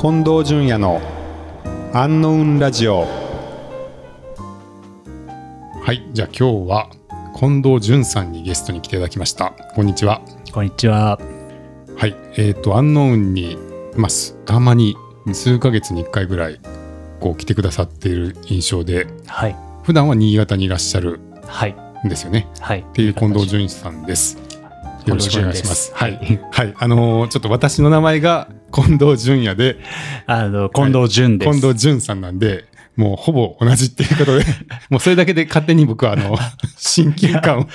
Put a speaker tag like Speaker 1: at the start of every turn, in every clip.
Speaker 1: 近藤淳也のアンノウンラジオはいじゃあ今日は近藤淳さんにゲストに来ていただきましたこんにちは
Speaker 2: こんにちは。
Speaker 1: はいえっ、ー、とアンノウンにますたまに数ヶ月に1回ぐらいこう来てくださっている印象で
Speaker 2: はい。
Speaker 1: 普段は新潟にいらっしゃる
Speaker 2: はい。
Speaker 1: んですよね
Speaker 2: はい。
Speaker 1: っていう近藤淳さんですよろしくお願いします
Speaker 2: は
Speaker 1: はい
Speaker 2: い。
Speaker 1: はいあのーちょっと私の名前が近藤淳也で
Speaker 2: あの、近藤淳です。
Speaker 1: 近藤淳さんなんで、もうほぼ同じっていうことで、 もうそれだけで勝手に僕はあ の、親近感を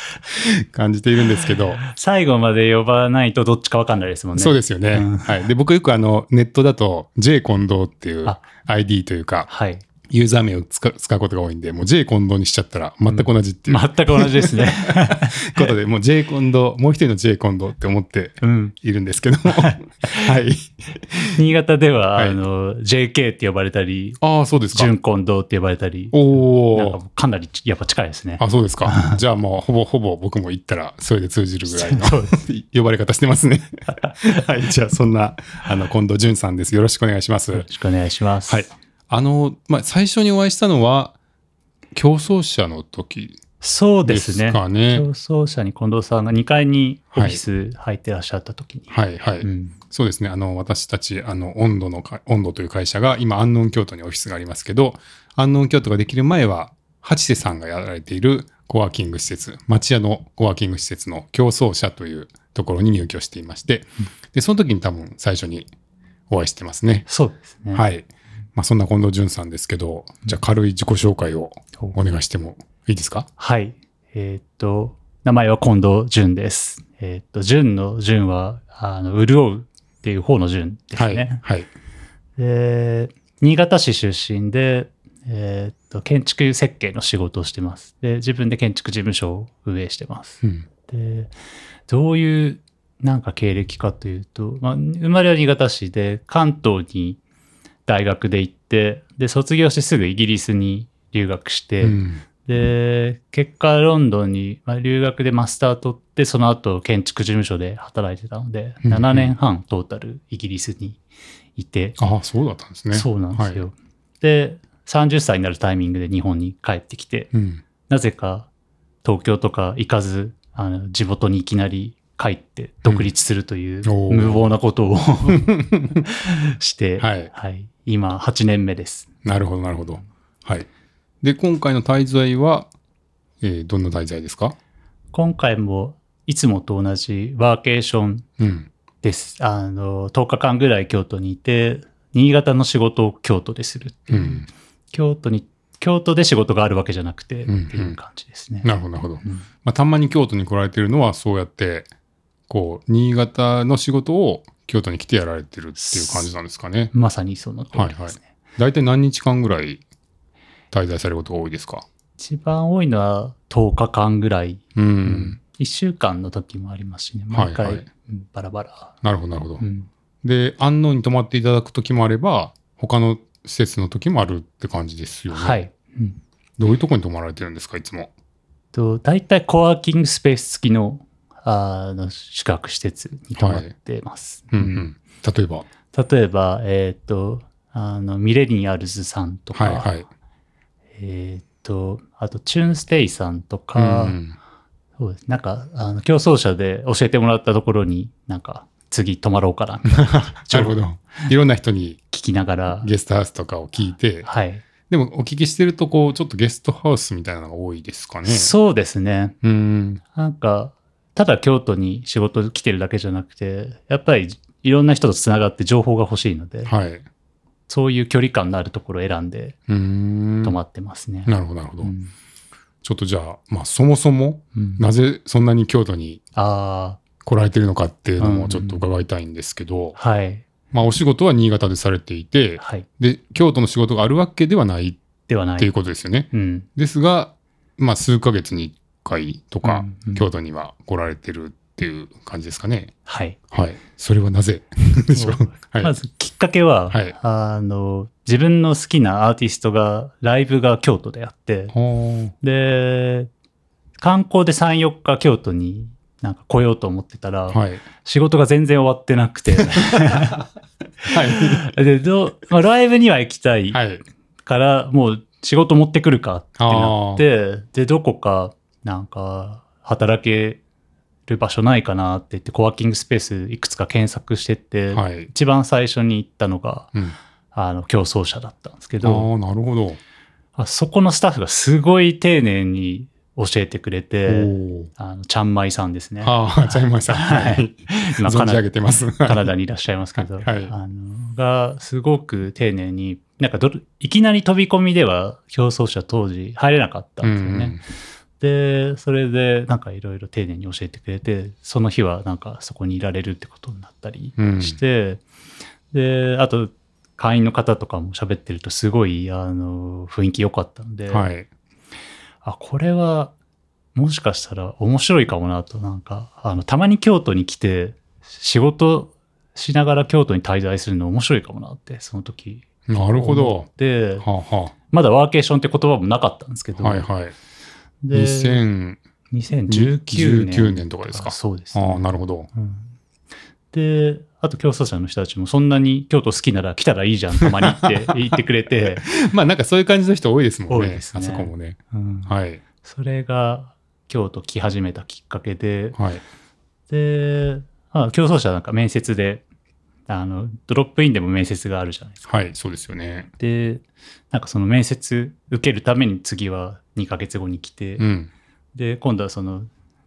Speaker 1: 感じているんですけど、
Speaker 2: 最後まで呼ばないとどっちかわかんないですもんね。。
Speaker 1: そうですすよね。
Speaker 2: うん
Speaker 1: はい。で、僕よくあの、ネットだと J 近藤っていう
Speaker 2: あ
Speaker 1: ID というか、
Speaker 2: はい。
Speaker 1: ユーザー名を使う使うことが多いんで、もう J 近藤にしちゃったら全く同じっていう
Speaker 2: 全く同じ ですね。
Speaker 1: ことで、もう J 近藤、もう一人の J 近藤って思って
Speaker 2: うん。
Speaker 1: いるんですけども、 はい。
Speaker 2: 新潟では、
Speaker 1: はい
Speaker 2: あの、JK って呼ばれたり、
Speaker 1: ああ、そうですか。
Speaker 2: 淳近藤って呼ばれたり、
Speaker 1: お
Speaker 2: なんか
Speaker 1: お。
Speaker 2: もうかなりやっぱ近いですね。
Speaker 1: あ、そうです か。じゃあもうほぼほぼ僕も行ったら、それで通じるぐらいの。
Speaker 2: そうです
Speaker 1: 呼ばれ方してますね。はい、じゃあそんなあの近藤淳さんです。よろしくお願いしま
Speaker 2: よ
Speaker 1: す
Speaker 2: ろ。しくお願いします。
Speaker 1: はい。あのまあ最初にお会いしたのは競争者の時
Speaker 2: そうで
Speaker 1: です
Speaker 2: ね。
Speaker 1: すかね。
Speaker 2: 競争者に近藤さんが2階にオフィス入ってらっしゃった時に。
Speaker 1: はいはい、
Speaker 2: うん。
Speaker 1: そうですね。あの私たちあの温度のか温度という会社が今安納京都にオフィスがありますけど、安納京都ができる前は八瀬さんがやられているコワーキング施設、町屋のコワーキング施設の競争者というところに入居していまして、でその時に多分最初にお会いしてますね。
Speaker 2: そうですね。
Speaker 1: はい。まあ、そんな近藤淳さんですけど、じゃあ軽い自己紹介をお願いしてもいいですか
Speaker 2: はい。えーっと、名前は近藤淳です。えーっと、淳の淳は、あの、潤うっていう方の淳です
Speaker 1: はい。
Speaker 2: ね。
Speaker 1: はい。
Speaker 2: で、新潟市出身で、えーっと、建築設計の仕事をしてます。で、自分で建築事務所を運営してます。
Speaker 1: うん。
Speaker 2: で、どういう、なんか経歴かというと、まあ、生まれは新潟市で、関東に大学で行って、で、卒業してすぐイギリスに留学して、
Speaker 1: うん
Speaker 2: で、結果、ロンドンに、まあ、留学でマスター取って、その後、建築事務所で働いてたので、
Speaker 1: うんうん
Speaker 2: 7年半トータルイギリスにいて、
Speaker 1: ああ、そうだったんですね。
Speaker 2: そうなんですよ、
Speaker 1: はい
Speaker 2: で、30歳になるタイミングで日本に帰ってきて、
Speaker 1: うん。
Speaker 2: なぜか東京とか行かず、あの地元にいきなり帰って独立するとい
Speaker 1: う
Speaker 2: う
Speaker 1: んおー
Speaker 2: 無謀なこと をして、
Speaker 1: はい
Speaker 2: 今8年目です。
Speaker 1: なるほど、なるほど。はい。で、今回の滞在は、えーどんな滞在ですか
Speaker 2: 今回もいつもと同じワーケーション
Speaker 1: うん。
Speaker 2: です。あの、10日間ぐらい京都にいて、新潟の仕事を京都でするって
Speaker 1: う
Speaker 2: いう、
Speaker 1: ん。
Speaker 2: 京都に、京都で仕事があるわけじゃなくて、
Speaker 1: うんうん
Speaker 2: っていう感じですね。
Speaker 1: なるほど、なるほど。
Speaker 2: うん
Speaker 1: まあ、たまに京都に来られてるのは、そうやって、こう、新潟の仕事を京都に来てやられてるっていう感じなんですかね。
Speaker 2: まさにその通りですね。
Speaker 1: 大体何日間ぐらい滞在されることが多いですか
Speaker 2: 一番多いのは10日間ぐらい、
Speaker 1: うん。
Speaker 2: 1週間の時もありますしね、
Speaker 1: はい
Speaker 2: 毎回、
Speaker 1: はい
Speaker 2: うんバラバラ。
Speaker 1: なるほど、なるほど
Speaker 2: う。ん
Speaker 1: で、安納に泊まっていただく時もあれば、他の施設の時もあるって感じですよね。
Speaker 2: はい。うん
Speaker 1: どういうとこに泊まられてるんですか、いつも。
Speaker 2: と大体コワーキングスペース付きのあの宿泊施設に泊まってます。
Speaker 1: うんう
Speaker 2: うん
Speaker 1: ん。例えば。
Speaker 2: 例えば、えっ、と、あの、ミレニアルズさんとか、
Speaker 1: はいはい。
Speaker 2: えっ、と、あと、チュンステイさんとか、
Speaker 1: うん
Speaker 2: そうですなんか、あの、競争者で教えてもらったところに、なんか、次泊まろうかな、みたいな
Speaker 1: なるほど。いろんな人に
Speaker 2: 聞きながら、
Speaker 1: ゲストハウスとかを聞いて、
Speaker 2: はい、
Speaker 1: でもお聞きしてると、こう、ちょっとゲストハウスみたいなのが多いですかね。
Speaker 2: そうですね。
Speaker 1: うん。
Speaker 2: なんか、ただ京都に仕事来てるだけじゃなくて、やっぱりいろんな人とつながって情報が欲しいので、
Speaker 1: はい。
Speaker 2: そういう距離感のあるところを選んで
Speaker 1: うん。
Speaker 2: 泊まってますね。
Speaker 1: なるほど、なるほど。
Speaker 2: うん
Speaker 1: ちょっとじゃあ、まあ、そもそも、
Speaker 2: うん
Speaker 1: なぜそんなに京都に
Speaker 2: あ
Speaker 1: 来られてるのかっていうの
Speaker 2: う
Speaker 1: も
Speaker 2: ん
Speaker 1: ちょっと伺いたいんですけど、
Speaker 2: あ、はい、
Speaker 1: まあ、お仕事は新潟でされていて、
Speaker 2: はい、
Speaker 1: で、京都の仕事があるわけではない
Speaker 2: ではな
Speaker 1: っていう
Speaker 2: い。
Speaker 1: ことですよね。
Speaker 2: うん、
Speaker 1: ですが、まあ、数ヶ月に1回とか、
Speaker 2: うんうん
Speaker 1: 京都には来られてるっていう感じですかね。
Speaker 2: はい。
Speaker 1: はい。それはな ぜでしょう。はい。
Speaker 2: まずきっかけは、
Speaker 1: はい
Speaker 2: あの、自分の好きなアーティストが、ライブが京都であって、
Speaker 1: ほー
Speaker 2: で、観光で3、4日京都になんか来ようと思ってたら、
Speaker 1: はい。
Speaker 2: 仕事が全然終わってなくて、
Speaker 1: はい。
Speaker 2: で、どう、まあ、ライブには行きたい
Speaker 1: はい。
Speaker 2: から、もう仕事持ってくるかってな
Speaker 1: あ
Speaker 2: っ
Speaker 1: ー
Speaker 2: て、で、どこか、なんか、働ける場所ないかなって言って、コワーキングスペースいくつか検索してって、
Speaker 1: はい。
Speaker 2: 一番最初に行ったのが、
Speaker 1: うん。
Speaker 2: あの、競争者だったんですけ
Speaker 1: ああ
Speaker 2: ど、
Speaker 1: ー、なるほど。
Speaker 2: あそこのスタッフがすごい丁寧に教えてくれ
Speaker 1: お
Speaker 2: て、
Speaker 1: お。
Speaker 2: あの、ちゃんまいさんですね。
Speaker 1: ああ、ちゃいました。
Speaker 2: は
Speaker 1: はい い。
Speaker 2: 今
Speaker 1: 存
Speaker 2: カ
Speaker 1: じ
Speaker 2: ナ
Speaker 1: 上げてます。
Speaker 2: カ
Speaker 1: は
Speaker 2: ナダにいらっしゃいますけど、
Speaker 1: はい
Speaker 2: あのがすごく丁寧になんかどれいきなり飛び込みでは競争者当時入れなかった
Speaker 1: い。うん
Speaker 2: ですよね。
Speaker 1: ん。
Speaker 2: でそれでなんかいろいろ丁寧に教えてくれてその日はなんかそこにいられるってことになったり
Speaker 1: うん
Speaker 2: して、であと会員の方とかも喋ってるとすごいあの雰囲気良かったので、
Speaker 1: はい。
Speaker 2: あこれはもしかしたら面白いかもなとなんかあのたまに京都に来て仕事しながら京都に滞在するの面白いかもなってその時
Speaker 1: なるほど。
Speaker 2: で
Speaker 1: はあ、は
Speaker 2: まだワーケーションって言葉もなかったんですけ
Speaker 1: あ、
Speaker 2: ど、
Speaker 1: はいはい。
Speaker 2: で
Speaker 1: 2000、
Speaker 2: 2019年
Speaker 1: 19年とかですか
Speaker 2: そうです、
Speaker 1: あ
Speaker 2: ね
Speaker 1: あ、なるほど。
Speaker 2: うんであと競争者の人たちもそんなに京都好きなら来たらいいじゃんたまにって言ってくれ て、
Speaker 1: まあなんかそういう感じの人多いですもん
Speaker 2: 多いで
Speaker 1: ね。
Speaker 2: すね
Speaker 1: あそこもね。
Speaker 2: うん
Speaker 1: はい。
Speaker 2: それが京都来始めたきっかけで、
Speaker 1: はい。
Speaker 2: で、まあ、競争者なんか面接で、あの、ドロップインでも面接があるじゃないですか。
Speaker 1: はい、そうですよね。
Speaker 2: で、なんかその面接受けるために次は2ヶ月後に来て、
Speaker 1: うん。
Speaker 2: で、今度はその、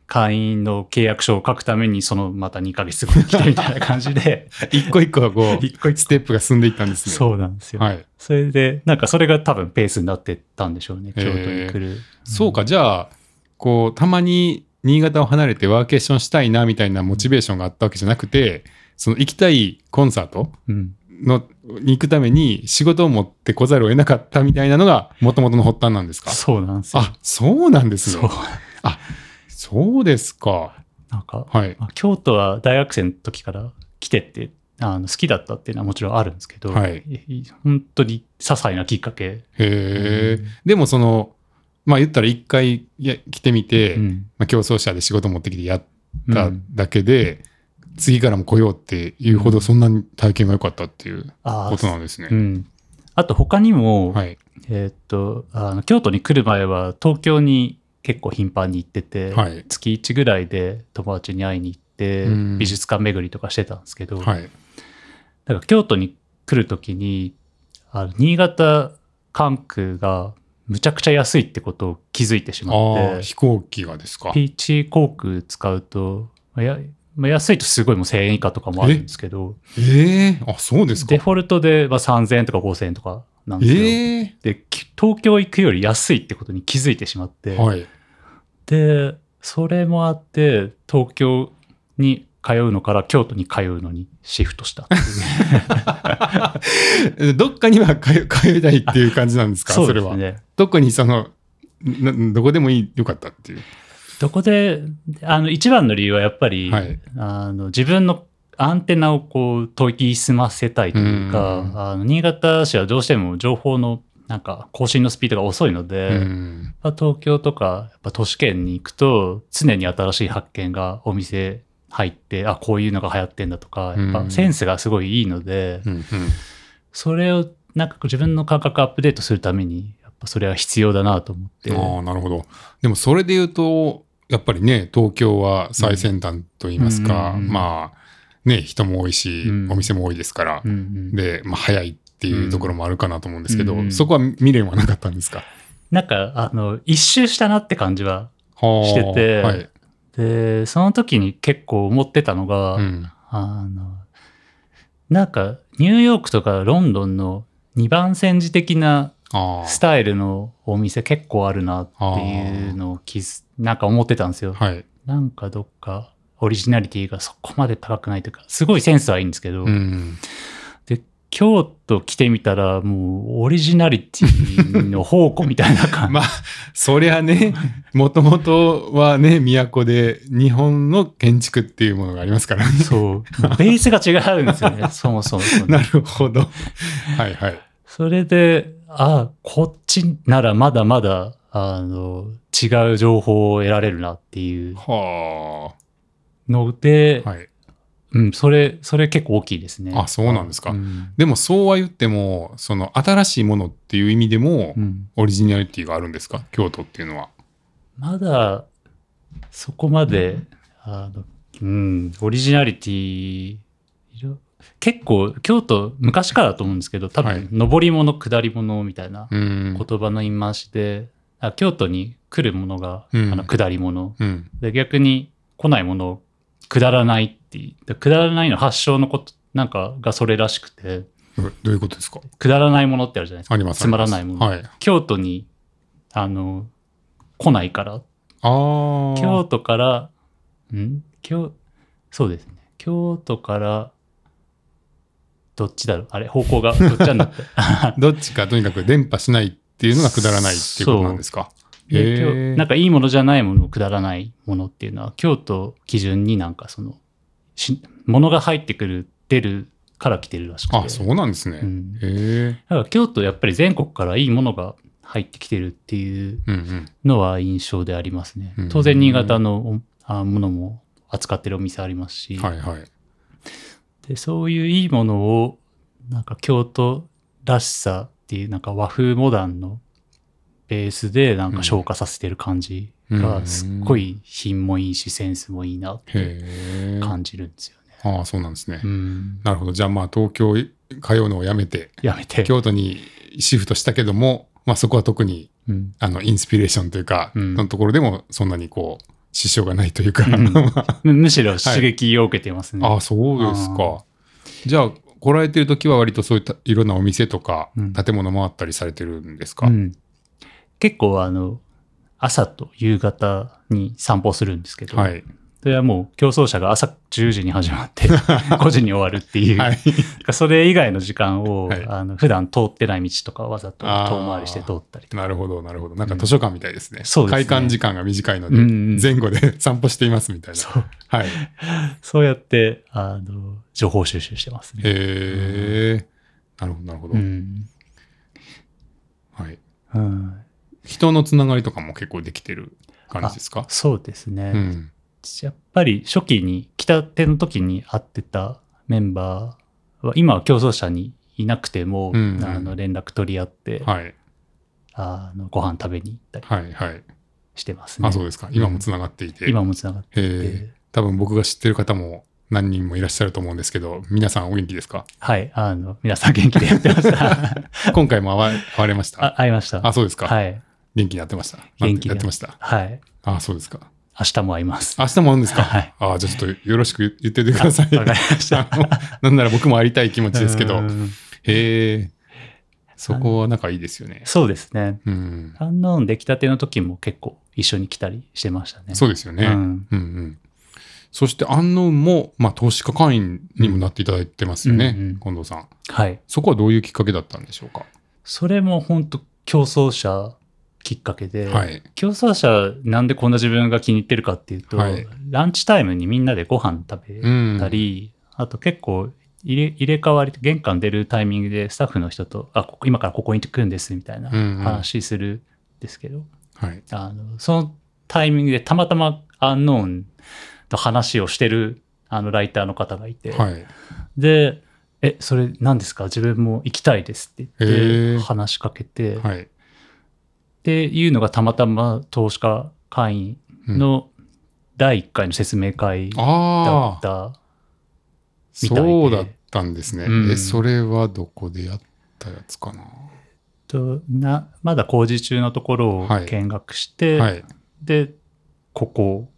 Speaker 2: 会員の契約書を書くために、そのまた2ヶ月後に来てみたいな感じで、
Speaker 1: 一 個一個がこ う、
Speaker 2: 一個一
Speaker 1: ステップが進んでいったんですね。
Speaker 2: そうなんですよ。
Speaker 1: はい。
Speaker 2: それで、なんかそれが多分ペースになってったんでしょうね、京都に来る。
Speaker 1: そうか、じゃあ、こう、たまに新潟を離れてワーケーションしたいなみたいなモチベーションがあったわけじゃなくて、その行きたいコンサート
Speaker 2: うん。
Speaker 1: のに行くために仕事を持ってこざるを得なかったみたいなのがもともとの発端なんですか
Speaker 2: そうなんですよ。
Speaker 1: あ、そうなんです
Speaker 2: そう
Speaker 1: ね。。そうですか。
Speaker 2: なんか、
Speaker 1: はい。
Speaker 2: まあ、京都は大学生の時から来てってあの好きだったっていうのはもちろんあるんですけど、
Speaker 1: はい
Speaker 2: いい本当に些細なきっかけ、
Speaker 1: へえ
Speaker 2: うん。
Speaker 1: でもその、まあ言ったら一回いや来てみて、
Speaker 2: うん
Speaker 1: まあ、競争者で仕事持ってきてやっ
Speaker 2: う
Speaker 1: た
Speaker 2: ん
Speaker 1: だけで、次からも来ようっていうほどそんなに体験が良かったっていう
Speaker 2: あ
Speaker 1: ことな
Speaker 2: あ
Speaker 1: んですね。
Speaker 2: うん、あと他にも、
Speaker 1: はい。
Speaker 2: えーっとあの京都に来る前は東京に結構頻繁に行ってて、
Speaker 1: はい。
Speaker 2: 月1ぐらいで友達に会いに行って、
Speaker 1: うん
Speaker 2: 美術館巡りとかしてたんですけど、
Speaker 1: はい。
Speaker 2: なんか京都に来るときに、あの新潟管区がむちゃくちゃ安いってことを気づいてし
Speaker 1: あ
Speaker 2: ま
Speaker 1: あ
Speaker 2: っ
Speaker 1: ー、
Speaker 2: て、
Speaker 1: 飛行機がですか。
Speaker 2: ピーチ航空使うと、まあやまあ安いとすごいもう1000円以下とかもあるんですけど、
Speaker 1: ええあ、そうですか
Speaker 2: デ。フォルトでまあ3000円とか5000円とかなんですよ。
Speaker 1: ええ
Speaker 2: で、き東京行くより安いってことに気づいてしまって、
Speaker 1: はい。
Speaker 2: で、それもあって、東京に通うのから京都に通うのにシフトしたっていう
Speaker 1: どっかには通 通いたいっていう感じなんですか、それは。
Speaker 2: ね。
Speaker 1: 特にその、などこでもいい、よかったっていう。
Speaker 2: どこで、あの、一番の理由はやっぱり、
Speaker 1: はい。
Speaker 2: あの自分のアンテナをこう研ぎ澄ませたいというか、
Speaker 1: うん
Speaker 2: あの新潟市はどうしても情報のなんか更新のスピードが遅いので、
Speaker 1: うん。
Speaker 2: まあ東京とかやっぱ都市圏に行くと常に新しい発見がお店入ってあこういうのが流行ってんだとかやっ
Speaker 1: う
Speaker 2: ぱ
Speaker 1: ん
Speaker 2: センスがすごいいいので、
Speaker 1: うんうん
Speaker 2: それをなんかこう自分の感覚アップデートするためにやっぱそれは必要だなと思って。
Speaker 1: ああ、なるほど。でもそれで言うと、やっぱりね、東京は最先端と言いますか、
Speaker 2: うん
Speaker 1: まあ、ね、人も多いし、
Speaker 2: うん
Speaker 1: お店も多いですから
Speaker 2: う、んうん
Speaker 1: で、まあ、早いっていうところもあるかなと思うんですけど、
Speaker 2: うん
Speaker 1: そこは未練はなかったんですか、
Speaker 2: なんかあの一周したなって感じは
Speaker 1: はあ
Speaker 2: してて
Speaker 1: はい。
Speaker 2: でその時に結構思ってたのが、
Speaker 1: うん。
Speaker 2: あのなんかニューヨークとかロンドンの2番煎じ的な
Speaker 1: あ
Speaker 2: スタイルのお店結構あるなっていうのを気づなんか思ってたんですよ
Speaker 1: あ。。はい。
Speaker 2: なんかどっかオリジナリティがそこまで高くないというかすごいセンスはいいんですけど、
Speaker 1: うん。
Speaker 2: で京都来てみたらもうオリジナリティの宝庫みたいな感じ、
Speaker 1: まあ、そりゃね、もともとはね、都で日本の建築っていうものがありますからね。
Speaker 2: そうもうベースが違うんですよねそもそもそも
Speaker 1: なるほど。はいはい。
Speaker 2: それで、あこっちならまだまだ、あの、違う情報を得られるなっていう
Speaker 1: は
Speaker 2: ので、
Speaker 1: あ。はい。
Speaker 2: うん、それ、それ結構大きいですね。
Speaker 1: あそうなんですか
Speaker 2: うん
Speaker 1: でもそうは言ってもその新しいものっていう意味でも
Speaker 2: うん
Speaker 1: オリジナリティがあるんですか京都っていうのは。
Speaker 2: まだ、そこまで、あの、うん、オリジナリティ、いろ結構、京都、昔からだと思うんですけど、多
Speaker 1: はい
Speaker 2: 分、上り物、下り物みたいな
Speaker 1: うん
Speaker 2: 言葉の言い回しで、あ京都に来るものが、
Speaker 1: うん
Speaker 2: あの下り物
Speaker 1: うん
Speaker 2: で逆に来ないものを下らないって言って下らないの発祥のことなんかがそれらしくて
Speaker 1: どどういうことですか
Speaker 2: くだらないものってあるじゃないですか
Speaker 1: あります
Speaker 2: つまらないもの、
Speaker 1: はい、
Speaker 2: 京都にあの来ないから
Speaker 1: あー
Speaker 2: 京都からん京そうですね京都からどっちだろうあれ方向がどっちなんだって
Speaker 1: どっちかとにかく伝播しないっていうのがくだらないっていうことなんですか。
Speaker 2: で京
Speaker 1: へえ
Speaker 2: なんかいいものじゃないものくだらないものっていうのは京都基準になんかそのし物が入ってくる出るから来てるらしくて
Speaker 1: あそうなんですね。
Speaker 2: うん
Speaker 1: へえ
Speaker 2: だから京都やっぱり全国からいいものが入ってきてるっていう
Speaker 1: うんうん。
Speaker 2: のは印象でありますね
Speaker 1: うん
Speaker 2: 当然新潟のおあものも扱ってるお店ありますし、
Speaker 1: はいはい。
Speaker 2: でそういういいものをなんか京都らしさっていうなんか和風モダンのベースでなんか昇華させてる感じ
Speaker 1: う
Speaker 2: が
Speaker 1: ん
Speaker 2: すっごい品もいいしセンスもいいなって
Speaker 1: へえ。
Speaker 2: 感じるんですよね。
Speaker 1: ああそうなんですね。
Speaker 2: うん、
Speaker 1: なるほど。じゃあまあ東京へ通うのをやめて
Speaker 2: やめて。
Speaker 1: 京都にシフトしたけども、まあ、そこは特に
Speaker 2: うん
Speaker 1: あのインスピレーションというか、
Speaker 2: うん
Speaker 1: のところでもそんなにこう支障がないというか、
Speaker 2: うん
Speaker 1: まあ
Speaker 2: むむしろ刺激を受けてますね。
Speaker 1: ああそうです
Speaker 2: あ
Speaker 1: か。じゃあ来られてる時は割とそういったいろんなお店とか、
Speaker 2: うん
Speaker 1: 建物回ったりされてるんですか、
Speaker 2: うん結構あの朝と夕方に散歩するんですけど、
Speaker 1: はい。
Speaker 2: それはもう競争者が朝10時に始まっ て5時に終わるっていう、
Speaker 1: はい。
Speaker 2: それ以外の時間を、
Speaker 1: はい
Speaker 2: あの普段通ってない道とかわざと
Speaker 1: あー
Speaker 2: 遠回りして通ったりとか
Speaker 1: なるほど、なるほど。なんか図書館みたいですね。
Speaker 2: そうですね
Speaker 1: 開館時間が短いので、
Speaker 2: うんうん
Speaker 1: 前後で 散歩していますみたいな。
Speaker 2: そう
Speaker 1: はい。
Speaker 2: そうやってあの情報収集してますね。
Speaker 1: へえ。なるほど、なるほど。
Speaker 2: うん
Speaker 1: はい。
Speaker 2: うん、
Speaker 1: 人のつながりとかも結構できてる感じですか
Speaker 2: そうですね、
Speaker 1: うん。
Speaker 2: やっぱり初期に来たての時に会ってたメンバーは今は競争者にいなくても、
Speaker 1: うんうん
Speaker 2: あの連絡取り合って、
Speaker 1: はい。
Speaker 2: あのご飯食べに行ったり
Speaker 1: はい、はい。
Speaker 2: してますね。
Speaker 1: あ、そうですか。今もつながっていて。
Speaker 2: 今もつながって
Speaker 1: へ
Speaker 2: て
Speaker 1: え。多分僕が知ってる方も何人もいらっしゃると思うんですけど、皆さんお元気ですか
Speaker 2: はい、あの皆さん元気でやってま した。
Speaker 1: 今回も会わ会われました。
Speaker 2: あ会いました。
Speaker 1: あ、そうですか。
Speaker 2: はい、
Speaker 1: 元気にやってました。
Speaker 2: 元気に
Speaker 1: やってました。
Speaker 2: はい、
Speaker 1: あ、そうですか。
Speaker 2: 明日も会います。
Speaker 1: 明日もあるんですか、
Speaker 2: はい
Speaker 1: ああ、じゃあちょっとよろしく言っててください。
Speaker 2: わかりました。
Speaker 1: あのなんなら僕もありたい気持ちですけど
Speaker 2: う。ん
Speaker 1: へえ。そこは仲いいですよね。
Speaker 2: そうですね。
Speaker 1: うん。
Speaker 2: アンノーン出来たての時も結構一緒に来たりしてましたね。
Speaker 1: そうですよね。う
Speaker 2: うんん
Speaker 1: うんそして、アンノーンも、まあ、投資家会員にもなっていただいてますよね、
Speaker 2: うんうん
Speaker 1: 近藤さん。
Speaker 2: はい。
Speaker 1: そこはどういうきっかけだったんでしょうか。
Speaker 2: それも本当競争者きっかけで、
Speaker 1: はい。
Speaker 2: 競争者なんでこんな自分が気に入ってるかっていうと、
Speaker 1: はい
Speaker 2: ランチタイムにみんなでご飯食べ
Speaker 1: うん。
Speaker 2: たり、あと結構入れ入れ替わり玄関出るタイミングでスタッフの人と「あここ今からここに行くんです」みたいな
Speaker 1: うんうん
Speaker 2: 話するんですけど、
Speaker 1: はい。
Speaker 2: あのそのタイミングでたまたまアンノーンと話をしてるあのライターの方がいて、
Speaker 1: はい。
Speaker 2: で「えそれ何ですか自分も行きたいです」って
Speaker 1: へ
Speaker 2: 言
Speaker 1: ー
Speaker 2: って話しかけて、っ
Speaker 1: はい。
Speaker 2: ていうのがたまたま投資家会員の第1回の説明会だ
Speaker 1: あ
Speaker 2: っ
Speaker 1: あ、
Speaker 2: た、みたいで
Speaker 1: そうだったんですね。
Speaker 2: うん
Speaker 1: え、それはどこでやったやつかな。
Speaker 2: となまだ工事中のところを
Speaker 1: はい
Speaker 2: 見学して、
Speaker 1: はい。
Speaker 2: でここ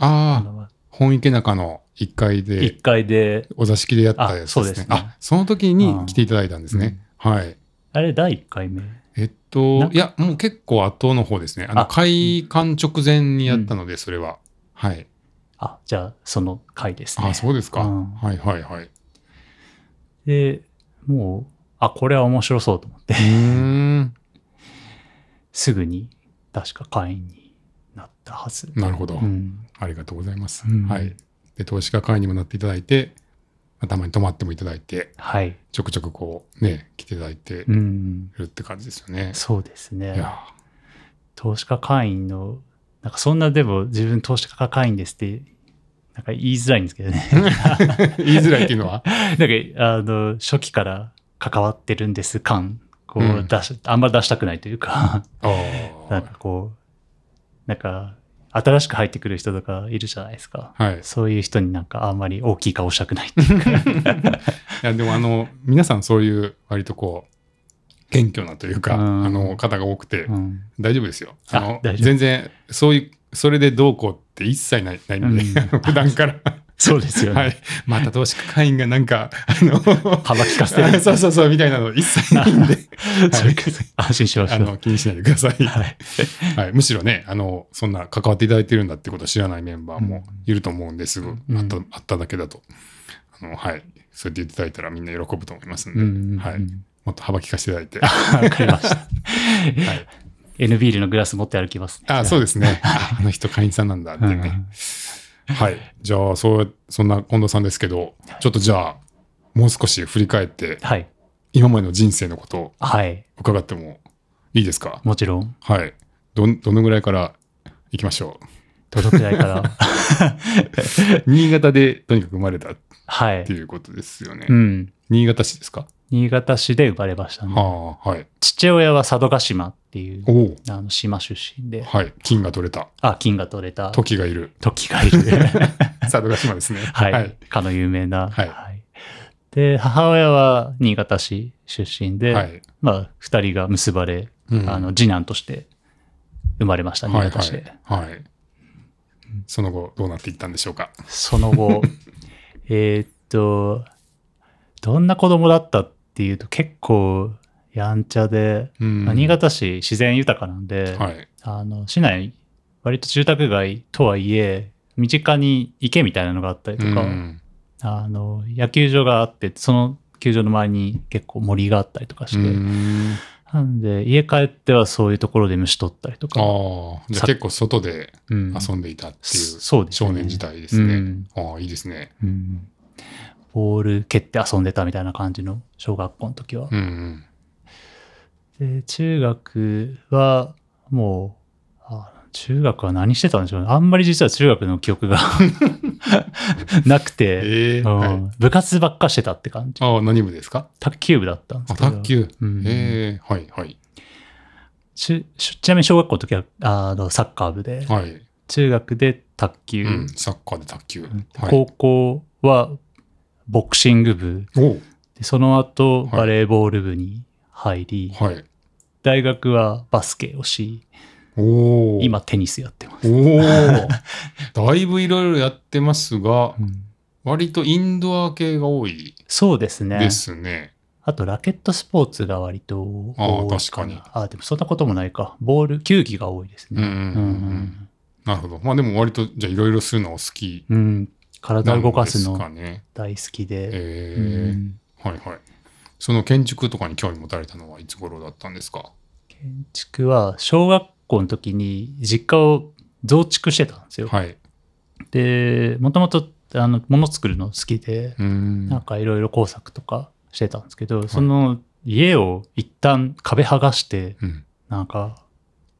Speaker 2: あ
Speaker 1: ああ、
Speaker 2: の
Speaker 1: 本池中の1階で
Speaker 2: 1階で
Speaker 1: お座敷でやったやつです
Speaker 2: あそう
Speaker 1: ね。
Speaker 2: ですね
Speaker 1: あ、その時に来ていただいたんですね。はい。
Speaker 2: あれ第1回目
Speaker 1: えっ
Speaker 2: な
Speaker 1: と
Speaker 2: ん、か
Speaker 1: いや、もう結構後の方ですね。あの、
Speaker 2: あ
Speaker 1: 開館直前にやったので、それは。はい。
Speaker 2: あじゃあその回ですね
Speaker 1: あ、そうですか。
Speaker 2: うん
Speaker 1: はいはいはい。う
Speaker 2: でもうあこれは面白そうと思って
Speaker 1: ーん。
Speaker 2: すぐに確か会員になったはず、
Speaker 1: なるほど
Speaker 2: う。ん、
Speaker 1: ありがとうございます。
Speaker 2: うん
Speaker 1: はい。で、投資家会にもなっていただいて、まあたまに泊まってもいただいて、
Speaker 2: はい、
Speaker 1: ちょくちょくこう、ね、来ていただいて
Speaker 2: うん、
Speaker 1: るって感じですよね。
Speaker 2: そうです
Speaker 1: い
Speaker 2: ね
Speaker 1: や
Speaker 2: 投資家会員のなんかそんなでも自分投資家会員ですってなんか言いづらいんですけどね。
Speaker 1: 言いづらいっていうのは
Speaker 2: なんか、あの、初期から関わってるんです感、こ
Speaker 1: う
Speaker 2: う、
Speaker 1: ん
Speaker 2: 出し、あんま出したくないというか、
Speaker 1: あ
Speaker 2: なん
Speaker 1: ー
Speaker 2: かこう、なんか、新しく入ってくる人とかいるじゃないですか。
Speaker 1: はい。い
Speaker 2: そういう人になんかあんまり大きい顔したくないっ ていうか
Speaker 1: や、でもあの、皆さんそういう割とこう、謙虚なというか、
Speaker 2: うん
Speaker 1: あの、方が多くて、
Speaker 2: うん
Speaker 1: 大丈夫ですよ。
Speaker 2: あ
Speaker 1: あの
Speaker 2: 大丈夫
Speaker 1: 全然、そういう、それでどうこうって一切ないないんで、
Speaker 2: うん
Speaker 1: あの 普段から。
Speaker 2: そうですよね。
Speaker 1: はい。また投資家会員がなんか、あの、。
Speaker 2: 幅利かせて る
Speaker 1: そうそうそう、みたいなの一切ない んで、
Speaker 2: それくらい安心しまし
Speaker 1: あ
Speaker 2: ょう。
Speaker 1: の、気にしないでください。
Speaker 2: はい。
Speaker 1: はい、むしろねあの、そんな関わっていただいてるんだってことを知らないメンバーもいると思うんですぐ、
Speaker 2: うん
Speaker 1: あったあっただけだとあの、はい、そうやって言っていただいたらみんな喜ぶと思いますんで、
Speaker 2: うん
Speaker 1: はい、
Speaker 2: うん
Speaker 1: もっと幅利かせていただいて、
Speaker 2: わかりました。N ビールのグラス持って歩きますね。
Speaker 1: あそうですね、ああの人、会員さんなんだっていうね。はい、じゃあそう、そんな近藤さんですけど、ちょっとじゃあ、もう少し振り返って、
Speaker 2: はい。
Speaker 1: 今までの人生のことを
Speaker 2: はい。
Speaker 1: 伺ってもいいですか。
Speaker 2: もちろん。
Speaker 1: はい、どんどのぐらいからいきましょ
Speaker 2: どのくら いから。
Speaker 1: う。 新潟でとにかく生まれたっ
Speaker 2: は
Speaker 1: て
Speaker 2: い。
Speaker 1: いうことですよね。
Speaker 2: うん。
Speaker 1: 新潟市ですか
Speaker 2: 新潟市で生まれましたね。
Speaker 1: はあ、はい。
Speaker 2: 父親は佐渡島っていう
Speaker 1: おお、
Speaker 2: あの島出身で、
Speaker 1: はい。金が取れた。
Speaker 2: あ、金が取れた
Speaker 1: 時がい る。
Speaker 2: 時がいる。
Speaker 1: 佐渡島ですね。
Speaker 2: はい、かの有名な。
Speaker 1: はい
Speaker 2: で、母親は新潟市出身で、
Speaker 1: はい。
Speaker 2: まあ、二人が結ばれ、
Speaker 1: うん
Speaker 2: あの、次男として生まれました、新
Speaker 1: はい、
Speaker 2: 潟市で。
Speaker 1: はい。はい。その後、どうなっていったんでしょうか。
Speaker 2: その 後、えーっと、どんな子供だったっていうと結構やんちゃで、
Speaker 1: うん
Speaker 2: まあ新潟市自然豊かなんで、
Speaker 1: はい。
Speaker 2: あの市内割と住宅街とはいえ身近に池みたいなのがあったりとか、
Speaker 1: うん
Speaker 2: あの野球場があってその球場の前に結構森があったりとかして、
Speaker 1: うん
Speaker 2: なんで家帰ってはそういうところで虫取ったりと
Speaker 1: あ
Speaker 2: か、
Speaker 1: あ、じゃあ
Speaker 2: さ
Speaker 1: 結構外で
Speaker 2: うん
Speaker 1: 遊んでいたっていう
Speaker 2: そうですね
Speaker 1: 少年時代ですね。
Speaker 2: うん
Speaker 1: ああ、いいですね。
Speaker 2: うんボール蹴って遊んでたみたいな感じの小学校の時は
Speaker 1: う、ん
Speaker 2: で中学はもうあ中学は何してたんでしょうねあんまり実は中学の記憶が なく
Speaker 1: うん。
Speaker 2: て、
Speaker 1: ええ
Speaker 2: うん
Speaker 1: はい
Speaker 2: 部活ばっかしてたって感じ
Speaker 1: ああ、何部ですか
Speaker 2: 卓球部だったんで
Speaker 1: あ
Speaker 2: すけど
Speaker 1: 卓球。
Speaker 2: うん
Speaker 1: ええはい、はい。
Speaker 2: ちちちなみに小学校の時はあのサッカー部で
Speaker 1: はい。
Speaker 2: 中学で卓球、
Speaker 1: うん。サッカーで卓球。はい。
Speaker 2: 高校はボクシング部
Speaker 1: おう
Speaker 2: でその後
Speaker 1: はい
Speaker 2: バレーボール部に入り、
Speaker 1: はい。
Speaker 2: 大学はバスケをし
Speaker 1: おお。
Speaker 2: 今テニスやってます、
Speaker 1: おおだいぶいろいろやってますが、割とインドア系が多い
Speaker 2: そうですね
Speaker 1: ですね。
Speaker 2: あとラケットスポーツが割と多いかな
Speaker 1: ああ確かに
Speaker 2: あでもそんなこともないかボール球技が多いです
Speaker 1: うんう
Speaker 2: ね
Speaker 1: ん
Speaker 2: う
Speaker 1: うんんうんなるほど。まあでも割とじゃあいろいろするのお好き
Speaker 2: うん、体
Speaker 1: な
Speaker 2: を
Speaker 1: ん
Speaker 2: 動か
Speaker 1: ですすか
Speaker 2: の
Speaker 1: ね。
Speaker 2: 大好きで、
Speaker 1: え
Speaker 2: う
Speaker 1: ー
Speaker 2: ん
Speaker 1: はいはい。その建築とかに興味持たれたのはいつ頃だったんですか
Speaker 2: 建築は小学校の時に実家を増築してたんですよ、
Speaker 1: はい。
Speaker 2: でもともとあの物作るの好きで、
Speaker 1: うーん。
Speaker 2: なんかいろいろ工作とかしてたんですけど、その家を一旦壁剥がして
Speaker 1: うん
Speaker 2: なんか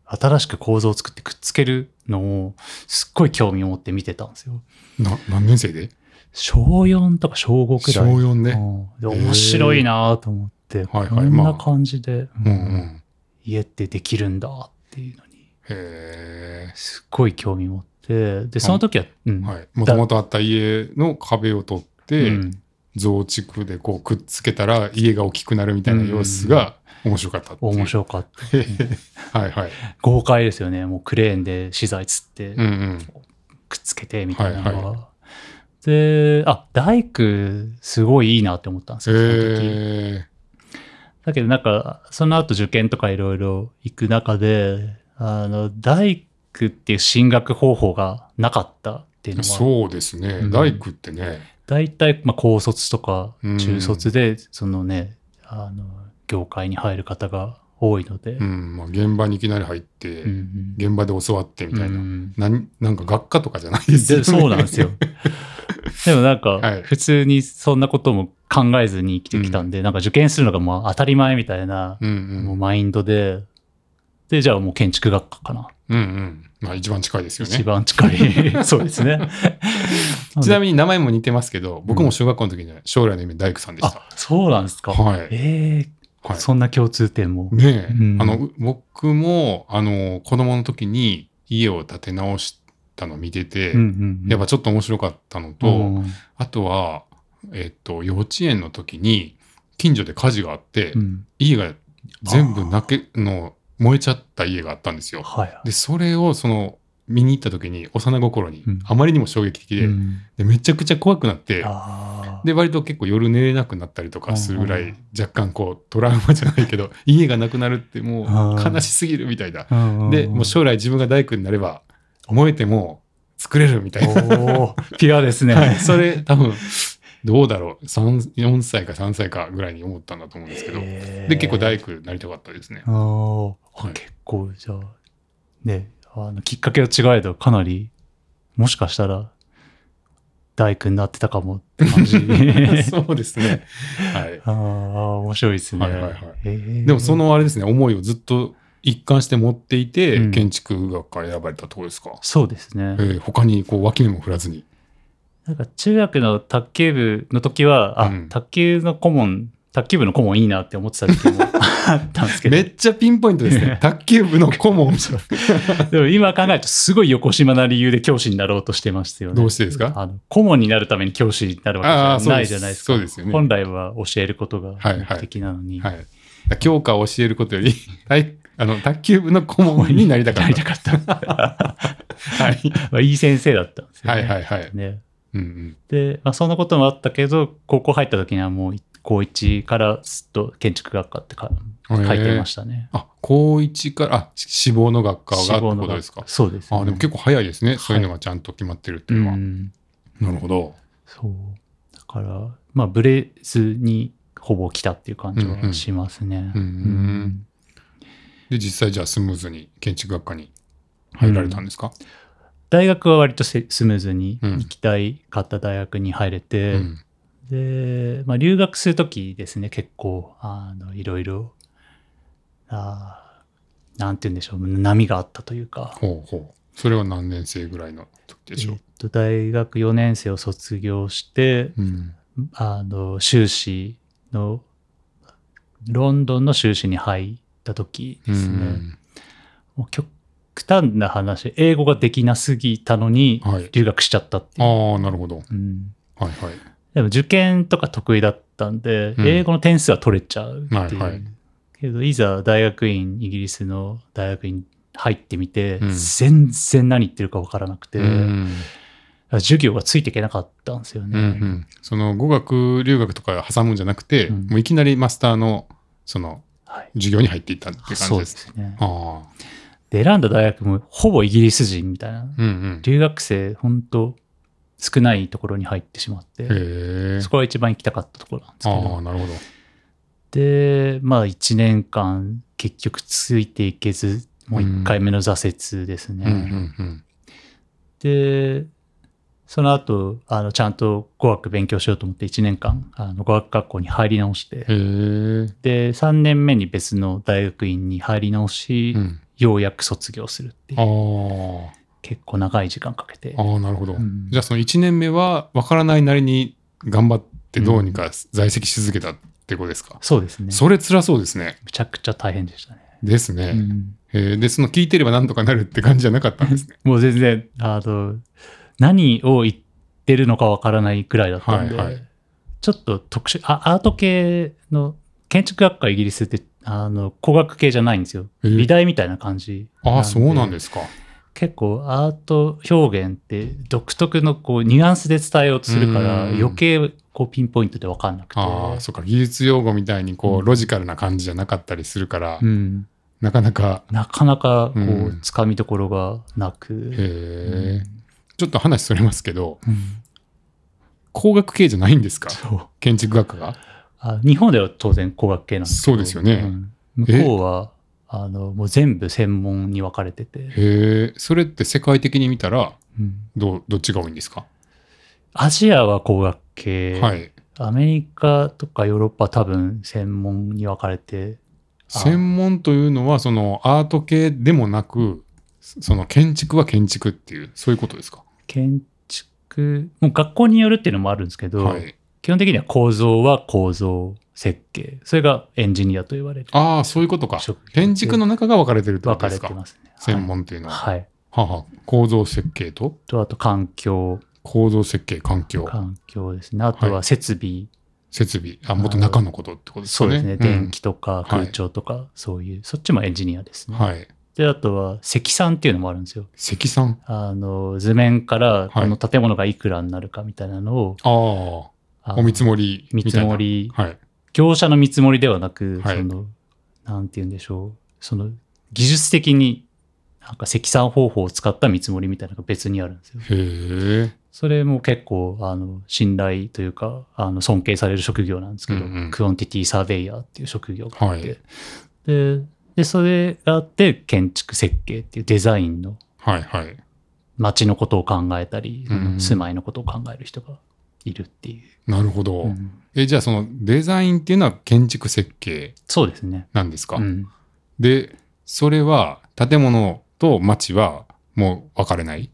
Speaker 2: 新しく構造を作ってくっつけるのをすっごい興味を持って見てたんですよ。
Speaker 1: な何年生で
Speaker 2: 小4とか小5く
Speaker 1: 小
Speaker 2: らい。
Speaker 1: 4で。
Speaker 2: うんで面白いなと思って、
Speaker 1: はいはい
Speaker 2: こん
Speaker 1: まあ
Speaker 2: な感じで、
Speaker 1: う
Speaker 2: う
Speaker 1: う
Speaker 2: ん
Speaker 1: んん。
Speaker 2: 家ってできるんだっていうのに
Speaker 1: へ
Speaker 2: すっごい興味持ってでその時は、うん
Speaker 1: え。はい。もともとあった家の壁を取って、
Speaker 2: うん
Speaker 1: 増築でこうくっつけたら家が大きくなるみたいな様子が面白かったっていう。
Speaker 2: 面白かった。
Speaker 1: はいはい。
Speaker 2: 豪快ですよねもうクレーンで資材つって、
Speaker 1: うんうん。
Speaker 2: くっつけてみたいなのが、
Speaker 1: はいは
Speaker 2: であ大工すごいいいなって思ったんですよその時、
Speaker 1: え
Speaker 2: だけどなんかその後受験とかいろいろ行く中であの大工っていう進学方法がなかったっていう
Speaker 1: ー、
Speaker 2: のは
Speaker 1: そうですね。
Speaker 2: うん
Speaker 1: 大工ってね。
Speaker 2: 大体まあ高卒とか
Speaker 1: うん
Speaker 2: 中卒でそのねあの業界に入る方が多いので、
Speaker 1: うん。まあ、現場にいきなり入って、
Speaker 2: うん
Speaker 1: 現場で教わってみたいな。
Speaker 2: うん
Speaker 1: なんなんか学科とかじゃないですよ
Speaker 2: で
Speaker 1: ね。
Speaker 2: そうなんですよ。でもなん
Speaker 1: は
Speaker 2: か
Speaker 1: い、
Speaker 2: 普通にそんなことも考えずに生きてきたんで、なんか受験するのがもう当たり前みたいな、
Speaker 1: うんう。
Speaker 2: もうんマインドで、で、じゃあもう建築学科かなっ
Speaker 1: うんうん。まあ一番近いですよ
Speaker 2: 一
Speaker 1: ね。
Speaker 2: 番近 い。そうですね。
Speaker 1: ちな
Speaker 2: み
Speaker 1: みに名前も似てますけど、僕も小学校の時には将来の夢大工さんでした。
Speaker 2: あ、そうなんですか。
Speaker 1: はい。
Speaker 2: ええ
Speaker 1: はい。
Speaker 2: そんな共通点も。
Speaker 1: ねえ、
Speaker 2: うん
Speaker 1: あの、う僕も、あの、子供の時に家を建て直したの見てて、
Speaker 2: うんうんうん
Speaker 1: やっぱちょっと面白かったのと、
Speaker 2: うん
Speaker 1: あとは、えっと、幼稚園の時に、近所で火事があって、
Speaker 2: うん
Speaker 1: 家が全部なけ、の、燃えちゃった家があったんですよ。
Speaker 2: はい。
Speaker 1: で、それを、その、見に行った時に、幼心に
Speaker 2: うん、
Speaker 1: あまりにも衝撃的で、
Speaker 2: うん
Speaker 1: でめちゃくちゃ怖くなって、
Speaker 2: あー
Speaker 1: で割と結構夜寝れなくなったりとかするぐら
Speaker 2: うんう
Speaker 1: い
Speaker 2: ん
Speaker 1: 若干こうトラウマじゃないけど 家がなくなるっても
Speaker 2: あ
Speaker 1: う
Speaker 2: ー
Speaker 1: 悲しすぎるみたいな
Speaker 2: うんうん
Speaker 1: でもう将来自分が大工になれば燃えても作れるみたいな
Speaker 2: おーピュアですね。
Speaker 1: はいそれ多分どうだろう3 4歳か3歳かぐらいに思ったんだと思うんですけどで
Speaker 2: へー
Speaker 1: 結構大工になりたかったですね
Speaker 2: あー
Speaker 1: はい
Speaker 2: 結構じゃあねあのきっかけは違えどかなりもしかしたら大工になってたかもって 感じ
Speaker 1: そうですねはい
Speaker 2: ああ面白いですね、
Speaker 1: はいはいはい
Speaker 2: へー
Speaker 1: でもそのあれですね思いをずっと一貫して持っていて、
Speaker 2: うん
Speaker 1: 建築学から選ばれたところですか、
Speaker 2: そうですね
Speaker 1: えー他にこう脇にも振らずに
Speaker 2: なんか中学の卓球部の時はあ、
Speaker 1: うん
Speaker 2: 卓球の顧問卓球部の顧問いいなって思ってた時もあったんですけど
Speaker 1: めっちゃピンポイントです ね。卓球部の顧問。
Speaker 2: でも今考えるとすごい横島な理由で教師になろうとしてますよね。
Speaker 1: どうしてです か
Speaker 2: あの顧問になるために教師になるわけじゃ
Speaker 1: ああ
Speaker 2: ないじゃないです
Speaker 1: そ
Speaker 2: か。
Speaker 1: うですそうですよね
Speaker 2: 本来は教えることが
Speaker 1: はいはい
Speaker 2: 目的なのに、
Speaker 1: はい。教科を教えることより、 体あの卓球部の顧問になりたか
Speaker 2: な
Speaker 1: っ
Speaker 2: り
Speaker 1: た。
Speaker 2: たかった。
Speaker 1: はい。
Speaker 2: まあいい先生だったんですよ
Speaker 1: は
Speaker 2: ね。
Speaker 1: いはいはい。
Speaker 2: ね、
Speaker 1: うんうん。
Speaker 2: で、まあ、そんなこともあったけど高校入った時にはもう高1からずっと建築学科ってか書いてましたね。
Speaker 1: あ、高一から、あ、し志望の学科がってことですか
Speaker 2: 学。そうです、
Speaker 1: あ、でも結構早いですね。そういうのがちゃんと決まってるっていうのは
Speaker 2: う。ん
Speaker 1: なるほど。
Speaker 2: そう。だから、まあ、ブレずにほぼ来たっていう感じ
Speaker 1: うんう
Speaker 2: は
Speaker 1: ん
Speaker 2: しますね。
Speaker 1: うんで、実際じゃあスムーズに建築学科に入られたんですか
Speaker 2: 大学は割とせスムーズに
Speaker 1: うん
Speaker 2: 行きたいかった大学に入れ
Speaker 1: う
Speaker 2: て、
Speaker 1: ん。
Speaker 2: で、まあ、留学するときですね、結構、あの、いろいろ、あーなんて言うんでしょう、波があったというか、
Speaker 1: ほうほう。それは何年生ぐらいの時でしょ
Speaker 2: えっと、大学4年生を卒業して、
Speaker 1: う。うん。
Speaker 2: あの、修士の、ロンドンの修士に入った時ですね。
Speaker 1: うん
Speaker 2: もう極端な話、英語ができなすぎたのに、
Speaker 1: はい。
Speaker 2: 留学しちゃったっていう。
Speaker 1: ああ、なるほど。
Speaker 2: うん
Speaker 1: はいはい。
Speaker 2: でも受験とか得意だったんで、
Speaker 1: うん
Speaker 2: 英語の点数は取れちゃうっていう。
Speaker 1: はいはい
Speaker 2: けど、いざ大学院、イギリスの大学院入ってみて、
Speaker 1: うん
Speaker 2: 全然何言ってるか分からなくて、
Speaker 1: うん
Speaker 2: 授業がついていけなかったんですよ
Speaker 1: う
Speaker 2: ね。
Speaker 1: んうん、その語学留学とか挟むんじゃなくて、
Speaker 2: うん
Speaker 1: もういきなりマスターのその
Speaker 2: はい、
Speaker 1: 授業に入っていったっていう感
Speaker 2: そ
Speaker 1: じ
Speaker 2: う
Speaker 1: で。
Speaker 2: ですすね。
Speaker 1: ああ、
Speaker 2: で、選んだ大学もほぼイギリス人みたいな。
Speaker 1: うんうん。
Speaker 2: 留学生、ほんと少ないところに入ってしまって、
Speaker 1: へえ。
Speaker 2: そこが一番行きたかったところなんですけど
Speaker 1: ああ、。なるほど。
Speaker 2: で、まあ1年間結局ついていけず、もう1回目の挫折ですね。
Speaker 1: うんうんうん。
Speaker 2: で、その後、あの、ちゃんと語学勉強しようと思って1年間、あの、語学学校に入り直し
Speaker 1: へ
Speaker 2: て、で、3年目に別の大学院に入り直し、
Speaker 1: え。うん、
Speaker 2: ようやく卒業するってい
Speaker 1: あ
Speaker 2: う、
Speaker 1: ー
Speaker 2: 結構長い時間かけて
Speaker 1: あ。ー、なるほど。
Speaker 2: うん
Speaker 1: じゃあその1年目は分からないなりに頑張ってどうにか在籍し続けたってことですか、
Speaker 2: そうですね。
Speaker 1: それ辛そうですね。
Speaker 2: むちゃくちゃ大変でしたね。
Speaker 1: ですね。
Speaker 2: うん
Speaker 1: へえで、その聞いてればなんとかなるって感じじゃなかったんですね。
Speaker 2: もう全然、あの、何を言ってるのかわからないくらいだったんで、
Speaker 1: はいはい
Speaker 2: ちょっと特殊あ、アート系の、建築学科イギリスって、あの、工学系じゃないんですよ。
Speaker 1: えー
Speaker 2: 美大みたいな感じなん
Speaker 1: ああ、そうなん
Speaker 2: す。
Speaker 1: ですか。
Speaker 2: 結構アート表現って独特のこうニュアンスで伝えようとするから
Speaker 1: うん
Speaker 2: 余計こうピンポイントで分かんなくて。
Speaker 1: ああ、そうか。技術用語みたいにこ
Speaker 2: うん
Speaker 1: う、ロジカルな感じじゃなかったりするから、
Speaker 2: うん
Speaker 1: なかなか、
Speaker 2: なかなかこ
Speaker 1: う
Speaker 2: うんつかみどころがなく。
Speaker 1: へえ、ちょっと話それますけど、
Speaker 2: うん
Speaker 1: 工学系じゃないんですか
Speaker 2: そう
Speaker 1: 建築学科が。
Speaker 2: あ日本では当然工学系なんですけど
Speaker 1: そうですよね
Speaker 2: ん向こうはあのもう全部専門に分かれてて、
Speaker 1: へえ、それって世界的に見たら、
Speaker 2: うん
Speaker 1: どう、どっちが多いんですか、
Speaker 2: アジアは工学系、
Speaker 1: はい。
Speaker 2: アメリカとかヨーロッパは多分専門に分かれて
Speaker 1: 専門というのは、その、アート系でもなく、その建築は建築っていう、そういうことですか。
Speaker 2: 建築、もう学校によるっていうのもあるんですけど、
Speaker 1: はい。
Speaker 2: 基本的には構造は構造設計。それがエンジニアと言われる。
Speaker 1: ああ、そういうことか。
Speaker 2: 職業で
Speaker 1: 建築の中が分かれてるってこ
Speaker 2: 分
Speaker 1: と
Speaker 2: か
Speaker 1: で
Speaker 2: れ
Speaker 1: すか。
Speaker 2: てますね。
Speaker 1: 専門っていうのは。は
Speaker 2: はい。はい
Speaker 1: あはあ構造設計と
Speaker 2: と、あと環境、
Speaker 1: 構造設計、環境、
Speaker 2: 環境ですね。あとは設備、
Speaker 1: 設備、あ、もっと中のことってことですか
Speaker 2: そう
Speaker 1: ね。
Speaker 2: ですね。電気とか
Speaker 1: い
Speaker 2: 空調とか、そういう、そっちもエンジニアです
Speaker 1: うん
Speaker 2: ね。
Speaker 1: はい。
Speaker 2: で、あとは積算っていうのもあるんですよ。
Speaker 1: 積算。
Speaker 2: あの、図面からこの建物がいくらになるかみたいなのを、
Speaker 1: ああ、
Speaker 2: あ
Speaker 1: お
Speaker 2: の
Speaker 1: 見積もりみ
Speaker 2: 見
Speaker 1: たい
Speaker 2: 積
Speaker 1: な。
Speaker 2: もり、
Speaker 1: はい。
Speaker 2: 業者の見積もりではなく、
Speaker 1: はい
Speaker 2: その、なんて言うんでしょう、その、技術的に、なんか積算方法を使った見積もりみたいなのが別にあるんですよ。
Speaker 1: へえ。
Speaker 2: それも結構、あの、信頼というか、あの、尊敬される職業なんですけど、
Speaker 1: うんうん
Speaker 2: クオンティティサーベイヤーっていう職業があって、
Speaker 1: はい
Speaker 2: で、で、それがあって、建築設計っていうデザインの
Speaker 1: はいはい。
Speaker 2: 街のことを考えたり、
Speaker 1: うんうん
Speaker 2: 住まいのことを考える人がいるっていう。
Speaker 1: なるほど。
Speaker 2: うん
Speaker 1: え、じゃあそのデザインっていうのは建築設計
Speaker 2: そうですね。
Speaker 1: なんですか、
Speaker 2: うん
Speaker 1: で、それは建物と街はもう分かれない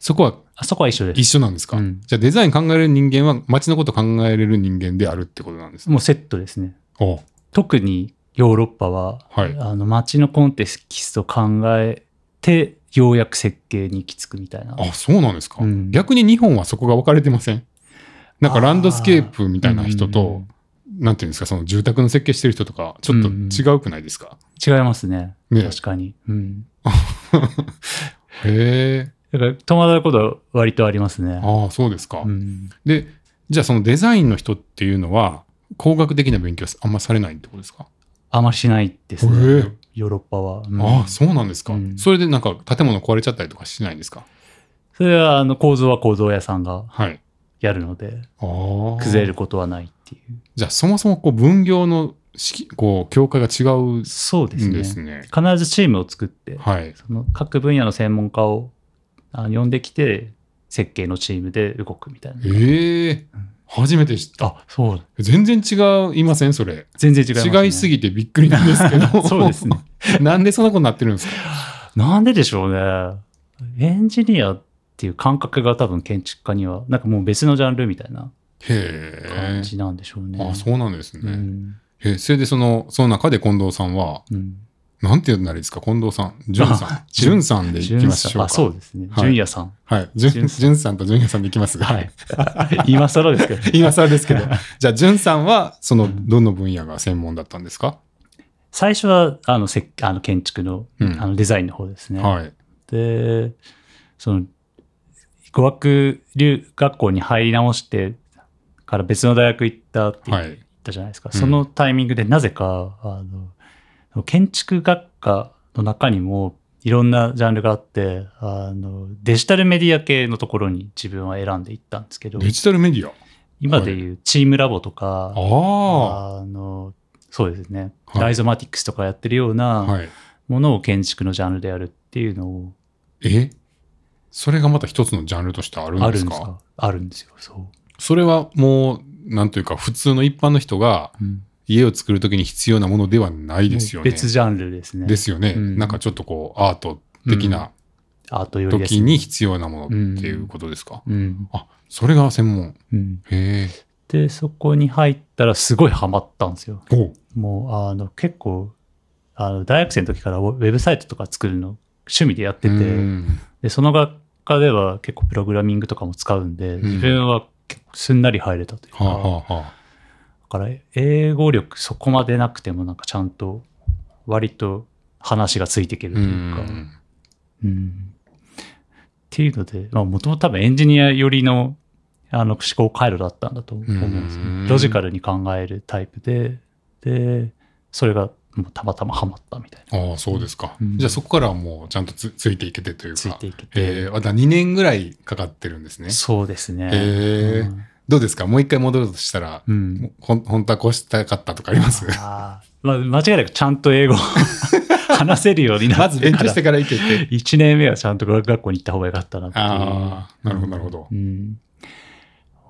Speaker 1: そこは
Speaker 2: あそこは一緒です
Speaker 1: 一。緒なんですか、
Speaker 2: うん
Speaker 1: じゃあデザイン考える人間は街のこと考えれる人間であるってことなんですね。
Speaker 2: もうセットですね。
Speaker 1: おう
Speaker 2: 特にヨーロッパは、
Speaker 1: はい
Speaker 2: あの街のコンテキストを考えてようやく設計に行き着くみたいな。
Speaker 1: あ、そうなんですか、
Speaker 2: うん
Speaker 1: 逆に日本はそこが分かれてませんなんかランドスケープみたいな人と、なんていうんですか、その住宅の設計してる人とか、ちょっと違うくないですか、
Speaker 2: うん違いますね。
Speaker 1: ね
Speaker 2: 確かに。うん。
Speaker 1: へえ。
Speaker 2: だから戸惑うことは割とありますね。
Speaker 1: ああ、そうですか。
Speaker 2: うん、
Speaker 1: で、じゃあそのデザインの人っていうのは、工学的な勉強はあんまされないってことですか、
Speaker 2: あんましないですね。
Speaker 1: へえ
Speaker 2: ヨーロッパは。うん
Speaker 1: ああ、そうなんですか、
Speaker 2: うん
Speaker 1: それでなんか建物壊れちゃったりとかしないんですか
Speaker 2: それはあの構造は構造屋さんが
Speaker 1: はい。
Speaker 2: やるので、
Speaker 1: ああ。
Speaker 2: 崩れることはないっていう。
Speaker 1: じゃあそもそもこう分業の式こう境界が違うんで
Speaker 2: そうですね。
Speaker 1: すね。
Speaker 2: 必ずチームを作って、
Speaker 1: はい。
Speaker 2: その各分野の専門家をあ呼んできて、設計のチームで動くみたいな。
Speaker 1: ええ
Speaker 2: うん
Speaker 1: 初めて知った。
Speaker 2: あ、そう。
Speaker 1: 全然違いませんそれ。
Speaker 2: 全然違います、ね。
Speaker 1: 違いすぎてびっくりなんですけど。
Speaker 2: そうですね。
Speaker 1: なんでそんなことになってるんですか
Speaker 2: なんででしょうね。エンジニアっていう感覚が多分建築家には、なんかもう別のジャンルみたいな
Speaker 1: へ
Speaker 2: 感じなんでしょうね。
Speaker 1: え。あ、そうなんです
Speaker 2: う
Speaker 1: ね。
Speaker 2: ん。
Speaker 1: へえそれでその、その中で近藤さんは、
Speaker 2: うん。
Speaker 1: なんて言うんだれですか近藤さん。淳さん
Speaker 2: あ。
Speaker 1: 淳さんでいきましょう
Speaker 2: 純
Speaker 1: か。
Speaker 2: あ、そうですね。
Speaker 1: はい
Speaker 2: 純也さん。
Speaker 1: はい。淳
Speaker 2: 淳さん
Speaker 1: 淳さんと淳也さんでいきますが。
Speaker 2: はい。今更ですけど。
Speaker 1: 今更ですけど。じゃあ、淳さんは、その、どの分野が専門だったんですか
Speaker 2: 最初は、あの、せあの建築の、
Speaker 1: うん
Speaker 2: あのデザインの方ですね。
Speaker 1: はい。
Speaker 2: で、その、語学留学校に入り直してから別の大学行ったって言っ
Speaker 1: はい。
Speaker 2: たじゃないですか。
Speaker 1: うん
Speaker 2: そのタイミングでなぜか、あの、建築学科の中にもいろんなジャンルがあって、あの、デジタルメディア系のところに自分は選んでいったんですけど、
Speaker 1: デジタルメディア。
Speaker 2: 今でいうチームラボとか、
Speaker 1: あ
Speaker 2: あの、そうですね、
Speaker 1: はい
Speaker 2: ライゾマティックスとかやってるよう
Speaker 1: あ。
Speaker 2: な
Speaker 1: はい。
Speaker 2: ものを建築のジャンルでやるっていうのを
Speaker 1: えそれがまた一つのジャンルとしてあるん
Speaker 2: あ
Speaker 1: で
Speaker 2: る
Speaker 1: す
Speaker 2: ん
Speaker 1: か
Speaker 2: ですかあるんですよ、そ
Speaker 1: それはもう、なんというか、普通の一般の人が
Speaker 2: う。
Speaker 1: 家を作るときに必要なものではないですよね。
Speaker 2: 別ジャンルですね。
Speaker 1: ですよね。
Speaker 2: うん
Speaker 1: なんかちょっとこう、アート的な
Speaker 2: アートよりです
Speaker 1: 時
Speaker 2: ね。
Speaker 1: に必要なものっていうことですか、
Speaker 2: うん
Speaker 1: それが専門。
Speaker 2: うん
Speaker 1: へえ。
Speaker 2: で、そこに入ったらすごいハマったんですよ。
Speaker 1: おう
Speaker 2: もう、あの、結構、あの大学生の時からウェウェブサイトとか作るの趣味でやって
Speaker 1: う
Speaker 2: て、
Speaker 1: ん
Speaker 2: で、その学科では結構プログラミングとかも使うんで、
Speaker 1: ん
Speaker 2: 自分は結構すんなり入れたというか、
Speaker 1: はあ、はあはあ、
Speaker 2: だから英語力そこまでなくてもなんかちゃんと割と話がついていけるというか、
Speaker 1: ん
Speaker 2: うんっていうので、まあ、もともと多分エンジニア寄りのあの思考回路だったんだと思うんですよ
Speaker 1: うん
Speaker 2: ロジカルに考えるタイプで、で、それがもうたまたまハマったみたいな。
Speaker 1: ああ、そうですか。
Speaker 2: うん
Speaker 1: じゃあそこからはもうちゃんとつついていけてというか。
Speaker 2: ついていけ
Speaker 1: え
Speaker 2: て。
Speaker 1: ー、まだ2年ぐらいかかってるんですね。
Speaker 2: そうですね。
Speaker 1: へーどうですかもう一回戻るとしたら、
Speaker 2: うん。う
Speaker 1: ほ
Speaker 2: ん
Speaker 1: ほん本当はこうしたかったとかあります
Speaker 2: あーまあ、間違いなくちゃんと英語を 話せるようにな
Speaker 1: ま
Speaker 2: っ
Speaker 1: ず
Speaker 2: て
Speaker 1: 勉
Speaker 2: か
Speaker 1: 強
Speaker 2: ら
Speaker 1: してから行けて。
Speaker 2: 1年目はちゃんと語学学校に行った方が良かったなっていう
Speaker 1: ああ、なるほど、なるほど
Speaker 2: う。ん、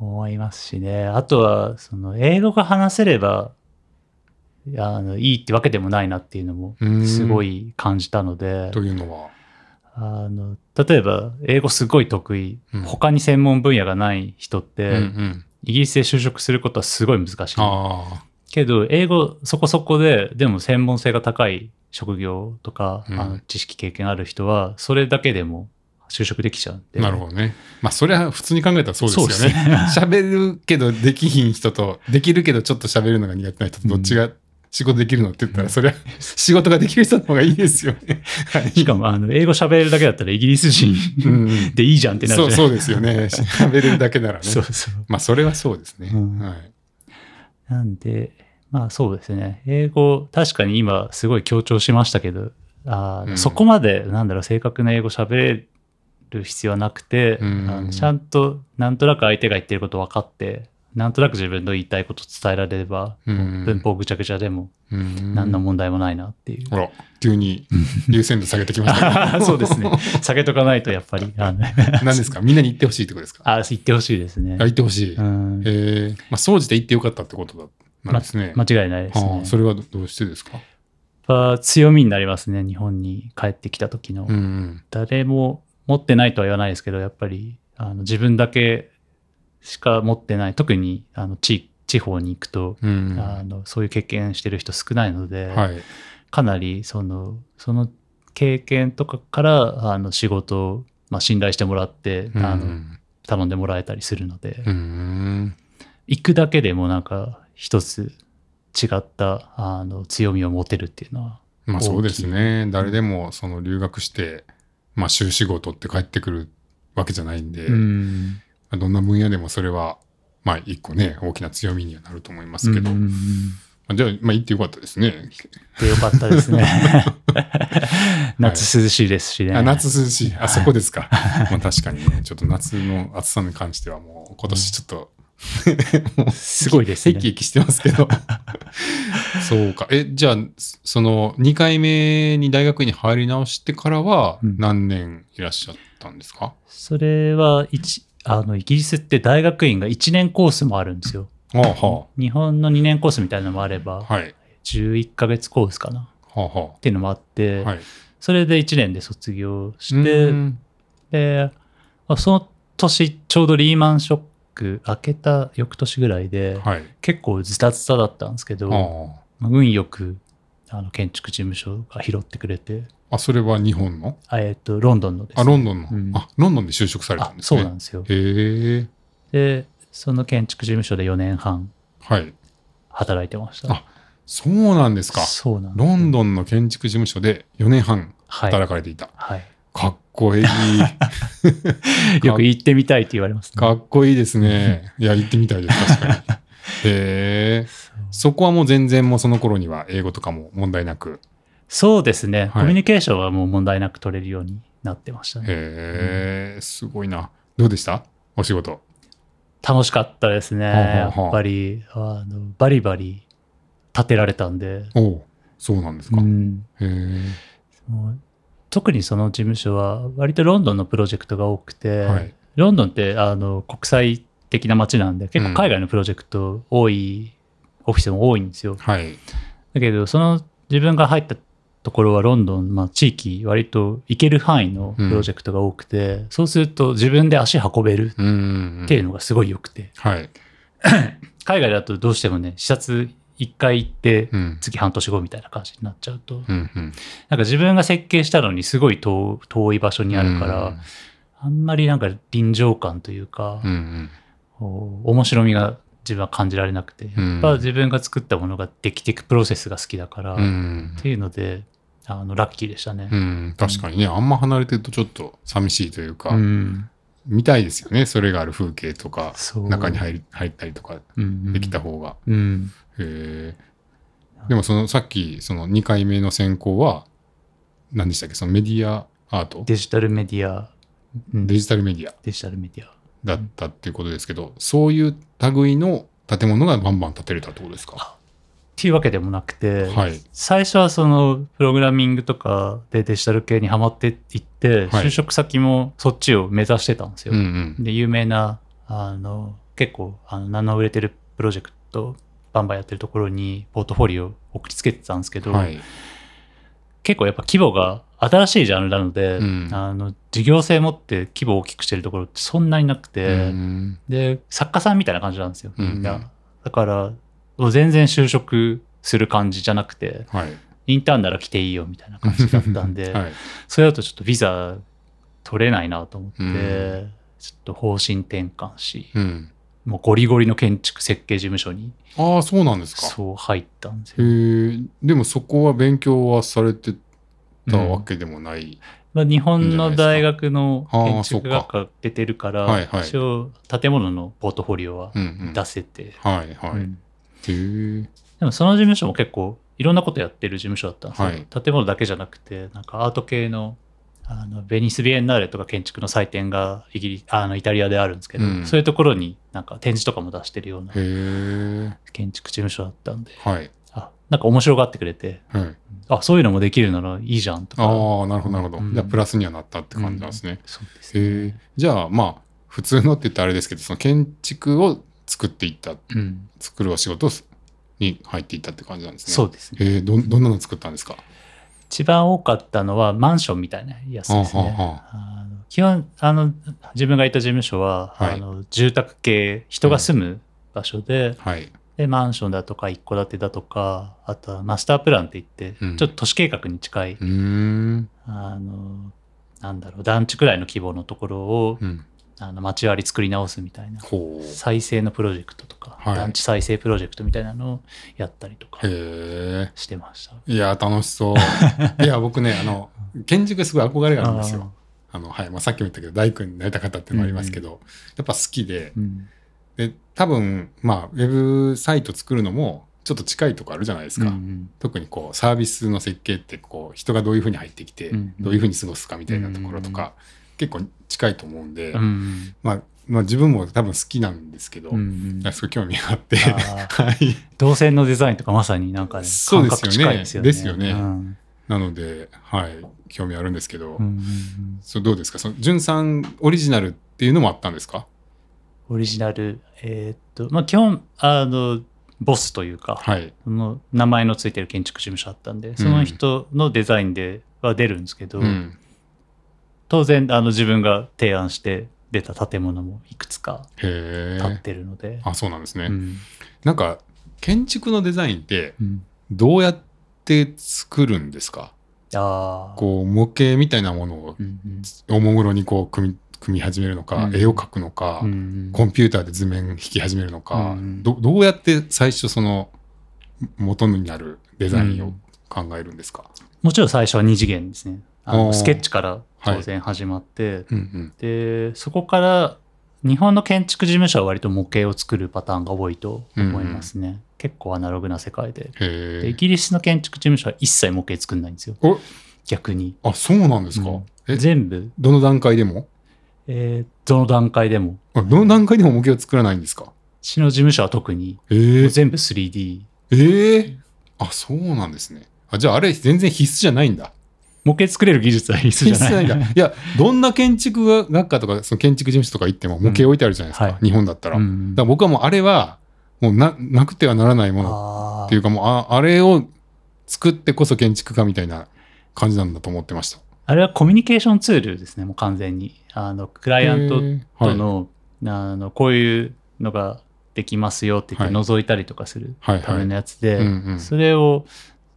Speaker 2: 思いますしね。あとは、その、英語が話せれば、いやあのいいってわけでもないなっていうのも
Speaker 1: うーん
Speaker 2: すごい感じたので
Speaker 1: というのは。
Speaker 2: あの例えば英語すごい得意、
Speaker 1: うん
Speaker 2: 他に専門分野がない人って、
Speaker 1: うんうん。
Speaker 2: イギリスで就職することはすごい難しい
Speaker 1: あ
Speaker 2: けど英語そこそこででも専門性が高い職業とか、
Speaker 1: うん
Speaker 2: あの知識経験ある人はそれだけでも就職できちゃうん
Speaker 1: あ、
Speaker 2: で
Speaker 1: なるほどね。まあ、それは普通に考えたらそうですよね。
Speaker 2: そうですね
Speaker 1: 喋るけどできひん人と、できるけどちょっと喋るのが苦手な人と、どっちが仕事できるのって言ったら、それは仕事ができる人の方がいいですよね。 はい
Speaker 2: しかもあの英語喋るだけだったらイギリス人
Speaker 1: うん うん
Speaker 2: でいいじゃんってなるじ
Speaker 1: そ
Speaker 2: ゃ
Speaker 1: う
Speaker 2: ない
Speaker 1: そうですよね。喋れるだけならね。
Speaker 2: そうそう
Speaker 1: まあ、それはそうですね。
Speaker 2: うん
Speaker 1: はい。
Speaker 2: なんで、まあそうですね。英語、確かに今すごい強調しましたけど、あー
Speaker 1: うん
Speaker 2: そこまで、なんだろう、正確な英語喋れる必要はなくて、
Speaker 1: うん
Speaker 2: あのちゃんと、なんとなく相手が言ってること分かって、なんとなく自分の言いたいこと伝えられれば、
Speaker 1: うん
Speaker 2: 文法ぐちゃぐちゃでも、
Speaker 1: うん
Speaker 2: 何の問題もないなっ ていう。
Speaker 1: ほら、急に優先度下げてきましたけど。
Speaker 2: そうですね。下げとかないと、やっぱり、あの
Speaker 1: 何ですかみんなに言ってほしいってことですかあ、
Speaker 2: あ言ってほしいですね。
Speaker 1: 言ってほしい。
Speaker 2: う
Speaker 1: え
Speaker 2: ん
Speaker 1: ーまあ、総じて言ってよかったってことだなんですね。
Speaker 2: 間違いないです
Speaker 1: あ
Speaker 2: ね
Speaker 1: あ。それはどどうしてですか
Speaker 2: やっぱ強みになりますね、日本に帰ってきた時の。
Speaker 1: うんうん。
Speaker 2: 誰も持ってないとは言わないですけどやっぱりあの自分だけしか持ってない特にあの地地方に行くと、
Speaker 1: うんうん
Speaker 2: あのそういう経験してる人少ないので、
Speaker 1: はい。
Speaker 2: かなりそのその経験とかからあの仕事を、まあ、信頼してもらって、
Speaker 1: うんう
Speaker 2: あの
Speaker 1: ん
Speaker 2: 頼んでもらえたりするので、
Speaker 1: うん
Speaker 2: 行くだけでもなんか一つ違ったあの強みを持てるっていうのは
Speaker 1: まあそうですね。誰でもその留学して、まあ修士号取って帰ってくるわけじゃないんで、
Speaker 2: ん
Speaker 1: まあどんな分野でもそれは、まあ一個ね、大きな強みにはなると思いますけど、
Speaker 2: うん
Speaker 1: まあじゃあ、まあ言ってよかったですね。
Speaker 2: でよかったです ね。夏涼しいですしね。
Speaker 1: あ夏涼しい。あそこです か。まあ確かにね、ちょっと夏の暑さに関してはもう今年ちょっと、
Speaker 2: すごいです
Speaker 1: 生き
Speaker 2: ね。
Speaker 1: 生きしてますけど。そうか。え、じゃあ、その2回目に大学院に入り直してからは
Speaker 2: うん
Speaker 1: 何年いらっしゃったんですか、
Speaker 2: それは一あのイギリスって大学院が1年コースもあるんですよ。
Speaker 1: はあは
Speaker 2: 日本の2年コースみたいなのもあれ
Speaker 1: あ。
Speaker 2: ば、
Speaker 1: はい。
Speaker 2: 11ヶ月コースかなっ
Speaker 1: はあは
Speaker 2: ていうのもあって、
Speaker 1: あ。はい。
Speaker 2: それで1年で卒業し
Speaker 1: う
Speaker 2: て、
Speaker 1: ん
Speaker 2: で、まあその年、ちょうどリーマンショック明けた翌年ぐらいで、
Speaker 1: はい。
Speaker 2: 結構ズタズタだったんですけど、
Speaker 1: あ
Speaker 2: まあ運よくあの建築事務所が拾ってくれて、
Speaker 1: あ。あ、それは日本の
Speaker 2: あえっと、ロンドンのですね、
Speaker 1: あ、ロンドンの、
Speaker 2: うん
Speaker 1: あ、ロンドンで就職された
Speaker 2: あ
Speaker 1: んです
Speaker 2: そ
Speaker 1: ね。
Speaker 2: うなんですよ。
Speaker 1: へえ。
Speaker 2: で、その建築事務所で4年半
Speaker 1: はい。
Speaker 2: 働いてました。
Speaker 1: あそうなんですか。
Speaker 2: そうなんです
Speaker 1: ロンドンの建築事務所で4年半
Speaker 2: はい。
Speaker 1: 働かれていた。
Speaker 2: はい、
Speaker 1: かっこいい。
Speaker 2: よく行ってみたいって言われますね。
Speaker 1: かっこいいですね。いや、行ってみたいです、 確かに。へえ。
Speaker 2: そう
Speaker 1: そこはもう全然もうその頃には英語とかも問題なく。
Speaker 2: そうです
Speaker 1: は
Speaker 2: ね、
Speaker 1: い
Speaker 2: コミュニケーションはもう問題なく取れるようになってましたね。
Speaker 1: へえ、すごいな。どうでしたお仕事。
Speaker 2: 楽しかったですね。
Speaker 1: は
Speaker 2: や
Speaker 1: あはあ
Speaker 2: っぱり、あのバリバリ立てられたんで。
Speaker 1: おうそうなんですか。
Speaker 2: う
Speaker 1: へ
Speaker 2: ん
Speaker 1: え。
Speaker 2: もう特にその事務所は割とロンドンのプロジェクトが多くて、
Speaker 1: はい。
Speaker 2: ロンドンってあの国際的な街なんで結構海外のプロジェクト多い、オフィスも多いんですよ
Speaker 1: はい。
Speaker 2: だけどその自分が入ったところはロンドン、まあ、地域割と行ける範囲のプロジェクトが多くて、そうすると自分で足運べる
Speaker 1: うんうんうん
Speaker 2: っていうのがすごい良くて
Speaker 1: はい。
Speaker 2: 海外だとどうしてもね視察1回行って
Speaker 1: うん。
Speaker 2: 次半年後みたいな感じになっちゃうと、
Speaker 1: うんうん。
Speaker 2: なんか自分が設計したのにすごい遠遠い場所にあるから、あんまりなんか臨場感というか、
Speaker 1: うんうん。
Speaker 2: こう面白みが自分は感じられなくて、
Speaker 1: うん
Speaker 2: やっぱ自分が作ったものができていくプロセスが好きだから、
Speaker 1: うんう
Speaker 2: っ
Speaker 1: ん
Speaker 2: ていうのであのラッキーでしたね
Speaker 1: う。ん。確かにね、あんま離れてるとちょっと寂しいというか、
Speaker 2: うん
Speaker 1: 見たいですよね。それがある風景とか、
Speaker 2: そう
Speaker 1: 中に入り入ったりとかできた、方が。
Speaker 2: うんうん
Speaker 1: へえでもそのさっきその2回目の選考は何でしたっけそのメディアアート
Speaker 2: デジタルメディア、うん
Speaker 1: デジタルメディア
Speaker 2: デジタルメディア
Speaker 1: だったっていうことですけどそういう類の建物がバンバン建てれたってことですか
Speaker 2: っていうわけでもなくて、
Speaker 1: はい
Speaker 2: 最初はそのプログラミングとかでデジタル系にはまっていって、
Speaker 1: はい
Speaker 2: 就職先もそっちを目指してたんですよ。
Speaker 1: うんうん
Speaker 2: で有名なあの結構あの名の売れてるプロジェクトバンバンやってるところにポートフォリオを送りつけてたんですけど、
Speaker 1: はい
Speaker 2: 結構やっぱ規模が新しいジャンルなので、
Speaker 1: うん
Speaker 2: あの事業性持って規模を大きくしてるところってそんなになくて、
Speaker 1: うん
Speaker 2: で作家さんみたいな感じなんですよみんな、
Speaker 1: うん
Speaker 2: だからもう全然就職する感じじゃなくて
Speaker 1: はい。
Speaker 2: インターンなら来ていいよみたいな感じだったん で、
Speaker 1: はい。
Speaker 2: それだとちょっとビザ取れないなと思って、
Speaker 1: うん
Speaker 2: ちょっと方針転換し、
Speaker 1: うん。
Speaker 2: もうゴリゴリの建築設計事務所に
Speaker 1: ああ、そうなんですか。
Speaker 2: そう入ったんです
Speaker 1: へ
Speaker 2: よ。
Speaker 1: え。でもそこは勉強はされてたわけでもない。
Speaker 2: まあ、日本の大学の建築学科出てるから、
Speaker 1: あーそっかはいはい
Speaker 2: 一応建物のポートフォリオは
Speaker 1: うん、うん。
Speaker 2: 出せて、
Speaker 1: はいは
Speaker 2: う
Speaker 1: い。
Speaker 2: ん
Speaker 1: へえ。
Speaker 2: でもその事務所も結構いろんなことやってる事務所だったんですよ、
Speaker 1: はい
Speaker 2: 建物だけじゃなくてなんかアート系のあのベニスビエンナーレとか建築の祭典がイギリあのイタリアであるんですけど、
Speaker 1: うん
Speaker 2: そういうところになんか展示とかも出してるよう
Speaker 1: へ
Speaker 2: な
Speaker 1: え。
Speaker 2: 建築事務所だったんで
Speaker 1: はい。
Speaker 2: あなんか面白がってくれて
Speaker 1: はい。
Speaker 2: あそういうのもできるならいいじゃんとか
Speaker 1: ああ、なるほど、なるほど。
Speaker 2: うん
Speaker 1: じゃあ、プラスにはなったって感じなんですね。
Speaker 2: そうです
Speaker 1: へえ。じゃあ、まあ、普通のって言ったらあれですけど、その建築を作っていった、
Speaker 2: うん、
Speaker 1: 作るお仕事に入っていったって感じなんですね。
Speaker 2: そうですね
Speaker 1: へえ、どん、どんなの作ったんですか
Speaker 2: 一番多かったのはマンションみたいなやつですね。
Speaker 1: はあは
Speaker 2: あの基本あの自分がいた事務所は、
Speaker 1: はい
Speaker 2: あの住宅系人が住む場所で,、
Speaker 1: はい。
Speaker 2: でマンションだとか一戸建てだとかあとはマスタープランっていって、
Speaker 1: うん
Speaker 2: ちょっと都市計画に近い、
Speaker 1: うーん。
Speaker 2: あのなんだろう団地くらいの規模のところを、
Speaker 1: うん。
Speaker 2: あの町割り作り直すみたいな
Speaker 1: ほう。
Speaker 2: 再生のプロジェクトとか、
Speaker 1: はい
Speaker 2: 団地再生プロジェクトみたいなのをやったりとか
Speaker 1: へえ。
Speaker 2: してました。
Speaker 1: いや、楽し そう。いや、僕ね、あの、建築すごい憧れがあるんですよ。あの、はい。まあ、さっきも言ったけど、大工になりたかったっていうのもありますけど、やっぱ好きで
Speaker 2: あー、うん
Speaker 1: で、多分、まあ、ウェブサイト作るのも、ちょっと近いとこあるじゃないですか。
Speaker 2: うんうん
Speaker 1: 特にこう、サービスの設計って、こう、人がどういうふうに入ってきて、
Speaker 2: うん
Speaker 1: どういうふうに過ごすかみたいなところと
Speaker 2: うん
Speaker 1: か、結構近いと思うんで、
Speaker 2: うん
Speaker 1: まあ、まあ、自分も多分好きなんですけど、
Speaker 2: うんうん
Speaker 1: すごい興味があって、
Speaker 2: あー
Speaker 1: はい。
Speaker 2: 動線のデザインとかまさになんかね、
Speaker 1: そう
Speaker 2: 感
Speaker 1: ですよね
Speaker 2: 覚近いですよね。
Speaker 1: ですよね
Speaker 2: うん
Speaker 1: なので、はい、興味あるんですけど、
Speaker 2: うんうんうん
Speaker 1: そうどうですかその、じゅんさんオリジナルっていうのもあったんですか
Speaker 2: オリジナル、えーっと、まあ基本、あの、ボスというか、
Speaker 1: はい。
Speaker 2: その名前のついてる建築事務所だったんで、その人のデザインでは出るんですけど、
Speaker 1: うん。
Speaker 2: 当然、あの、自分が提案して出た建物もいくつか
Speaker 1: へ
Speaker 2: 建っ
Speaker 1: え。
Speaker 2: てるので、
Speaker 1: あ、そうなんですね。
Speaker 2: うん
Speaker 1: なんか、建築のデザインって、
Speaker 2: うん
Speaker 1: どうやって作るんですか
Speaker 2: あー
Speaker 1: こう、模型みたいなものを
Speaker 2: うんうん
Speaker 1: おもむろにこう組み組み始めるのか、
Speaker 2: うん
Speaker 1: 絵を描くのか、
Speaker 2: うん
Speaker 1: コンピューターで図面引き始めるのか、
Speaker 2: うん
Speaker 1: どどうやって最初その元になるデザイン
Speaker 2: う
Speaker 1: を
Speaker 2: ん
Speaker 1: 考えるんですか、
Speaker 2: もちろん最初は二次元ですね。あ
Speaker 1: おー
Speaker 2: のスケッチから当然始まって、
Speaker 1: うんうん、
Speaker 2: でそこから日本の建築事務所は割と模型を作るパターンが多いと思いますね、結構アナログな世界でで
Speaker 1: へ
Speaker 2: イ
Speaker 1: え。
Speaker 2: ギリスの建築事務所は一切模型作んないんですよ
Speaker 1: お
Speaker 2: 逆に
Speaker 1: あ、そうなんですか、
Speaker 2: うん
Speaker 1: え、
Speaker 2: 全部、
Speaker 1: どの段階でも
Speaker 2: えーどの段階でも
Speaker 1: あどの段階でも模型を作らないんですか
Speaker 2: 市の事務所は特に
Speaker 1: えー、
Speaker 2: 全部 3D
Speaker 1: えーあ、そうなんですね。あじゃああれ全然必須じゃないんだ。
Speaker 2: 模型作れる技術は必須じゃない
Speaker 1: 必須なんだ。いや、どんな建築学科とか、その建築事務所とか行っても模型置いてあるじゃないですか。
Speaker 2: うんはい
Speaker 1: 日本だったら。
Speaker 2: う
Speaker 1: だか
Speaker 2: ん
Speaker 1: ら僕はもうあれは、もうななくてはならないもの
Speaker 2: あ
Speaker 1: ってい
Speaker 2: ー
Speaker 1: うかもうあ、あれを作ってこそ建築家みたいな感じなんだと思ってました。
Speaker 2: あれはコミュニケーションツールですねもう完全にあのクライアント
Speaker 1: へー
Speaker 2: との,、あのこういうのができますよって言って
Speaker 1: は
Speaker 2: 覗いたりとかする
Speaker 1: はい
Speaker 2: た
Speaker 1: はいは
Speaker 2: め
Speaker 1: い。
Speaker 2: のやつで、
Speaker 1: うんうん、
Speaker 2: それを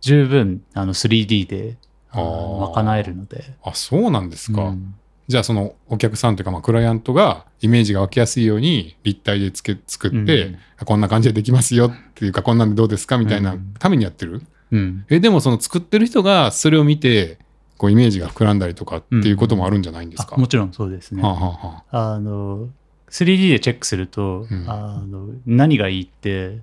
Speaker 2: 十分あの 3D であ
Speaker 1: あ
Speaker 2: の
Speaker 1: ー
Speaker 2: 賄えるので。
Speaker 1: あ、そうなんですか。
Speaker 2: うん
Speaker 1: じゃあそのお客さんというかまあクライアントがイメージが湧きやすいように立体でつけ作って、
Speaker 2: うん
Speaker 1: こんな感じでできますよっていうかこんなんでどうですかみたいな
Speaker 2: うん
Speaker 1: ためにやってる、
Speaker 2: うん
Speaker 1: えでもその作ってる人がそれを見てこうイメージが膨らんだりとかっていうこともあるんじゃないんですか、
Speaker 2: あもちろんそうですね。
Speaker 1: はあはあは
Speaker 2: あの 3D でチェックすると、
Speaker 1: うん
Speaker 2: あの何がいいって、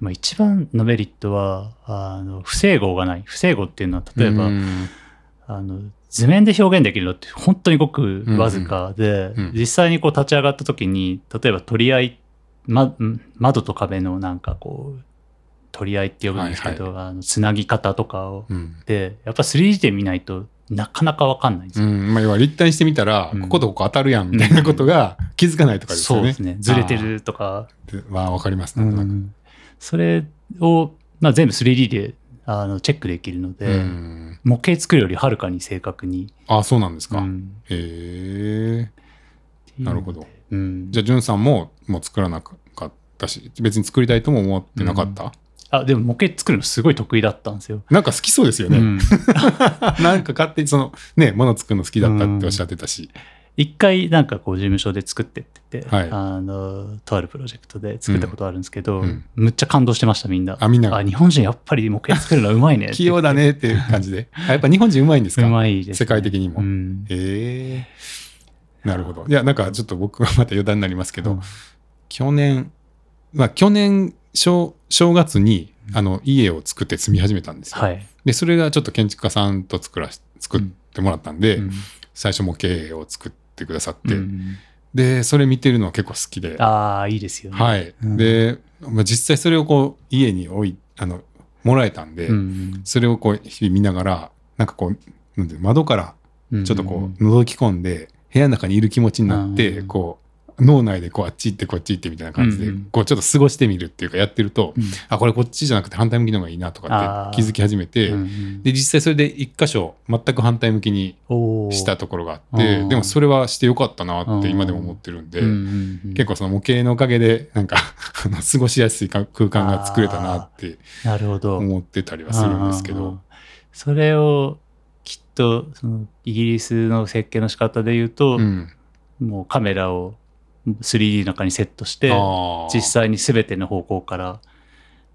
Speaker 2: まあ、一番のメリットはあの不整合がない不整合っていうのは
Speaker 1: あ
Speaker 2: 例えば、
Speaker 1: うん
Speaker 2: あの図面で表現できるのって本当にごくわずかで、
Speaker 1: うんうん
Speaker 2: 実際にこう立ち上がった時に例えば取り合い、ま、窓と壁のなんかこう取り合いって呼ぶんですけど、あのつなぎ方とかを
Speaker 1: うん
Speaker 2: でやっぱ 3D で見ないとなかなかわかんないんです
Speaker 1: う
Speaker 2: よ、
Speaker 1: んまあ、要は立体してみたら、
Speaker 2: うん
Speaker 1: こことここ当たるやんみたいなことが気づかないとかです
Speaker 2: そ
Speaker 1: よ
Speaker 2: う
Speaker 1: ね。
Speaker 2: ですねずれてるとか、
Speaker 1: でまあわかります
Speaker 2: う
Speaker 1: なんとなく。
Speaker 2: んそれを、まあ、全部 3D であのチェックできるので、
Speaker 1: うん
Speaker 2: 模型作るよりはるかに正確に。
Speaker 1: あ、そうなんですか。
Speaker 2: うん
Speaker 1: へえ。なるほど。
Speaker 2: うん
Speaker 1: じゃあ、じゅんさんも、もう作らなかったし、別に作りたいとも思ってなかった、
Speaker 2: あでも模型作るのすごい得意だったんですよ。
Speaker 1: なんか好きそうですよね。
Speaker 2: うん
Speaker 1: なんか勝手に、その、ね、もの作るの好きだったっておっしゃってたし。
Speaker 2: 一回なんかこう事務所で作ってって言って、
Speaker 1: はい
Speaker 2: あのとあるプロジェクトで作ったことあるんですけど、
Speaker 1: うん
Speaker 2: むっちゃ感動してましたみんな。
Speaker 1: あ、みんなが
Speaker 2: あ、日本人やっぱり模型作るのうまいね って
Speaker 1: 器用だねっていう感じで。 あやっぱ日本人うまいんです
Speaker 2: う
Speaker 1: か
Speaker 2: まいです、
Speaker 1: 世界的にも
Speaker 2: うん
Speaker 1: へえ。なるほど。いや、なんかちょっと僕はまた余談になりますけど、
Speaker 2: うん
Speaker 1: 去年、まあ去年正、正月に
Speaker 2: うん
Speaker 1: あの家を作って住み始めたんですよ。
Speaker 2: はい。
Speaker 1: で、それがちょっと建築家さんと作らし作ってもらったんで、
Speaker 2: うん
Speaker 1: 最初模型を作ってくださって、
Speaker 2: うん
Speaker 1: で、それ見てるの結構好きで、
Speaker 2: ああ、いいですよね。
Speaker 1: はい。
Speaker 2: うん
Speaker 1: で、まあ、実際それをこう家に置い、あの、もらえたんで、
Speaker 2: うん
Speaker 1: それをこう日々見ながら、なんかこう、なんていうの窓からちょっとこう覗き込んで部屋の中にいる気持ちになって
Speaker 2: うん
Speaker 1: こう脳内でこうあっち行ってこっち行ってみたいな感じで
Speaker 2: うんうん
Speaker 1: こうちょっと過ごしてみるっていうかやってると
Speaker 2: うん、
Speaker 1: あこれこっちじゃなくて反対向きの方がいいなとかって
Speaker 2: あー
Speaker 1: 気づき始めて
Speaker 2: うん
Speaker 1: で実際それで一箇所全く反対向きに
Speaker 2: おー
Speaker 1: したところがあって
Speaker 2: うん
Speaker 1: でもそれはしてよかったなって今でも思ってるんで
Speaker 2: うんうんうん
Speaker 1: 結構その模型のおかげでなんか あの過ごしやすいか空間が作れたなって
Speaker 2: なるほど。
Speaker 1: 思ってたりはするんですけ
Speaker 2: あー
Speaker 1: ど。
Speaker 2: それをきっとそのイギリスの設計の仕方で言うと、
Speaker 1: うん
Speaker 2: もうカメラを 3D の中にセットして
Speaker 1: あー
Speaker 2: 実際に全ての方向から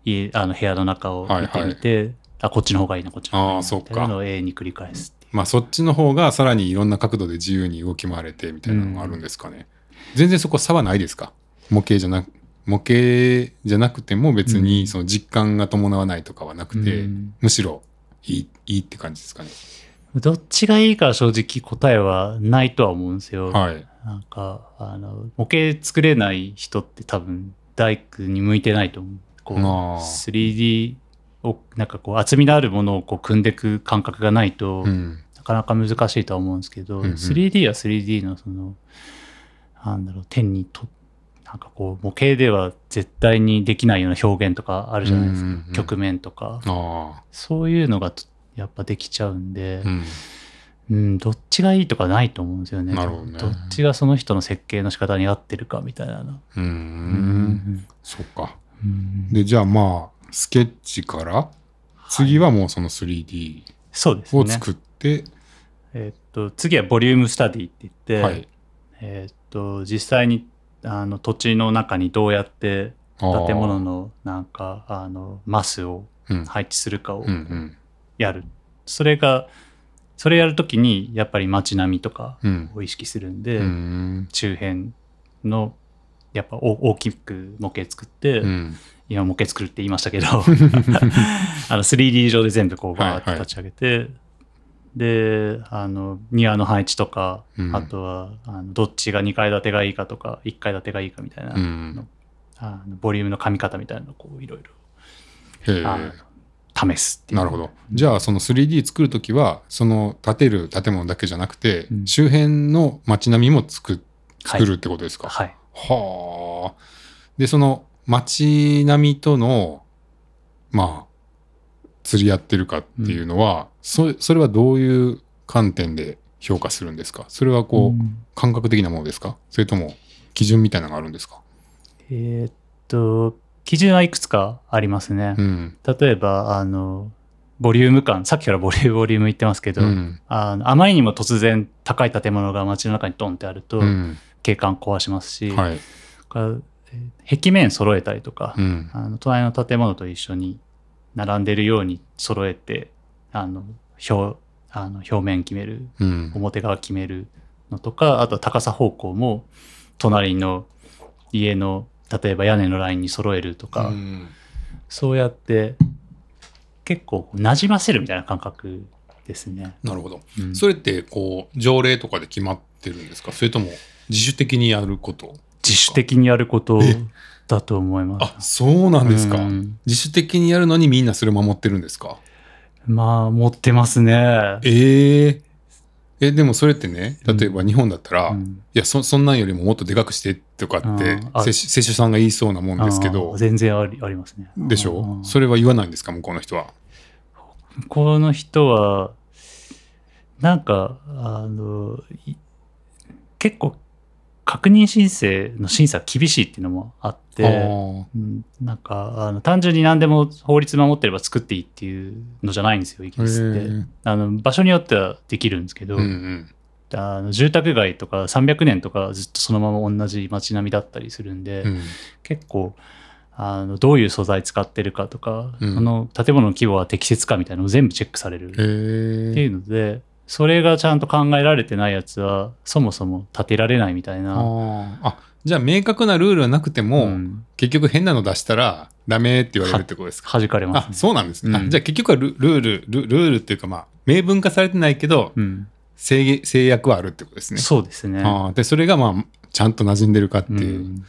Speaker 2: 家あの部屋の中を見てみて、あこっちの方がいいなこっちの方が
Speaker 1: あー
Speaker 2: いいな
Speaker 1: そっ
Speaker 2: み
Speaker 1: か
Speaker 2: たいなのを永遠に繰り返すっていう
Speaker 1: まあそっちの方がさらにいろんな角度で自由に動き回れてみたいなのがあるんですかね。全然そこ差はないですか模型じゃなく模型じゃなくても別
Speaker 2: う
Speaker 1: に
Speaker 2: ん
Speaker 1: その実感が伴わないとかはなくて、
Speaker 2: うん
Speaker 1: むしろいいいいって感じですかね。
Speaker 2: どっちがいいかは正直答えはないとは思うんですよ。
Speaker 1: はい。
Speaker 2: なんかあの模型作れない人って多分大工に向いてないと思う。こう
Speaker 1: あー
Speaker 2: 3D をなんかこう厚みのあるものをこう組んでいく感覚がないと、
Speaker 1: うん。
Speaker 2: なかなか難しいとは思うんですけど、
Speaker 1: うんうん
Speaker 2: 3D は 3D のそのなんだろう点にとなんかこう模型では絶対にできないような表現とかあるじゃないですか、
Speaker 1: うんうんうん
Speaker 2: 局面とか
Speaker 1: ああ。
Speaker 2: そういうのがとやっぱできちゃうんで、
Speaker 1: うん。
Speaker 2: うん、どっちがいいとかないと思うんですよね。
Speaker 1: なるほどね
Speaker 2: っちがその人の設計の仕方に合ってるかみたいなの。
Speaker 1: うーん。そっか。
Speaker 2: うん
Speaker 1: で、じゃあまあ、スケッチから、次はもうその 3D
Speaker 2: そうです
Speaker 1: を
Speaker 2: ね。
Speaker 1: 作って、
Speaker 2: えっと次はボリュームスタディって言って、
Speaker 1: はい。
Speaker 2: えっと実際にあの土地の中にどうやって
Speaker 1: あー
Speaker 2: 建物のなんかあのマスを
Speaker 1: うん。
Speaker 2: 配置するかを
Speaker 1: うんうん。
Speaker 2: やる、それがそれやるときにやっぱり街並みとか
Speaker 1: うん。
Speaker 2: を意識するんで、
Speaker 1: うん。
Speaker 2: 周辺のやっぱお大きく模型作って、
Speaker 1: うん。
Speaker 2: 今模型作るって言い ましたけどあの 3D 上で全部こうバーって
Speaker 1: はいはい
Speaker 2: 立ち上げて、であの庭の配置とか、
Speaker 1: うん
Speaker 2: あとはあのどっちが2階建てがいいかとか1階建てがいいかみたいな、
Speaker 1: うん。
Speaker 2: あのボリュームの噛み方みたいなのをこういろいろ
Speaker 1: へえ。
Speaker 2: あ試すっていう
Speaker 1: なるほど。じゃあその 3D 作るときはその建てる建物だけじゃなくて、
Speaker 2: うん
Speaker 1: 周辺の街並みも作
Speaker 2: はい
Speaker 1: 作るってことですか。は
Speaker 2: はい
Speaker 1: あ。でその街並みとのまあ釣り合ってるかっていうのは、そそれはどういう観点で評価するんですかそれはこう、
Speaker 2: うん
Speaker 1: 感覚的なものですかそれとも基準みたいなのがあるんですか
Speaker 2: えーっと基準はいくつかありますね、
Speaker 1: うん。
Speaker 2: 例えばあのボリューム感さっきからボリュームボリューム言ってますけど、
Speaker 1: うん。
Speaker 2: あのあまりにも突然高い建物が街の中にドンってあると
Speaker 1: うん。
Speaker 2: 景観壊しますし、
Speaker 1: はい。
Speaker 2: からえー壁面揃えたりとか、
Speaker 1: うん。
Speaker 2: あの隣の建物と一緒に並んでるように揃えてあの表あの表面決める
Speaker 1: うん。
Speaker 2: 表側決めるのとかあとは高さ方向も隣の家の例えば屋根のラインに揃えるとか、
Speaker 1: うん
Speaker 2: そうやって結構なじませるみたいな感覚ですね。
Speaker 1: なるほど。
Speaker 2: うん
Speaker 1: それってこう条例とかで決まってるんですかそれとも自主的にやること
Speaker 2: 自主的にやること
Speaker 1: え
Speaker 2: だと思います
Speaker 1: あ。そうなんですか、
Speaker 2: うん
Speaker 1: 自主的にやるのにみんなそれ守ってるんですか
Speaker 2: まあ持ってますね。
Speaker 1: えええでもそれってね例えば日本だったら、
Speaker 2: う
Speaker 1: い
Speaker 2: ん
Speaker 1: やそそんなんよりももっとでかくしてとかって
Speaker 2: ああ
Speaker 1: 接種接種さんが言いそうなもんですけど
Speaker 2: あー全然ありありますね。
Speaker 1: でし
Speaker 2: あ
Speaker 1: ょ
Speaker 2: ー
Speaker 1: それは言わないんですか向こうの人は
Speaker 2: この人は、なんか、あの、い結構、確認申請の審査厳しいっていうのもあっ
Speaker 1: あ
Speaker 2: て、
Speaker 1: ー
Speaker 2: うんなんか、あの単純に何でも法律守ってれば作っていいっていうのじゃないんですよ、イギリスって。
Speaker 1: へー
Speaker 2: あの場所によってはできるんですけど、
Speaker 1: うんうん
Speaker 2: あの住宅街とか300年とかずっとそのまま同じ街並みだったりするんで、
Speaker 1: うん
Speaker 2: 結構あのどういう素材使ってるかとか、
Speaker 1: うん
Speaker 2: その建物の規模は適切かみたいなのを全部チェックされる
Speaker 1: へ
Speaker 2: っ
Speaker 1: ー
Speaker 2: ていうのでそれがちゃんと考えられてないやつはそもそも建てられないみたいな。
Speaker 1: あーあじゃあ明確なルールはなくても、
Speaker 2: うん
Speaker 1: 結局変なの出したらダメって言われるってことですか
Speaker 2: 弾かれま
Speaker 1: あ
Speaker 2: すね、
Speaker 1: そうなんですね、あ
Speaker 2: うん
Speaker 1: じゃあ結局はルルールルルールっていうかまあ明文化されてないけど
Speaker 2: うん
Speaker 1: 制限制約はあるってことですね
Speaker 2: そうですね。
Speaker 1: あーでそれがまあちゃんと馴染んでるかって
Speaker 2: う
Speaker 1: いう、
Speaker 2: ん
Speaker 1: へ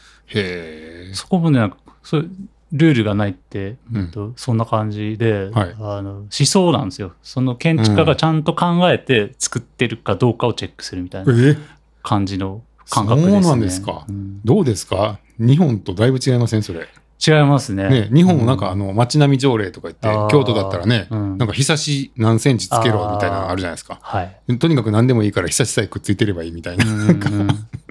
Speaker 1: え
Speaker 2: そこもねなんかそうルールがないって
Speaker 1: うん
Speaker 2: とそんな感じで、
Speaker 1: はい
Speaker 2: あの思想なんですよその建築家がちゃんと考えて作ってるかどうかをチェックするみたいな
Speaker 1: え
Speaker 2: 感じの感覚ですね。
Speaker 1: そうなんですか
Speaker 2: うん
Speaker 1: どうですか日本とだいぶ違いませんそれ、
Speaker 2: 違いますね。
Speaker 1: ね、日本もなんかあの街並み条例とか言って、
Speaker 2: あー
Speaker 1: 京都だったらね、
Speaker 2: うん
Speaker 1: なんか日差し何センチつけろみたいなのあるじゃないですか
Speaker 2: はい。
Speaker 1: とにかく何でもいいから日差しさえくっついてればいいみたいな
Speaker 2: うん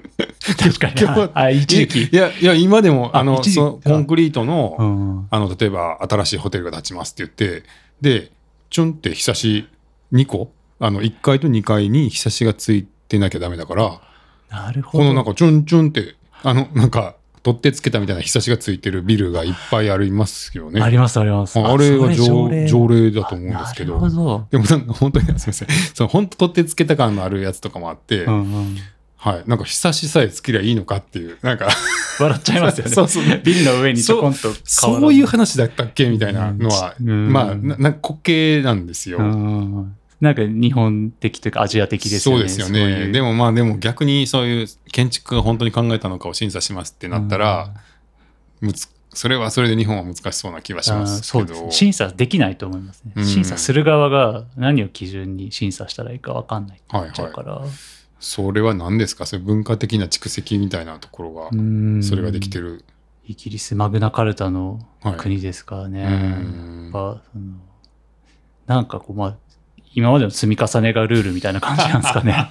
Speaker 2: 確か
Speaker 1: 結
Speaker 2: に
Speaker 1: 局。
Speaker 2: あ一時
Speaker 1: い
Speaker 2: 期。
Speaker 1: や、いや、今でも、
Speaker 2: あ
Speaker 1: あの、
Speaker 2: 一時期
Speaker 1: そのコンクリートの、
Speaker 2: うん
Speaker 1: あの、例えば、新しいホテルが建ちますって言って、で、ちょんって日差し2個、あの、1階と2階に日差しがついてなきゃダメだから、
Speaker 2: なるほ
Speaker 1: こ
Speaker 2: ど。
Speaker 1: のなんか、ちょんちょんって、あの、なんか、取ってつけたみたいな日差しがついてるビルがいっぱいありますよね。
Speaker 2: ありますあります。
Speaker 1: ああれは
Speaker 2: そ
Speaker 1: 条条
Speaker 2: 例
Speaker 1: 例だと思うんですけ
Speaker 2: あなる
Speaker 1: ど。
Speaker 2: ほど。
Speaker 1: でもなんか本当に、すみません。その本当取ってつけた感のあるやつとかもあって、
Speaker 2: うんうん
Speaker 1: はい。なんか日差しさえつけりゃいいのかっていう、なんか、
Speaker 2: 笑っちゃいますよね。
Speaker 1: そうそう
Speaker 2: ビルの上にちょこんと顔
Speaker 1: そういう話だったっけみたいなのは、
Speaker 2: うん
Speaker 1: まあ、ななんか滑稽なんですよ。
Speaker 2: うんなんか日本的というかアジア的ですよ
Speaker 1: そ
Speaker 2: ね。
Speaker 1: うですよ
Speaker 2: そうい
Speaker 1: ね。
Speaker 2: う
Speaker 1: でもまあ、でも逆にそういう建築家が本当に考えたのかを審査しますってなったら、むつそれはそれで日本は難しそうな気はし
Speaker 2: あー
Speaker 1: ます
Speaker 2: そ
Speaker 1: け
Speaker 2: うです
Speaker 1: ど。
Speaker 2: ね審査できないと思いますね、
Speaker 1: うん
Speaker 2: 審査する側が何を基準に審査したらいいか分かんないって
Speaker 1: はい
Speaker 2: なっちゃう
Speaker 1: は
Speaker 2: か
Speaker 1: い。
Speaker 2: ら、
Speaker 1: それは何ですかそれ文化的な蓄積みたいなところが、
Speaker 2: うん
Speaker 1: それができてる。
Speaker 2: イギリスマグナカルタの
Speaker 1: はい
Speaker 2: 国ですからね、
Speaker 1: うん
Speaker 2: やっぱそのなんかこうまあ今までの積み重ねがルールみたいな感じなんです かね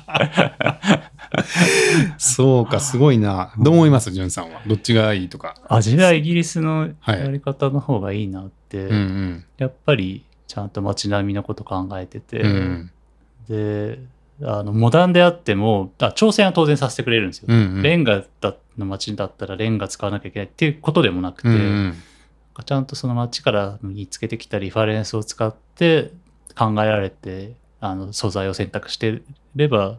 Speaker 1: そうか、すごいな。どう思いますんさんは。どっちがいいとか。
Speaker 2: アジアイギリスの
Speaker 1: はい
Speaker 2: やり方の方がいいなって、
Speaker 1: うんうん。
Speaker 2: やっぱりちゃんと街並みのこと考えてて、
Speaker 1: うん
Speaker 2: であのモダンであってもあ挑戦は当然させてくれるんですよ、
Speaker 1: うん。うん
Speaker 2: レンガだの町だったらレンガ使わなきゃいけないっていうことでもなくて、
Speaker 1: うんうん
Speaker 2: ちゃんとその町から見つけてきたリファレンスを使って考えられてあの素材を選択してれば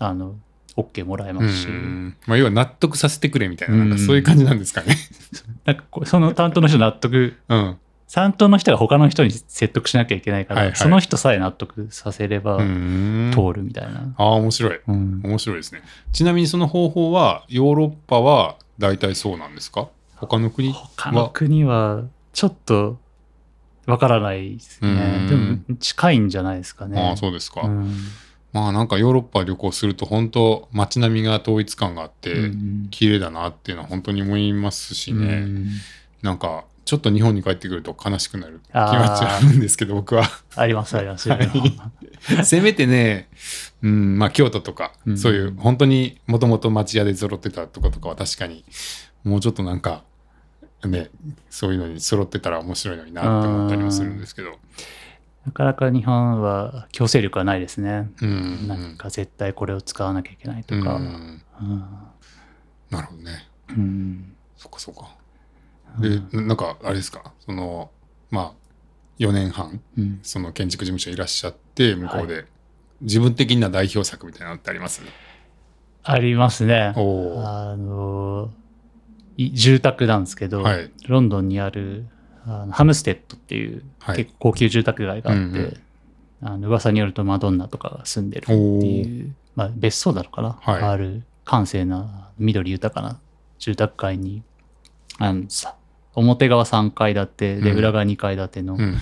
Speaker 2: あの OK もらえますし、
Speaker 1: うんうんまあ、要は納得させてくれみたいななんか
Speaker 2: うん
Speaker 1: そういう感じなんですかね。
Speaker 2: なんかこうその担当の人納得
Speaker 1: うん、
Speaker 2: 担当の人が他の人に説得しなきゃいけないから、
Speaker 1: はいはい
Speaker 2: その人さえ納得させれば
Speaker 1: うん
Speaker 2: 通るみたいな。
Speaker 1: ああ面白い
Speaker 2: うん
Speaker 1: 面白いですね。ちなみにその方法はヨーロッパは大体そうなんですか他の国
Speaker 2: 他の国はちょっとわからないですね。
Speaker 1: う
Speaker 2: でも
Speaker 1: ん
Speaker 2: 近いんじゃないですかね。
Speaker 1: ああそうですか、
Speaker 2: うん
Speaker 1: まあなんかヨーロッパ旅行すると本当街並みが統一感があって、
Speaker 2: うん
Speaker 1: 綺麗だなっていうのは本当に思いますしね、
Speaker 2: うん
Speaker 1: なんかちょっと日本に帰ってくると悲しくなる気
Speaker 2: あー
Speaker 1: 持ちはあるんですけど僕は
Speaker 2: ありますあります。
Speaker 1: はい せめてね、うんまあ、京都とか、
Speaker 2: うん
Speaker 1: そういう本当にもともと町屋で揃ってたとことかは確かにもうちょっとなんかねそういうのに揃ってたら面白いのになって思ったりもするんですけど、
Speaker 2: なかなか日本は強制力はないですね。
Speaker 1: うん
Speaker 2: なんか絶対これを使わなきゃいけないと
Speaker 1: うん
Speaker 2: か。
Speaker 1: うん
Speaker 2: うん
Speaker 1: なるほどね
Speaker 2: うん
Speaker 1: そっかそっかでななんかあれですかそのまあ4年半
Speaker 2: うん
Speaker 1: その建築事務所いらっしゃって向こうで、自分的な代表作みたいなのってあります
Speaker 2: ありますね。
Speaker 1: おおー
Speaker 2: あのい住宅なんですけど、
Speaker 1: はい
Speaker 2: ロンドンにあるあのハムステッドっていう
Speaker 1: はい
Speaker 2: 結構高級住宅街があって、
Speaker 1: うんうん
Speaker 2: あの噂によるとマドンナとかが住んでるっていう、まあ、別荘なのかな、
Speaker 1: はい
Speaker 2: ある閑静な緑豊かな住宅街にあのさ表側3階建てで
Speaker 1: うん
Speaker 2: 裏側2階建ての
Speaker 1: うん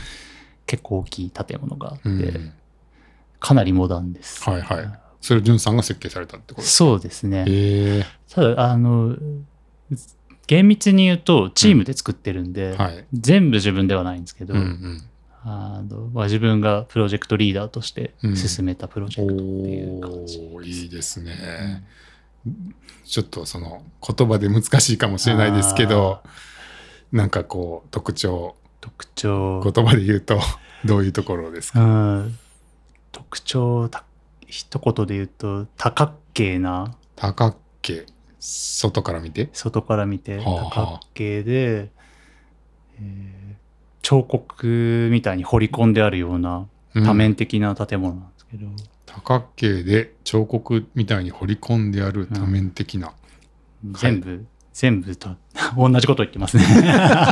Speaker 2: 結構大きい建物があって、
Speaker 1: うん
Speaker 2: かなりモダンです。
Speaker 1: はいはいそれを潤さんが設計されたってことです
Speaker 2: そうですね。
Speaker 1: え
Speaker 2: ただあの厳密に言うとチームで作ってるんで、
Speaker 1: えはい
Speaker 2: 全部自分ではないんですけど、
Speaker 1: うんうん
Speaker 2: あの、まあ、自分がプロジェクトリーダーとして
Speaker 1: うん
Speaker 2: 進めたプロジェクトっていう感じ
Speaker 1: おー
Speaker 2: です
Speaker 1: いいですね。ちょっとその言葉で難しいかもしれないですけど、なんかこう特徴、
Speaker 2: 特徴
Speaker 1: 言葉で言うと どういうところですか
Speaker 2: うん特徴た一言で言うと多角形な
Speaker 1: 多角形、外から見て。
Speaker 2: 外から見て
Speaker 1: はあは
Speaker 2: 多
Speaker 1: あ
Speaker 2: 角形で、えー彫刻みたいに彫り込んであるような
Speaker 1: うん
Speaker 2: 多面的な建物なんですけど、
Speaker 1: 多角形で彫刻みたいに彫り込んである多面的な。
Speaker 2: 全部、全部と 同じこと言ってますね、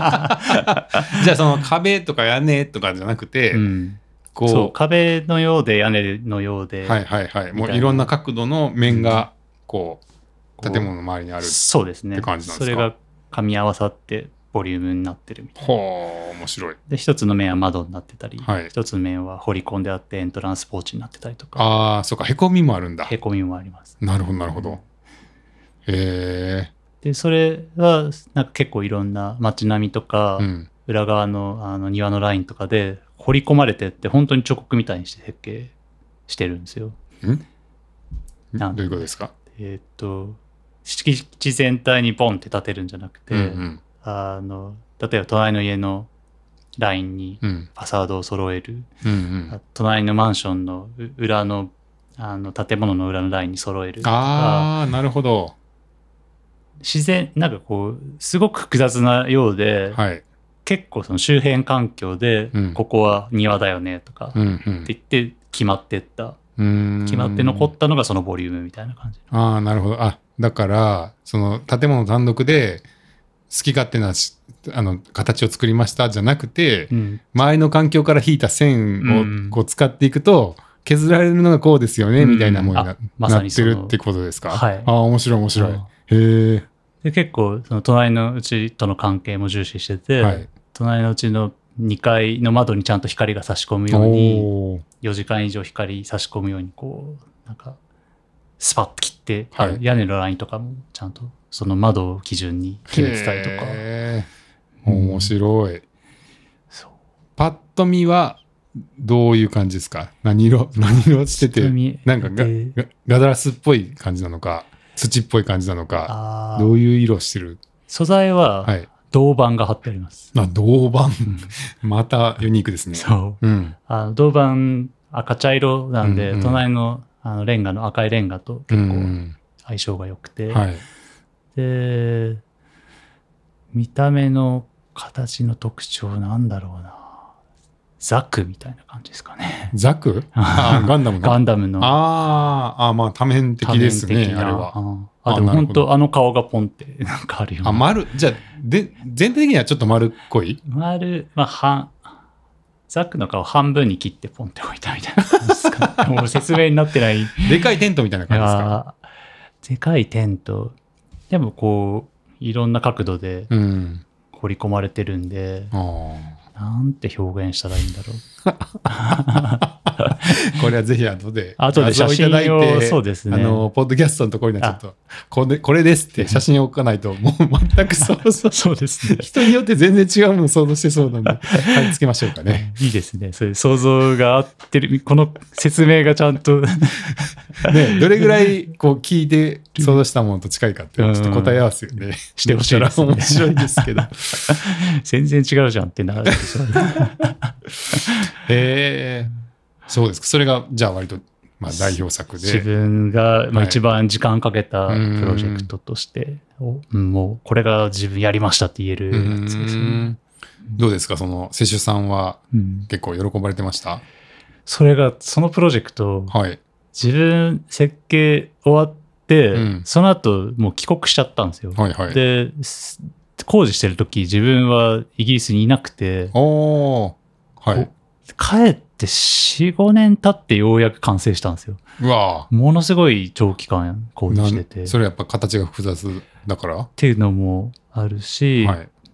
Speaker 1: じゃあその壁とか屋根とかじゃなくて、
Speaker 2: うん
Speaker 1: こう
Speaker 2: そう壁のようで屋根のようで、
Speaker 1: はいはいはい。も
Speaker 2: みたいうない
Speaker 1: ろんな角度の面がこう
Speaker 2: こう
Speaker 1: 建物の周りにある。
Speaker 2: そうですね
Speaker 1: って感じなんですか
Speaker 2: それが噛み合わさってボリュームになってるみたいな
Speaker 1: ほう面白い。
Speaker 2: で一つの面は窓になってたり、
Speaker 1: はい
Speaker 2: 一つの面は掘り込んであってエントランスポーチになってたりとか
Speaker 1: ああそうかへこみもあるんだ
Speaker 2: へ。こみもあります
Speaker 1: なるほどなるほど。へえ。
Speaker 2: でそれはなんか結構いろんな街並みとか、
Speaker 1: うん。
Speaker 2: 裏側のあの庭のラインとかで掘り込まれてって本当に彫刻みたいにして設計してるんですよ
Speaker 1: ど
Speaker 2: な
Speaker 1: ういうことですか。
Speaker 2: えーっと敷地全体にボンって建てるんじゃなくて、
Speaker 1: うんうん
Speaker 2: あの例えば隣の家のラインに
Speaker 1: うん
Speaker 2: ファサードを揃える
Speaker 1: うんうん。
Speaker 2: 隣のマンションのう裏のあの建物の裏のラインに揃えるとか
Speaker 1: ああなるほど。
Speaker 2: 自然なんかこうすごく複雑なようで、
Speaker 1: はい。
Speaker 2: 結構その周辺環境で、
Speaker 1: うん
Speaker 2: ここは庭だよねとか、
Speaker 1: う
Speaker 2: っ
Speaker 1: んうん
Speaker 2: て言って決まってった
Speaker 1: うーん。
Speaker 2: 決まって残ったのがそのボリュームみたいな感じ、
Speaker 1: ああ、なるほど。あ、だから、その建物単独で好き勝手なしあの形を作りましたじゃなくて、
Speaker 2: うん
Speaker 1: 周りの環境から引いた
Speaker 2: う
Speaker 1: 線
Speaker 2: ん
Speaker 1: をこう使っていくと、削られるのがこうですよね、
Speaker 2: うん
Speaker 1: みたいなものに
Speaker 2: あ
Speaker 1: な,、
Speaker 2: まさ
Speaker 1: なっ
Speaker 2: にそ
Speaker 1: て
Speaker 2: の
Speaker 1: るってことですか。
Speaker 2: はい
Speaker 1: ああ、面白い面白い。
Speaker 2: うん
Speaker 1: へ
Speaker 2: で結構その隣のうちとの関係も重視してて、
Speaker 1: え。はい。
Speaker 2: 隣のうちの2階の窓にちゃんと光が差し込むように
Speaker 1: おー
Speaker 2: 4時間以上光差し込むようにこうなんかスパッと切って、
Speaker 1: はい
Speaker 2: あの屋根のラインとかもちゃんとその窓を基準に決めてたりとか
Speaker 1: へえ
Speaker 2: うん
Speaker 1: 面白い。
Speaker 2: そう
Speaker 1: パッと見はどういう感じですか何色 何色してて。なんかが
Speaker 2: で
Speaker 1: ガガダラスっぽい感じなのか、土っぽい感じなのか、
Speaker 2: あー
Speaker 1: どういう色してる
Speaker 2: 素材
Speaker 1: は。
Speaker 2: はい銅板が貼ってあります、
Speaker 1: あ、銅板。 またユニークですね。
Speaker 2: そう
Speaker 1: うん。
Speaker 2: あの銅板赤茶色なんで、
Speaker 1: うんうん
Speaker 2: 隣のあのレンガの赤いレンガと
Speaker 1: う
Speaker 2: 結構
Speaker 1: ん。
Speaker 2: 相性が良くて、
Speaker 1: はい。
Speaker 2: で見た目の形の特徴なんだろうなザクみたいな感じですかね
Speaker 1: ザクあーガンダムの。
Speaker 2: ガ
Speaker 1: あ
Speaker 2: ンダムの
Speaker 1: あー、あーまあ多面的です
Speaker 2: 多面
Speaker 1: ね、
Speaker 2: 的な
Speaker 1: あれは。
Speaker 2: うん
Speaker 1: あ
Speaker 2: あでも
Speaker 1: なるほど
Speaker 2: 本当あの顔がポンって なんかあるよ
Speaker 1: あ、
Speaker 2: ね
Speaker 1: 丸、じゃあ、で、全体的にはちょっと丸っこ い
Speaker 2: 丸まあ半ザクの顔半分に切ってポンって置いたみたいな感じです か、ね、もう説明になってない
Speaker 1: でかいテントみたいない感じですか
Speaker 2: やーでかいテントでもこういろんな角度で
Speaker 1: うん。
Speaker 2: 彫り込まれてるんで、
Speaker 1: あー
Speaker 2: なんて表現したらいいんだろう
Speaker 1: これはぜひ後で、
Speaker 2: 後で写真を
Speaker 1: 画像いただいて
Speaker 2: そうですね
Speaker 1: あの、ポッドキャストのところにはちょっと、これこれですって写真を置かないと、もう 全くそうそう。
Speaker 2: そうですね
Speaker 1: 人によって全然違うものを想像してそうなんで、はい、つけましょうかね。
Speaker 2: いいですねそういう想像が合ってるこの説明がちゃんと
Speaker 1: ね、 どれぐらいこう聞いて想像したものと近いかって、ちょ
Speaker 2: うん
Speaker 1: っと答え合わせをね、
Speaker 2: してほしい
Speaker 1: で
Speaker 2: で
Speaker 1: き
Speaker 2: す
Speaker 1: た
Speaker 2: ね
Speaker 1: ら面白いです けど。
Speaker 2: 全然違うじゃんってなるでしょうね
Speaker 1: へえ、そうですか。それが、じゃあ割と、まあ代表作
Speaker 2: 自
Speaker 1: で。
Speaker 2: 分が
Speaker 1: は
Speaker 2: まあ
Speaker 1: い
Speaker 2: 一番時間かけたプロジェクトとして、おうんもうこれが自分やりましたって言える
Speaker 1: う
Speaker 2: やつですね、
Speaker 1: んどうですかその、施主さんは
Speaker 2: うん
Speaker 1: 結構喜ばれてました
Speaker 2: それがそのプロジェクトを
Speaker 1: はい。
Speaker 2: 自分設計終わって、
Speaker 1: うん
Speaker 2: その後もう帰国しちゃったんですよ、
Speaker 1: はいはい。
Speaker 2: です工事してる時自分はイギリスにいなくて
Speaker 1: おー。はい。
Speaker 2: 帰って45年経ってようやく完成したんですよ
Speaker 1: うわ
Speaker 2: ものすごい長期間工事してて
Speaker 1: な
Speaker 2: っ
Speaker 1: んそれやっぱ形が複雑だからは
Speaker 2: ていうのもあるし、
Speaker 1: い。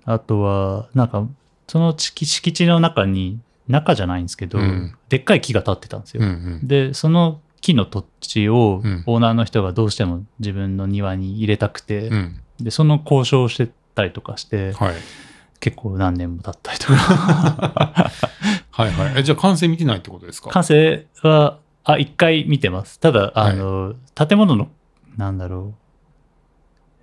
Speaker 2: あとはなんかその敷敷地の中に中じゃないんですけど、
Speaker 1: うん
Speaker 2: でっかい木が立ってたんです
Speaker 1: うん
Speaker 2: よ、
Speaker 1: うん。
Speaker 2: でその木の土地を
Speaker 1: うん
Speaker 2: オーナーの人がどうしても自分の庭に入れたくて、
Speaker 1: うん。
Speaker 2: でその交渉をしてたりとかして、
Speaker 1: はい。
Speaker 2: 結構何年も経ったりとか
Speaker 1: ははいはい。え、じゃあ完成見てないってことですか
Speaker 2: 完成は、あ、一回見てます。ただ、あの、建物の、なんだろ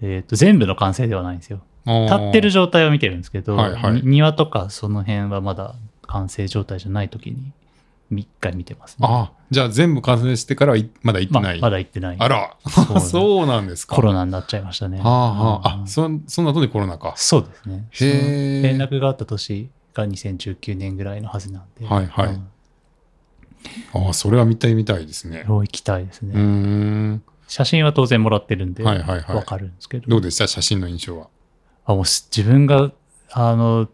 Speaker 2: う。えっ、と、全部の完成ではないんですよ。立ってる
Speaker 1: じ
Speaker 2: 状態を見てるんですけど、
Speaker 1: はいはい
Speaker 2: に庭とかその辺はまだ完成状態じゃない時に、一回見てますね。
Speaker 1: ああ、じゃあ全部完成してからはいまだ行って
Speaker 2: ま
Speaker 1: ない。
Speaker 2: まだ行ってない。
Speaker 1: あら、
Speaker 2: そう
Speaker 1: そうなんですか。
Speaker 2: コロナになっちゃいましたね。
Speaker 1: はあはあ、
Speaker 2: うん
Speaker 1: あ、そんそんなとでコロナか。
Speaker 2: そうですね。
Speaker 1: へー
Speaker 2: 連絡があった年が2019年ぐらいのはずなんで。
Speaker 1: はいはい
Speaker 2: うん
Speaker 1: ああ、それは見たいみたいですね。
Speaker 2: もう行きたいです
Speaker 1: う
Speaker 2: ね。
Speaker 1: ーん。
Speaker 2: 写真は当然もらってるんで、
Speaker 1: はい
Speaker 2: わ
Speaker 1: はいはい。
Speaker 2: かるんですけど。
Speaker 1: どうでした写真の印象は。
Speaker 2: あもうす自分が、あの、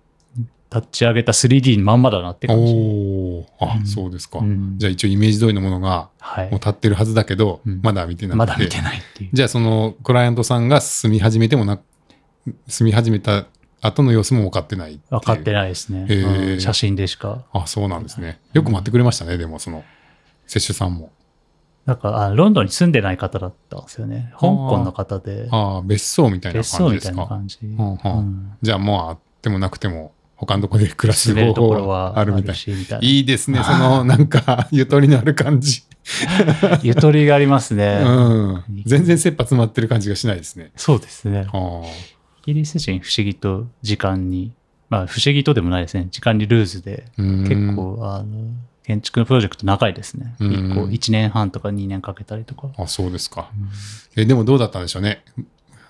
Speaker 2: 立ち上げた 3D のまんまだなって
Speaker 1: お
Speaker 2: 感じ。
Speaker 1: おー、あ、
Speaker 2: うん
Speaker 1: そうですか。
Speaker 2: うん
Speaker 1: じゃあ一応イメージ通りのものが
Speaker 2: はい
Speaker 1: もう。立ってるはずだけど、
Speaker 2: うん
Speaker 1: まだ見てなくて。
Speaker 2: まだ見てないっていう。
Speaker 1: じゃあそのクライアントさんが住み始めてもな、住み始めた後の様子も分かってないっていう。
Speaker 2: 分かってないですね。
Speaker 1: へー
Speaker 2: うん写真でしか。
Speaker 1: あ、そうなんですね。よく待ってくれましたね、でもその、接種さんも。
Speaker 2: なんかあ、ロンドンに住んでない方だったんですよね。香港の方で、
Speaker 1: ああ、別荘みたいな
Speaker 2: 別
Speaker 1: 感
Speaker 2: 荘
Speaker 1: じで
Speaker 2: みた
Speaker 1: す
Speaker 2: いな
Speaker 1: か。
Speaker 2: 感じ。
Speaker 1: んはん
Speaker 2: うん
Speaker 1: じゃあもうあってもなくても、他のとこで暮らす
Speaker 2: 住め
Speaker 1: 方
Speaker 2: るとこ
Speaker 1: 法
Speaker 2: ろ
Speaker 1: は
Speaker 2: は
Speaker 1: あ
Speaker 2: あ
Speaker 1: るみた
Speaker 2: る
Speaker 1: い。
Speaker 2: し、みたいない
Speaker 1: い ですね、その、なんか、ゆとりのある感じ。
Speaker 2: ゆとりがありますね。
Speaker 1: うん。全然切羽詰まってる感じがしないですね。
Speaker 2: そうですね。
Speaker 1: は
Speaker 2: イギリス人不思議と時間に、まあ不思議とでもないですね。時間にルーズで、
Speaker 1: あ。結
Speaker 2: 結構、あの、建築のプロジェクト長いですね。
Speaker 1: うん
Speaker 2: 1個、1年半とか2年かけたりとか。
Speaker 1: あ、そうですか。え、でもどうだったんでしょうね。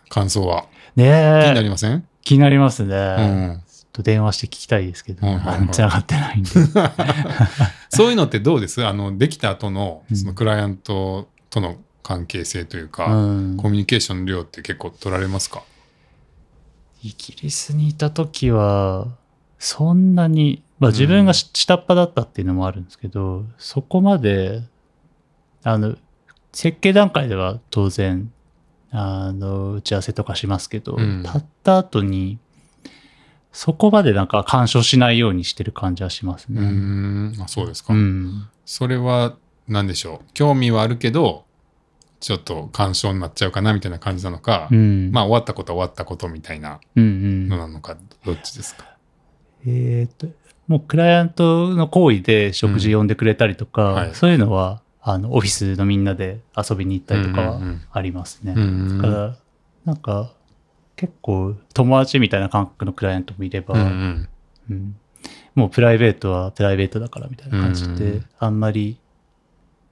Speaker 1: 感想は。
Speaker 2: ね
Speaker 1: 気にな
Speaker 2: え、
Speaker 1: りません、
Speaker 2: 気になりますね。
Speaker 1: うん。
Speaker 2: ちょっと電話して聞きたいですけど、
Speaker 1: はいはいはい
Speaker 2: 全然上がってないんで。
Speaker 1: そういうのってどうですあの、できた後の、
Speaker 2: うん
Speaker 1: そのクライアントとの関係性というか、
Speaker 2: うん
Speaker 1: コミュニケーションの量って結構取られますか
Speaker 2: イギリスにいた時は、そんなに、まあ自分がし下っ端だったっていうのもあるんですけど、そこまで、あの、設計段階では当然、あの、打ち合わせとかしますけど、
Speaker 1: うん
Speaker 2: たった後に、そこまでなんか干渉しないようにしてる感じはします
Speaker 1: うー
Speaker 2: ね。
Speaker 1: んあそうですか、
Speaker 2: うん。
Speaker 1: それは何でしょう興味はあるけどちょっと干渉になっちゃうかなみたいな感じなのか、
Speaker 2: うん
Speaker 1: まあ終わったことは終わったことみたいな
Speaker 2: うんうん
Speaker 1: のなのかどっちですか、
Speaker 2: えーっと、もうクライアントの行為で食事呼んでくれたりとか、
Speaker 1: うんはい
Speaker 2: そういうのは、あの、オフィスのみんなで遊びに行ったりと
Speaker 1: う
Speaker 2: かは
Speaker 1: んうんうん
Speaker 2: ありますね。
Speaker 1: うーん
Speaker 2: だから、なんか、結構友達みたいな感覚のクライアントもいれば、
Speaker 1: うんうん
Speaker 2: うんもうプライベートはプライベートだからみたいな感じで、
Speaker 1: うん
Speaker 2: あんまり、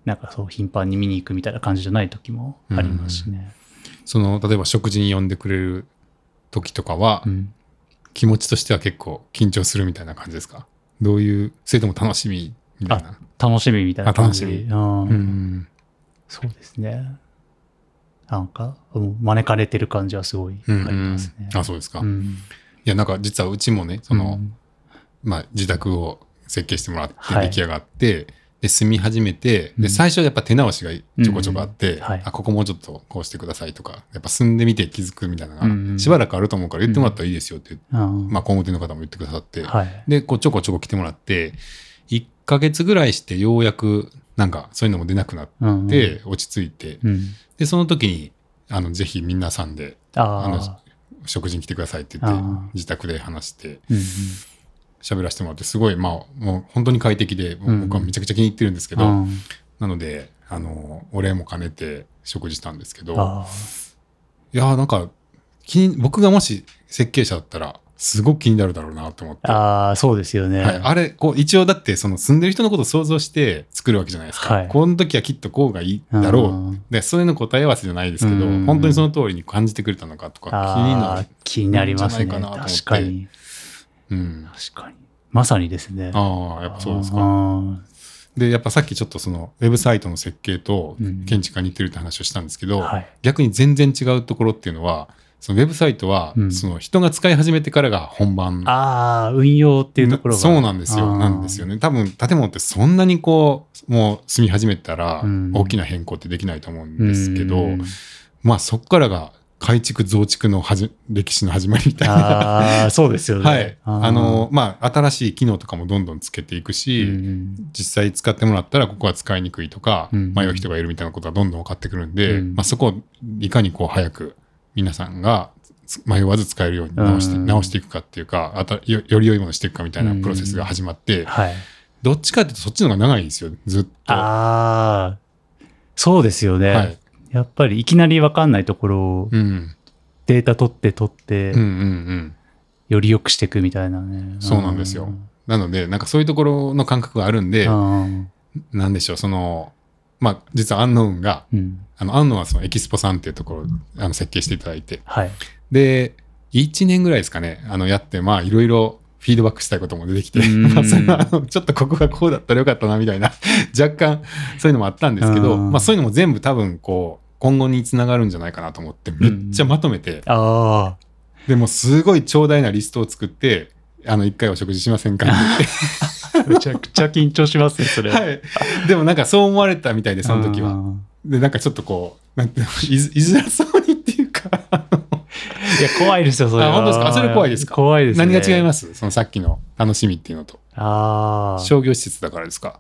Speaker 2: なんかそう頻繁に見に行くみたいな感じじゃない時もありますしね。
Speaker 1: その例えば食事に呼んでくれる時とかは、
Speaker 2: うん
Speaker 1: 気持ちとしては結構緊張するみたいな感じですかどういうそれとも楽しみみたいな
Speaker 2: 楽しみみたいな感じ。
Speaker 1: あ楽しみ
Speaker 2: うん
Speaker 1: うん
Speaker 2: そうですね。なんか、うん招かれてる感じはすごいあ
Speaker 1: う
Speaker 2: り
Speaker 1: んうん
Speaker 2: ますね。
Speaker 1: あそうですか、い
Speaker 2: うん
Speaker 1: やなんか実はうちもねその、
Speaker 2: うん
Speaker 1: まあ、自宅を設計してもらって
Speaker 2: は
Speaker 1: 出
Speaker 2: い
Speaker 1: 来上がって、で住み始めて、
Speaker 2: うん
Speaker 1: で最初やっぱ手直しがちょこちょこあって、
Speaker 2: うんはい
Speaker 1: あここもうちょっとこうしてくださいとかやっぱ住んでみて気づくみたいなのが、
Speaker 2: うん
Speaker 1: しばらくあると思うから言ってもらったらいいですよって、
Speaker 2: うん
Speaker 1: まあ、工務店の方も言ってくださって、
Speaker 2: はい。
Speaker 1: でこうちょこちょこ来てもらって1ヶ月ぐらいしてようやくなんかそういうのも出なくなっ
Speaker 2: うん
Speaker 1: て、落ち着いて
Speaker 2: うん、
Speaker 1: でその時にあのぜひ皆さんであの
Speaker 2: ああ、
Speaker 1: 食事に来てくださいって言って
Speaker 2: あー
Speaker 1: 自宅で話して。
Speaker 2: うんうん
Speaker 1: 喋らせてもらってすごいまあもう本当に快適で
Speaker 2: ん
Speaker 1: 僕はめちゃくちゃ気に入ってるんですけど、
Speaker 2: うん
Speaker 1: なのであのお礼も兼ねて食事したんですけど
Speaker 2: ああ
Speaker 1: いやーなんか気に僕がもし設計者だったらすごく気になるだろうなと思って、は
Speaker 2: ああ、そうですよね。
Speaker 1: い、あれこう一応だってその住んでる人のことを想像して作るわけじゃないですか、
Speaker 2: はい
Speaker 1: この時はきっとこうがいいだろう
Speaker 2: うん。
Speaker 1: でそれの答え合わせじゃないですけど
Speaker 2: うん
Speaker 1: 本当にその通りに感じてくれたのかとか気にな
Speaker 2: あ
Speaker 1: る
Speaker 2: あ、、気になりますね。
Speaker 1: じゃないかなと思って
Speaker 2: 確かに。
Speaker 1: うん、
Speaker 2: 確かに。まさにですね。
Speaker 1: ああやっぱそうですか
Speaker 2: あ
Speaker 1: でやっぱさっきちょっとそのウェブサイトの設計と
Speaker 2: うん
Speaker 1: 建築が似てるって話をしたんですけ
Speaker 2: あ
Speaker 1: ど、
Speaker 2: はい。
Speaker 1: 逆に全然違うところっていうのはそのウェブサイトは
Speaker 2: うん
Speaker 1: その人が使い始めてからが本番っ
Speaker 2: ああ、運用っていうところが。
Speaker 1: そうなんです
Speaker 2: あ
Speaker 1: よ
Speaker 2: ー
Speaker 1: なんですよね多分建物ってそんなにこうもう住み始めたら
Speaker 2: うん
Speaker 1: 大きな変更ってできないと思うんですけど、
Speaker 2: うん
Speaker 1: まあそこからが改築増築のはじ歴史の始まりみたいな。
Speaker 2: ああ、そうですよね。
Speaker 1: はい、
Speaker 2: ー
Speaker 1: あの、まあ新しい機能とかもどんどんつけていくし、
Speaker 2: うん
Speaker 1: 実際使ってもらったらここは使いにくいとか
Speaker 2: うん
Speaker 1: 迷う人がいるみたいなことがどんどん分かってくるんで、
Speaker 2: うん
Speaker 1: まあ、そこをいかにこう早く皆さんがつ迷わず使えるように直して,、
Speaker 2: うん
Speaker 1: 直していくかっていうかあたよより良いものにしていくかみたいな
Speaker 2: うん
Speaker 1: プロセスが始まって、
Speaker 2: はい。
Speaker 1: どっちかっていうとそっちの方が長いんですよ、ずっと。
Speaker 2: ああ、そうですよね。
Speaker 1: はい。
Speaker 2: やっぱりいきなりわかんないところを
Speaker 1: うん。
Speaker 2: データ取って取って、
Speaker 1: うんうんうん。
Speaker 2: より良くしていくみたいなね。
Speaker 1: そうなんですよなので、なんかそういうところの感覚があるん
Speaker 2: う
Speaker 1: で、
Speaker 2: ん。
Speaker 1: なんでしょう、その、まあ、実はアンノーンが、
Speaker 2: うん。
Speaker 1: あの、アンノーンはそのエキスポさんっていうところをあの設計していただいて、
Speaker 2: はい。
Speaker 1: で、1年ぐらいですかね、あの、やって、まあ、いろいろフィードバックしたいことも出てきて、
Speaker 2: うん
Speaker 1: まあ、それはあのちょっとここがこうだったらよかったな、みたいな、 若干、そういうのもあったんですけど、
Speaker 2: うん
Speaker 1: まあ、そういうのも全部多分、こう、今後につながるんじゃないかなと思って、めっちゃまとめて、
Speaker 2: あ
Speaker 1: でもうすごい長大なリストを作って、あの、一回お食事しませんかって言って
Speaker 2: あ、めちゃくちゃ緊張しますね、 それは。
Speaker 1: はい。でもなんかそう思われたみたいで、その時は。
Speaker 2: うん
Speaker 1: で、なんかちょっとこう、なんていうの、いずいづらそうにっていうか、あの
Speaker 2: いや、怖いですよ、それは。
Speaker 1: あ本当ですかあそれ怖いですか
Speaker 2: 怖いです、ね。
Speaker 1: 何が違いますすそのさっきの楽しみっていうのと。
Speaker 2: ああ。
Speaker 1: 商業施設だからですか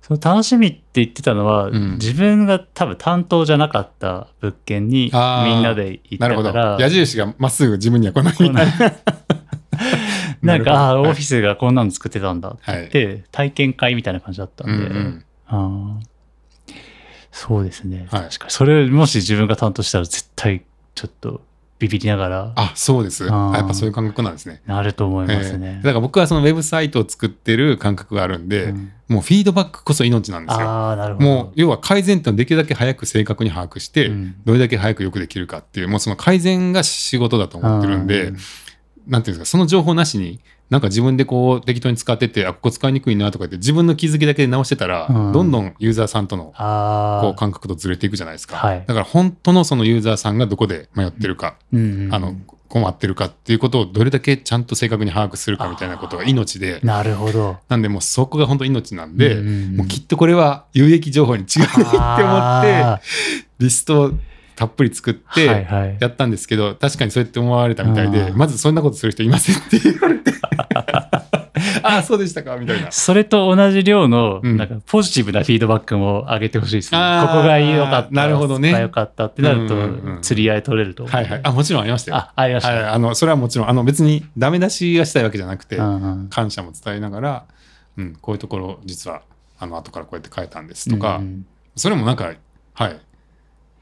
Speaker 2: その楽しみって言ってたのは、
Speaker 1: うん
Speaker 2: 自分が多分担当じゃなかった物件に
Speaker 1: あー
Speaker 2: みんなで行った
Speaker 1: なるほど。
Speaker 2: から、
Speaker 1: 矢印がまっすぐ自分には来ないみたいな。
Speaker 2: なんか、ああー、オフィ
Speaker 1: ス。
Speaker 2: スがこんなの作ってたんだっ
Speaker 1: はい。
Speaker 2: て、体験会みたいな感じだったん
Speaker 1: う
Speaker 2: で、
Speaker 1: んうん
Speaker 2: あーそうですね。
Speaker 1: はい
Speaker 2: 確かに。それ、もし自分が担当したら絶対ちょっとビビりながら、
Speaker 1: あ、そうです。
Speaker 2: あー
Speaker 1: あやっぱそういう感覚なんですね。
Speaker 2: なると思います
Speaker 1: え
Speaker 2: ね
Speaker 1: ー。だから僕はそのウェブサイトを作ってる感覚があるんで、
Speaker 2: うん
Speaker 1: もうフィードバックこそ命なんですよ。
Speaker 2: ああ、なるほど。
Speaker 1: もう要は改善点をできるだけ早く正確に把握して、
Speaker 2: うん
Speaker 1: どれだけ早くよくできるかっていうもうその改善が仕事だと思ってるんで、
Speaker 2: うん
Speaker 1: なんていうんですかその情報なしになんか自分でこう適当に使っててあここ使いにくいなとか言って自分の気づきだけで直してたら、
Speaker 2: うん
Speaker 1: どんどんユーザーさんとの
Speaker 2: あ
Speaker 1: こう
Speaker 2: あ、
Speaker 1: 感覚とずれていくじゃないですか、
Speaker 2: はい
Speaker 1: だから本当のそのユーザーさんがどこで迷ってるか、
Speaker 2: うんうん
Speaker 1: あの困ってるかっていうことをどれだけちゃんと正確に把握するかみたいなことが命で
Speaker 2: なるほど。
Speaker 1: なんでもうそこが本当命なんで、
Speaker 2: うんうん
Speaker 1: もうきっとこれは有益情報に違うって思って
Speaker 2: あ
Speaker 1: リストをたっぷり作っ
Speaker 2: ーはい
Speaker 1: て
Speaker 2: はい。
Speaker 1: やったんですけど、確かにそうやって思われたみたい
Speaker 2: あ
Speaker 1: で
Speaker 2: ー
Speaker 1: まずそんなことする人いませんって言われ てああそうでしたかみたいな。
Speaker 2: それと同じ量の、
Speaker 1: うん
Speaker 2: なんかポジティブなフィードバックも上げてほしいですね。
Speaker 1: あー
Speaker 2: ここが良かった。
Speaker 1: なるほどね
Speaker 2: ここが良かったってなる
Speaker 1: うんうんう
Speaker 2: と、
Speaker 1: ん
Speaker 2: 釣り合い取れると思う。
Speaker 1: はいはい、あもちろんありましたよ。
Speaker 2: あ、ありました。
Speaker 1: はい、あのそれはもちろんあの別にダメ出しがしたいわけじゃなくて、
Speaker 2: うんうん
Speaker 1: 感謝も伝えながら、うん、こういうところ実はあの後からこうやって変えたんですとか、
Speaker 2: うんうん
Speaker 1: それもなんかはい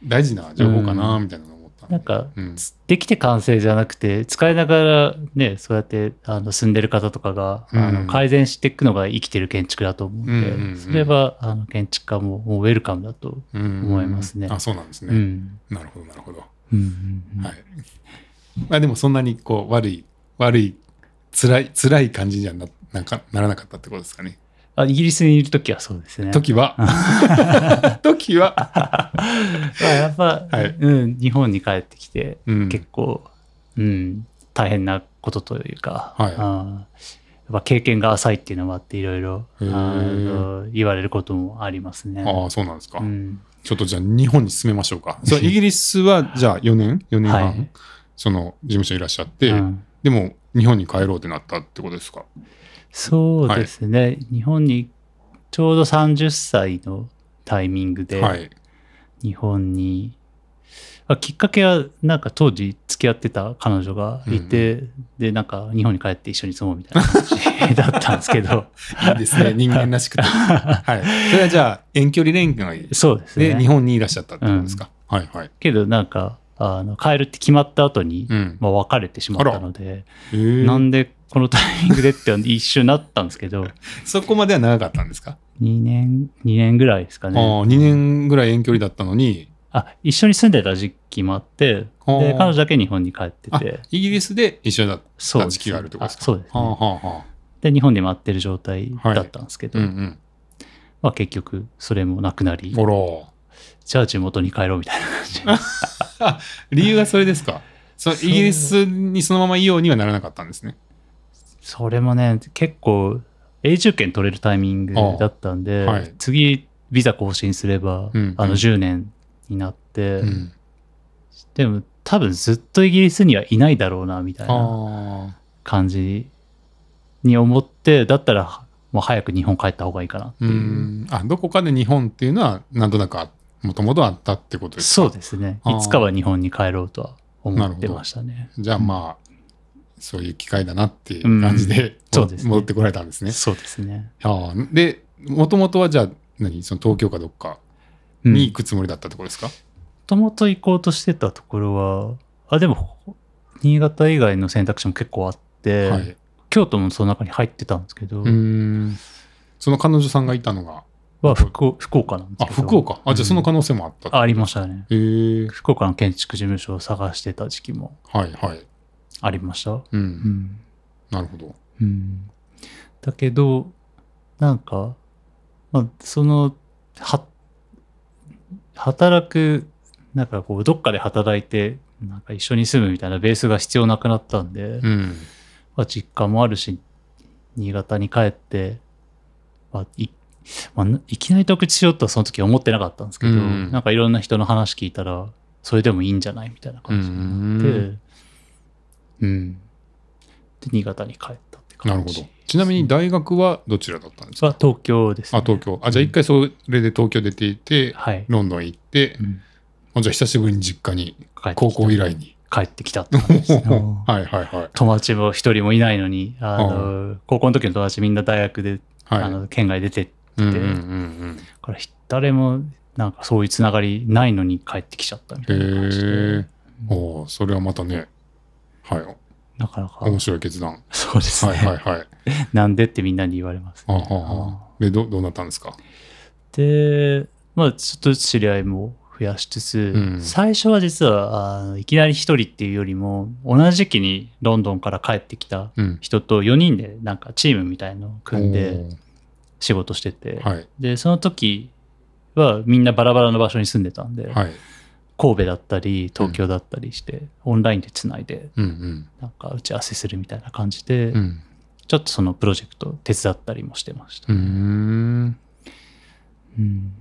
Speaker 1: 大事な情報かな
Speaker 2: う
Speaker 1: みたいなのを思ったで
Speaker 2: なんか、
Speaker 1: うん
Speaker 2: できて完成じゃなくて、使いながらね、そうやってあの住んでる方とかが、あ
Speaker 1: う
Speaker 2: の
Speaker 1: ん
Speaker 2: 改善していくのが生きてる建築だと思うんで、
Speaker 1: うんうんうん
Speaker 2: それはあの建築家ももうウェルカムだと。
Speaker 1: うん
Speaker 2: 思いますね
Speaker 1: あそうなんですね、
Speaker 2: うん
Speaker 1: なるほどなるほど、
Speaker 2: うんうんうん
Speaker 1: はい まあでもそんなにこう悪い悪い辛い辛い感じにはななんかならなかったってことですかね
Speaker 2: あイギリスにいるときはそうですね。
Speaker 1: 時は 時は、
Speaker 2: まあやっぱ、
Speaker 1: はい
Speaker 2: うん、日本に帰ってきて、
Speaker 1: うん、
Speaker 2: 結構、うん、大変なことというか、
Speaker 1: はい
Speaker 2: あーやっぱ経験が浅いっていうのもあって、いろいろあ
Speaker 1: へー
Speaker 2: の言われることもありますね。
Speaker 1: ああそうなんですか、
Speaker 2: うん
Speaker 1: ちょっとじゃあ日本に進めましょうか そうイギリスはじゃあ4年4年半、
Speaker 2: はい
Speaker 1: その事務所いらっしゃって、
Speaker 2: うん
Speaker 1: でも日本に帰ろうってなったってことですか
Speaker 2: そうですね、日本にちょうど30歳のタイミングで
Speaker 1: はい
Speaker 2: 日本に、あきっかけはなんか当時付き合ってた彼女がいて、でなんか日本に帰って一緒に住もうみたいな感じだったんです けど
Speaker 1: いいですね人間らし くてはいそれはじゃあ遠距離恋愛
Speaker 2: そうですね
Speaker 1: で日本にいらっしゃったってことですか、はいはい
Speaker 2: けどなんかあの帰るって決まった後に、
Speaker 1: うん
Speaker 2: まあ、別れてしまったので
Speaker 1: へー
Speaker 2: なんでこのタイミングでって一緒になったんですけど
Speaker 1: そこまでは長かったんですか、
Speaker 2: 2年2年ぐらいですか
Speaker 1: あ
Speaker 2: ね
Speaker 1: あ2年ぐらい遠距離だったのに
Speaker 2: あ一緒に住んでた時期もあって
Speaker 1: あー
Speaker 2: で彼女だけ日本に帰って
Speaker 1: あ
Speaker 2: て
Speaker 1: イギリスで一緒だっ
Speaker 2: そう
Speaker 1: た
Speaker 2: です
Speaker 1: 時期があるってことですか
Speaker 2: あそうですね
Speaker 1: はあはあはあ
Speaker 2: で日本で待ってる状態だったんですけど、
Speaker 1: うんうん
Speaker 2: まあ、結局それもなくなり
Speaker 1: おら
Speaker 2: じゃあ地元に帰ろうみたいな感じ
Speaker 1: 理由がそれですかそのイ
Speaker 2: そう
Speaker 1: ギリスにそのままいようにはならなかったんですね
Speaker 2: それもね結構永住権取れるタイミングだったん
Speaker 1: あー
Speaker 2: で、
Speaker 1: はい
Speaker 2: 次ビザ更新すれば、
Speaker 1: うんうん
Speaker 2: あの10年になって、
Speaker 1: うん
Speaker 2: でも多分ずっとイギリスにはいないだろうなみたいな
Speaker 1: あ
Speaker 2: 感じに思ってだったらもう早く日本帰った方がいいかなって
Speaker 1: ーう
Speaker 2: いう。
Speaker 1: んあどこかで日本っていうのはなんとなくもともとあったってことですか
Speaker 2: そうですね。
Speaker 1: あー
Speaker 2: いつかは日本に帰ろうとは思ってましたね。
Speaker 1: じゃあまあ、そういう機会だなっていう感じで,、
Speaker 2: うんそうですね
Speaker 1: 戻ってこられたんですね。
Speaker 2: そうですね。
Speaker 1: ああで、もともとはじゃあ、何その東京かどっか
Speaker 2: うん
Speaker 1: に行くつもりだったところですか、
Speaker 2: もともと行こうとしてたところは、あ、でも、新潟以外の選択肢も結構あって、
Speaker 1: はい。
Speaker 2: 京都もその中に入ってたんですけど、
Speaker 1: うーん。その彼女さんがいたのが、
Speaker 2: は福岡福岡なんです
Speaker 1: あ、
Speaker 2: けど。
Speaker 1: 福岡。あ、じゃあその可能性もあった
Speaker 2: あありましたね。
Speaker 1: へえ
Speaker 2: 福岡の建築事務所を探してた時期も
Speaker 1: はいはい。
Speaker 2: ありました。
Speaker 1: うん。
Speaker 2: うん。
Speaker 1: なるほど。
Speaker 2: うん。だけど、なんか、まあ、その、は、働く、なんかこう、どっかで働いて、なんか一緒に住むみたいなベースが必要なくなったんで、
Speaker 1: うん。
Speaker 2: まあ、実家もあるし、新潟に帰って、まあ、いまあないきなり独立しようとはその時思ってなかったんですけど、
Speaker 1: うん
Speaker 2: なんかいろんな人の話聞いたら、それでもいいんじゃないみたいな感じになって、
Speaker 1: う
Speaker 2: うん。で、新潟に帰ったって
Speaker 1: なる
Speaker 2: 感
Speaker 1: ほ
Speaker 2: じ。
Speaker 1: ど。ちなみに大学はどちらだったんですか
Speaker 2: は東京です、ね。
Speaker 1: あ、東京。あ、じゃあ一回それで東京出ていて、
Speaker 2: はい。
Speaker 1: ロンドン行って
Speaker 2: う、ん
Speaker 1: あじゃあ久しぶりに実家に、
Speaker 2: 帰ってきた
Speaker 1: 高校以来に。
Speaker 2: 帰ってきたって感じですね
Speaker 1: はいはいはい。
Speaker 2: 友達も一人もいないのに、あの、高校の時の友達みんな大学で、
Speaker 1: はい。
Speaker 2: あの、県外出てって、
Speaker 1: うんうんうん
Speaker 2: からひ誰もなんかそういうつながりないのに帰ってきちゃったみた
Speaker 1: う
Speaker 2: いな感じ
Speaker 1: ん。へ
Speaker 2: で
Speaker 1: え。おおそれはまたね、はい。
Speaker 2: なかなか
Speaker 1: 面白い決断。
Speaker 2: そうですね、
Speaker 1: はいはいはい。
Speaker 2: なんでってみんなに言われます、
Speaker 1: あ
Speaker 2: ね
Speaker 1: ははで、どどうなったんですか
Speaker 2: でまあちょっとずつ知り合いも増やしつつ、
Speaker 1: うん
Speaker 2: 最初は実はあのいきなり一人っていうよりも同じ時期にロンドンから帰ってきた
Speaker 1: うん。
Speaker 2: 人と4人でなんかチームみたいのを組んで
Speaker 1: お
Speaker 2: 仕事してて、
Speaker 1: ーはい
Speaker 2: でその時はみんなバラバラの場所に住んでたんで、
Speaker 1: はい。
Speaker 2: 神戸だったり東京だったりして、オンラインでつないで
Speaker 1: うん
Speaker 2: なんか打ち合わせするみたいな感じで、
Speaker 1: うん。うん。
Speaker 2: ちょっとそのプロジェクト手伝ったりもしてました。
Speaker 1: うーん。
Speaker 2: うん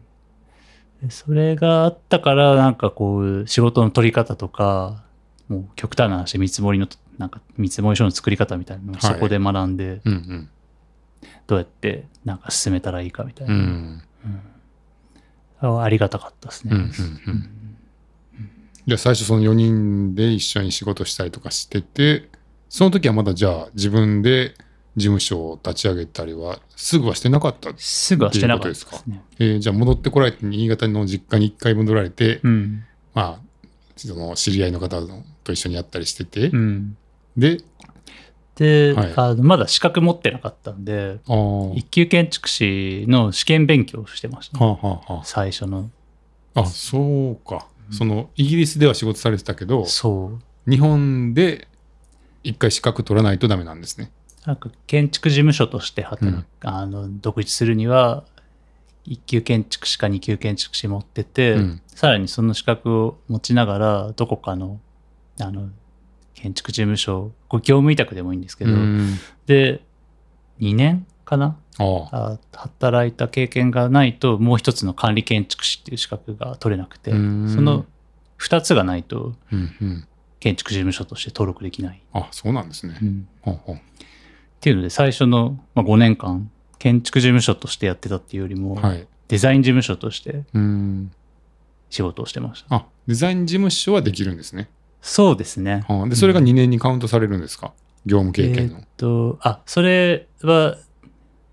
Speaker 2: でそれがあったから、なんかこう、仕事の取り方とか、もう極端な話、見積もりの、なんか見積もり書の作り方みたいなのを
Speaker 1: はい
Speaker 2: そこで学んで、
Speaker 1: うんうん。
Speaker 2: どうやってなんか進めたらいいかみたいうな、
Speaker 1: ん。
Speaker 2: あありがたかったですね。
Speaker 1: うんうんうんじゃあ最初その4人で一緒に仕事したりとかしててその時はまだじゃあ自分で事務所を立ち上げたりはすぐはしてなかった、
Speaker 2: すぐはしてなかったです
Speaker 1: っていうこ
Speaker 2: ね。
Speaker 1: えーじゃあ戻ってこられて新潟の実家に1回戻られて、
Speaker 2: うん。
Speaker 1: まあその知り合いの方と一緒にやったりしてて、
Speaker 2: うん。
Speaker 1: で
Speaker 2: で、
Speaker 1: はい
Speaker 2: あのまだ資格持ってなかったんで、
Speaker 1: あー
Speaker 2: 一級建築士の試験勉強をしてました、
Speaker 1: はあはあは
Speaker 2: 最初の
Speaker 1: ああそうか、そのイギリスでは仕事されてたけど
Speaker 2: そう
Speaker 1: 日本で1回資格取らないとダメなんですね
Speaker 2: なんか建築事務所として働く、
Speaker 1: うん
Speaker 2: あの独立するには一級建築士か二級建築士持ってて、
Speaker 1: うん
Speaker 2: さらにその資格を持ちながらどこかのあの建築事務所これ業務委託でもいいんですけど、
Speaker 1: うん
Speaker 2: で2年かな
Speaker 1: ああ
Speaker 2: あ働いた経験がないともう一つの管理建築士っていう資格が取れなくて、
Speaker 1: うん
Speaker 2: その2つがないと
Speaker 1: うんうん
Speaker 2: 建築事務所として登録できない、
Speaker 1: あそうなんですね、ほんほん
Speaker 2: っていうので最初の、まあ、5年間建築事務所としてやってたっていうよりも、
Speaker 1: はい
Speaker 2: デザイン事務所として
Speaker 1: うん
Speaker 2: 仕事をしてました
Speaker 1: あデザイン事務所はできるんですね。
Speaker 2: そうですね
Speaker 1: はあでそれが2年にカウントされるんですか、業務経験
Speaker 2: えー
Speaker 1: の
Speaker 2: っ。とあそれは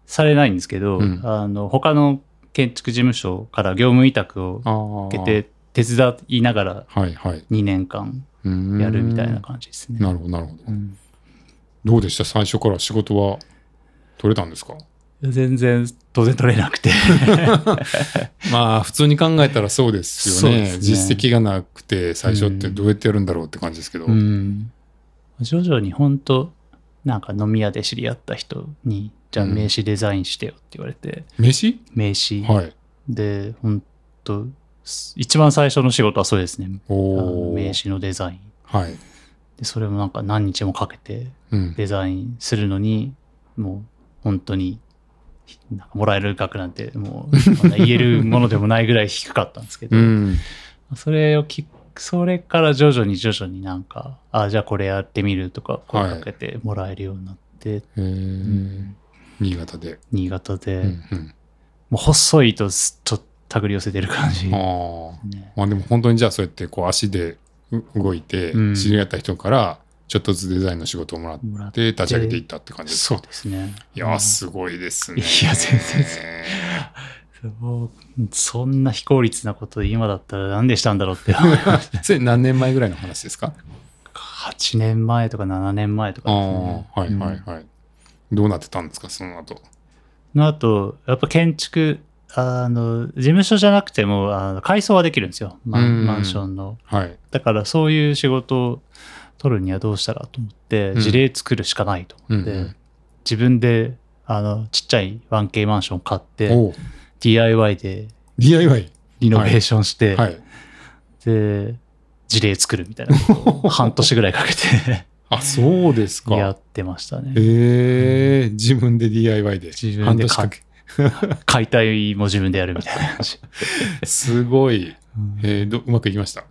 Speaker 2: されないんですけど、
Speaker 1: うん
Speaker 2: あの他の建築事務所から業務委託を
Speaker 1: あ
Speaker 2: 受
Speaker 1: あ
Speaker 2: けて手伝いながら
Speaker 1: はいはい。
Speaker 2: 2年間
Speaker 1: や
Speaker 2: やるみたいな感じですね、
Speaker 1: なるほどなるほど。
Speaker 2: うん
Speaker 1: どうでした最初から仕事は取れたんですか
Speaker 2: 全然当然取れなくて
Speaker 1: まあ普通に考えたらそうですよ
Speaker 2: そう
Speaker 1: ね
Speaker 2: ですね
Speaker 1: 実績がなくて最初って
Speaker 2: うん
Speaker 1: どうやってやるんだ ろうって感じですけど。
Speaker 2: うん、徐々に本当なんか飲み屋で知り合った人にじゃあ
Speaker 1: うん
Speaker 2: 名刺デザインしてよって言われて、
Speaker 1: 飯
Speaker 2: 名刺
Speaker 1: はい。
Speaker 2: で本当す一番最初の仕事はそれですねあ
Speaker 1: お
Speaker 2: の
Speaker 1: お。
Speaker 2: 名刺のデザイン
Speaker 1: はい。
Speaker 2: でそれもなんか何日もかけて
Speaker 1: うん、
Speaker 2: デザインするのにもう本当になんかもらえる額なんてもうそんな言えるものでもないぐらい低かったんですけど、
Speaker 1: うん、
Speaker 2: それをきそれから徐々に徐々になんか、あじゃあこれやってみるとか、声かけてもらえるようになって、
Speaker 1: へえ
Speaker 2: ん
Speaker 1: 新潟で。
Speaker 2: 新潟で、
Speaker 1: うんうん
Speaker 2: もう細いとずっと手繰り寄せてる感じ。
Speaker 1: ああ。
Speaker 2: ね
Speaker 1: まあでも本当にじゃあそうやってこう足でう動いて
Speaker 2: うん
Speaker 1: 知り合った人からちょっとずつデザインの仕事をもらっ、
Speaker 2: もらって
Speaker 1: 立ち上げていったって感じです
Speaker 2: そ
Speaker 1: か。
Speaker 2: うですね。
Speaker 1: い
Speaker 2: うん
Speaker 1: や、すごいですね。
Speaker 2: いや全然そうそんな非効率なこと今だったら何でしたんだろうって思います
Speaker 1: それ何年前ぐらいの話ですか
Speaker 2: 8年前とか7年前とか
Speaker 1: ああ
Speaker 2: ですね。
Speaker 1: ー、はいは
Speaker 2: う
Speaker 1: い
Speaker 2: ん
Speaker 1: はい。どうなってたんですか、その後。
Speaker 2: のあと、やっぱ建築、あの、事務所じゃなくても、あの改装はできるんですよ。マ
Speaker 1: うんうん
Speaker 2: ンマンションの。
Speaker 1: はい。
Speaker 2: だからそういう仕事を取るにはどうしたらと思って、
Speaker 1: うん
Speaker 2: 事例作るしかないと思って、
Speaker 1: うんうん
Speaker 2: 自分で、あの、ちっちゃい 1K マンション買って、
Speaker 1: おう
Speaker 2: DIY で
Speaker 1: DIY。
Speaker 2: リノベーションして、
Speaker 1: はい。
Speaker 2: で、事例作るみた いなことを半年ぐらいかけて
Speaker 1: あ、そうですか。
Speaker 2: やってましたね。
Speaker 1: ええ自分で DIY で。
Speaker 2: 自分で
Speaker 1: 半年かけ。
Speaker 2: 解体も自分でやるみたいな感じ。
Speaker 1: すごい。えーどうまくいきました。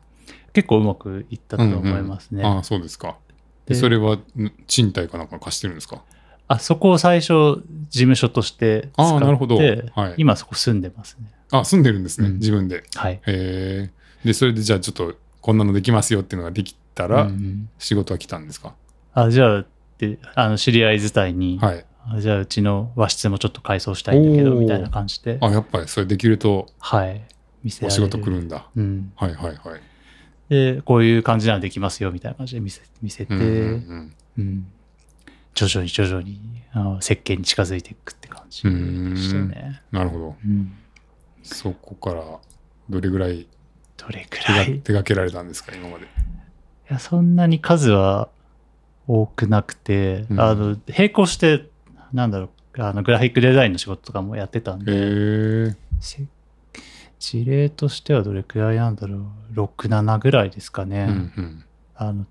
Speaker 2: 結構うまくいったと思いますね。
Speaker 1: ああ、そうですか。で
Speaker 2: で
Speaker 1: それはん賃貸かなんか貸してるんですか
Speaker 2: あそこを最初事務所として
Speaker 1: あ
Speaker 2: 使
Speaker 1: ーなるほ
Speaker 2: っ
Speaker 1: ど
Speaker 2: て、
Speaker 1: はい
Speaker 2: 今そこ住んでますね。
Speaker 1: あ、住んでるんですね、
Speaker 2: うん
Speaker 1: 自分で。
Speaker 2: はい。
Speaker 1: へえ。で、それでじゃあちょっとこんなのできますよっていうのができた
Speaker 2: う
Speaker 1: ら、
Speaker 2: ん
Speaker 1: 仕事は来たんですか、
Speaker 2: あじゃあであの知り合い自体に、
Speaker 1: はい。
Speaker 2: あじゃあうちの和室もちょっと改装したいんだけど
Speaker 1: おー
Speaker 2: みたいな感じで
Speaker 1: あ、、やっぱりそれできると
Speaker 2: はい、見せら
Speaker 1: お
Speaker 2: れ
Speaker 1: 仕
Speaker 2: る
Speaker 1: 事来るんだ。
Speaker 2: うん、
Speaker 1: はいはいはい。
Speaker 2: でこういう感じならできますよみたいな感じで見せ見せて、
Speaker 1: うんうん
Speaker 2: うん徐々に徐々にあの設計に近づいていくって感じでしたね。
Speaker 1: うん、なるほど。
Speaker 2: うん
Speaker 1: そこからどれぐらい
Speaker 2: どれく
Speaker 1: 手が
Speaker 2: らい
Speaker 1: 手掛けられたんですか、今まで。
Speaker 2: いや、そんなに数は多くなくて、
Speaker 1: うん
Speaker 2: あの、並行して、なんだろう、あの、グラフィックデザインの仕事とかもやってたんで、
Speaker 1: へえ。
Speaker 2: せ事例としてはどれくらいなんだろう、6、7ぐらいですかね。
Speaker 1: うんうん
Speaker 2: あの、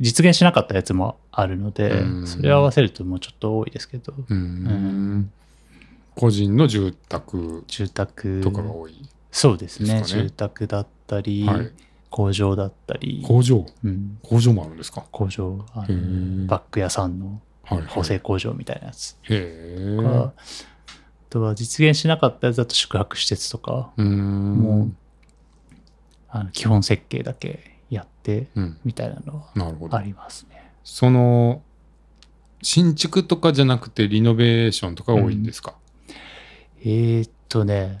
Speaker 2: 実現しなかったやつもあるので、
Speaker 1: うん
Speaker 2: それを合わせるともうちょっと多いですけど、
Speaker 1: うーん個人の住宅
Speaker 2: 住宅
Speaker 1: とかが多い。
Speaker 2: そうですね
Speaker 1: ですかね
Speaker 2: 住宅だったり、
Speaker 1: はい、
Speaker 2: 工場だったり、
Speaker 1: 工場
Speaker 2: うん、
Speaker 1: 工場もあるんですか
Speaker 2: 工場あ
Speaker 1: へ
Speaker 2: の
Speaker 1: ー
Speaker 2: バッグ屋さんの
Speaker 1: はい、はい。
Speaker 2: 補
Speaker 1: へ
Speaker 2: 正工場みたいなやつ
Speaker 1: え。
Speaker 2: とか、あとは実現しなかったやつだと宿泊施設とか、
Speaker 1: うーん。
Speaker 2: もうあの基本設計だけやって
Speaker 1: うん、
Speaker 2: みたいなの
Speaker 1: なるほ
Speaker 2: はあ
Speaker 1: ど。
Speaker 2: りますね。
Speaker 1: その、新築とかじゃなくてリノベーションとかが多いんですか、
Speaker 2: えーっとね、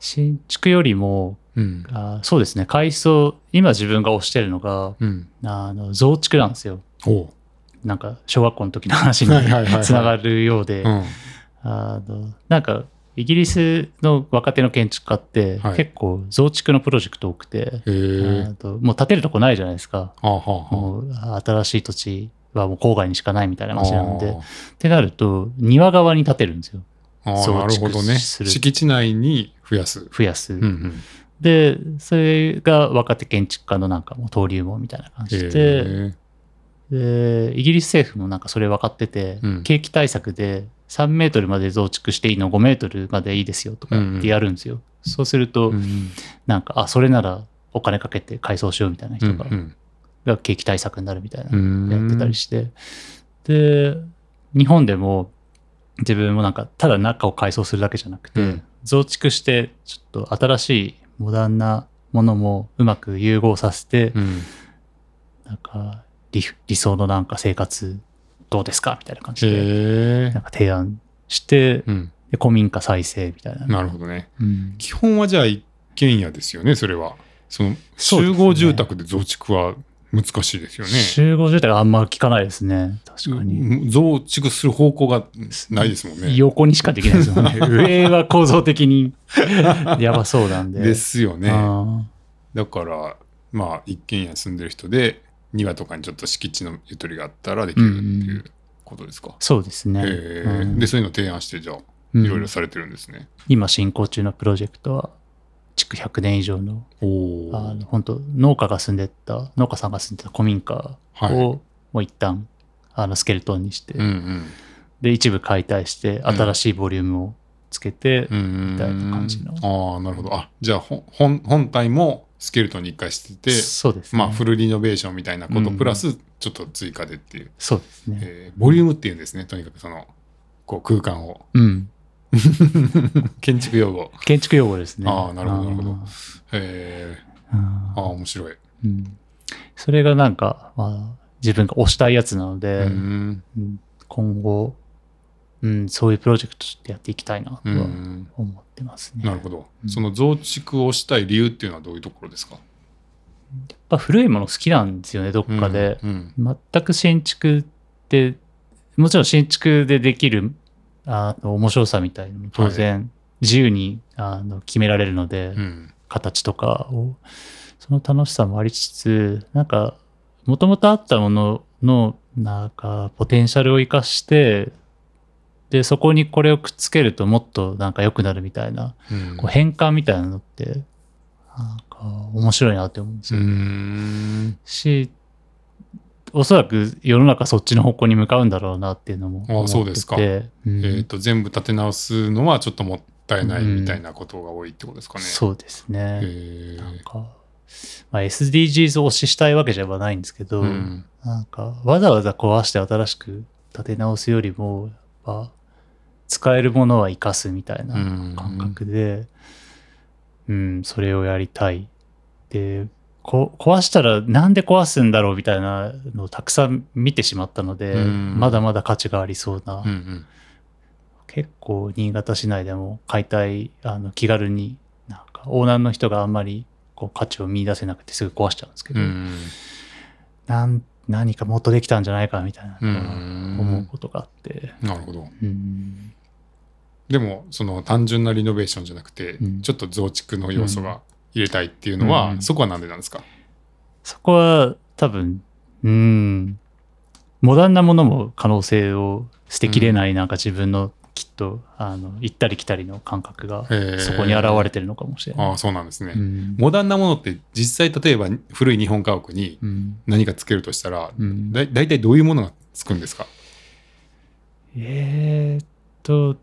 Speaker 2: 新築よりも、
Speaker 1: うん、
Speaker 2: あそうですね、改装、今自分が推してるのが、
Speaker 1: うん。
Speaker 2: あの増築なんですよ。
Speaker 1: おう。
Speaker 2: なんか小学校の時の話に
Speaker 1: はいはいはいはい
Speaker 2: つながるようで
Speaker 1: う、ん。
Speaker 2: あのなんかイギリスの若手の建築家って
Speaker 1: はい
Speaker 2: 結構増築のプロジェクト多くて、
Speaker 1: へえ。
Speaker 2: あともう建てるとこないじゃないですか。
Speaker 1: はあはあは
Speaker 2: もう新しい土地はもう郊外にしかないみたい
Speaker 1: あ。
Speaker 2: な話なので。っ
Speaker 1: あ
Speaker 2: てなると、庭側に建てるんですよ。
Speaker 1: あああ、な
Speaker 2: 増
Speaker 1: る
Speaker 2: 築
Speaker 1: ほどね。
Speaker 2: する
Speaker 1: 敷地内に増やす。
Speaker 2: 増やす。
Speaker 1: うんうん。
Speaker 2: で、それが若手建築家のなんかもう登竜門みたいな感
Speaker 1: へ
Speaker 2: じで、
Speaker 1: え。
Speaker 2: で、イギリス政府もなんかそれ分かってて、
Speaker 1: うん
Speaker 2: 景気対策で3メートルまで増築していいの5メートルまでいいですよとかってやるんですよ。そうすると、
Speaker 1: うん
Speaker 2: なんか、あ、それならお金かけて改装しようみたいな
Speaker 1: うん
Speaker 2: 人が,、が景気対策になるみたいな
Speaker 1: う。ん
Speaker 2: やってたりして、で日本でも自分もなんかただ中を改装するだけじゃなくて、
Speaker 1: うん
Speaker 2: 増築してちょっと新しいモダンなものもうまく融合させて、
Speaker 1: うん
Speaker 2: なんか理理想のなんか生活どうですかみたいな感じで
Speaker 1: へえ
Speaker 2: なん。か提案して、
Speaker 1: うん。
Speaker 2: で古民家再生みたいな、
Speaker 1: なるほどね。
Speaker 2: うん
Speaker 1: 基本はじゃあ一軒家ですよね、それは。その
Speaker 2: そうです
Speaker 1: 集
Speaker 2: ね
Speaker 1: 合住宅で増築は難しいですよね。
Speaker 2: 集合住宅あんま聞かないですね確かに。
Speaker 1: うん増築する方向がないですもんね。
Speaker 2: 横にしかできないです よね。上は構造的に やばそうなんで。
Speaker 1: ですよね。
Speaker 2: あ
Speaker 1: だから、まあ、一軒家住んでる人で、庭とかにちょっと敷地のゆとりがあったらできるっていうことですか
Speaker 2: ー。そうですね。
Speaker 1: へ
Speaker 2: う
Speaker 1: え。
Speaker 2: ん
Speaker 1: で、そういうの提案して、じゃあ、
Speaker 2: うん
Speaker 1: いろいろされてるんですね。
Speaker 2: 今進行中のプロジェクトは、築100年以上の、
Speaker 1: お
Speaker 2: あ
Speaker 1: お
Speaker 2: の。本当農家が住んでた、農家さんが住んでた古民家を、
Speaker 1: はい
Speaker 2: もう一旦、あの、スケルトンにして、
Speaker 1: うんうん。
Speaker 2: で、一部解体して、
Speaker 1: ん
Speaker 2: 新しいボリュームをつけて、
Speaker 1: み
Speaker 2: たいな感じの
Speaker 1: ああ、なるほど。あ、じゃあ、ほん本本体もスケルトンに一回してて、
Speaker 2: そうですね。
Speaker 1: まあ、フルリノベーションみたいなこと、
Speaker 2: うん
Speaker 1: プラス、ちょっと追加でっていう、
Speaker 2: そうですね。
Speaker 1: えーボリュームっていうんですね。とにかく、その、こう、空間を。
Speaker 2: うん。
Speaker 1: 建築用語。
Speaker 2: 建築用語ですね。
Speaker 1: あーなるほどなるほど
Speaker 2: あ
Speaker 1: えー、
Speaker 2: ーうん
Speaker 1: ああ、面白い。
Speaker 2: うんそれがなんか、まあ、自分が推したいやつなので、
Speaker 1: うん
Speaker 2: うん今後、うん、そういうプロジェクトちょっとやっていきたいなとは
Speaker 1: うん
Speaker 2: 思ってますね。
Speaker 1: なる
Speaker 2: やっ
Speaker 1: ほど、
Speaker 2: うん
Speaker 1: その増築をしたい理由っていうのはどういうところですか
Speaker 2: ぱ古いもの好きなんですよね、どっかで。
Speaker 1: うん
Speaker 2: 全く新築って、もちろん新築でできるあの面白さみたいなのも当然自由に、あの決められるので、
Speaker 1: うん
Speaker 2: 形とかを、その楽しさもありつつ、なんか、もともとあったものの、なんか、ポテンシャルを生かして、で、そこにこれをくっつけるともっとなんか良くなるみたいな、
Speaker 1: うん
Speaker 2: こう変換みたいなのって、なんか面白いなって思うんです
Speaker 1: う
Speaker 2: よ。
Speaker 1: ん
Speaker 2: し、おそらく世の中そっちの方向に向かうんだろうなっていうのも思ってて。
Speaker 1: あそうですか
Speaker 2: うん
Speaker 1: えー、と全部立て直すのはちょっともったいないみたいなことが多いってことですかね。
Speaker 2: そうですね。
Speaker 1: え
Speaker 2: なんか、まあ、SDGs を推ししたいわけじゃないんですけど、
Speaker 1: うん
Speaker 2: なんかわざわざ壊して新しく立て直すよりも、やっぱ使えるものは生かすみたいな感覚で、うん、それをやりたい。で、こ壊したらなんで壊すんだろうみたいなのをたくさん見てしまったので、
Speaker 1: うん
Speaker 2: まだまだ価値がありそうな、
Speaker 1: うんうん
Speaker 2: 結構新潟市内でも解体あの気軽になんかオーナーの人があんまりこう価値を見出せなくてすぐ壊しちゃうんですけ
Speaker 1: う
Speaker 2: ど、
Speaker 1: ん
Speaker 2: なん何かもっとできたんじゃないかみたいな
Speaker 1: う
Speaker 2: のが
Speaker 1: ん
Speaker 2: 思うことがあって、
Speaker 1: なるほど
Speaker 2: うん
Speaker 1: でもその単純なリノベーションじゃなくて、
Speaker 2: うん
Speaker 1: ちょっと増築の要素が入れたいっていうのは、
Speaker 2: うん
Speaker 1: そこは何でなんですか、
Speaker 2: そこは多分うんモダンなものも可能性を捨てきれないなんか自分のきっとあの行ったり来たりの感覚が
Speaker 1: へー
Speaker 2: そこに現れてるのかもしれない。
Speaker 1: ああそうなんですね、
Speaker 2: うん
Speaker 1: モダンなものって実際例えば古い日本家屋に
Speaker 2: うん
Speaker 1: 何かつけるとしたら、
Speaker 2: うん
Speaker 1: だい大体どういうものがつくんですか
Speaker 2: えーっと、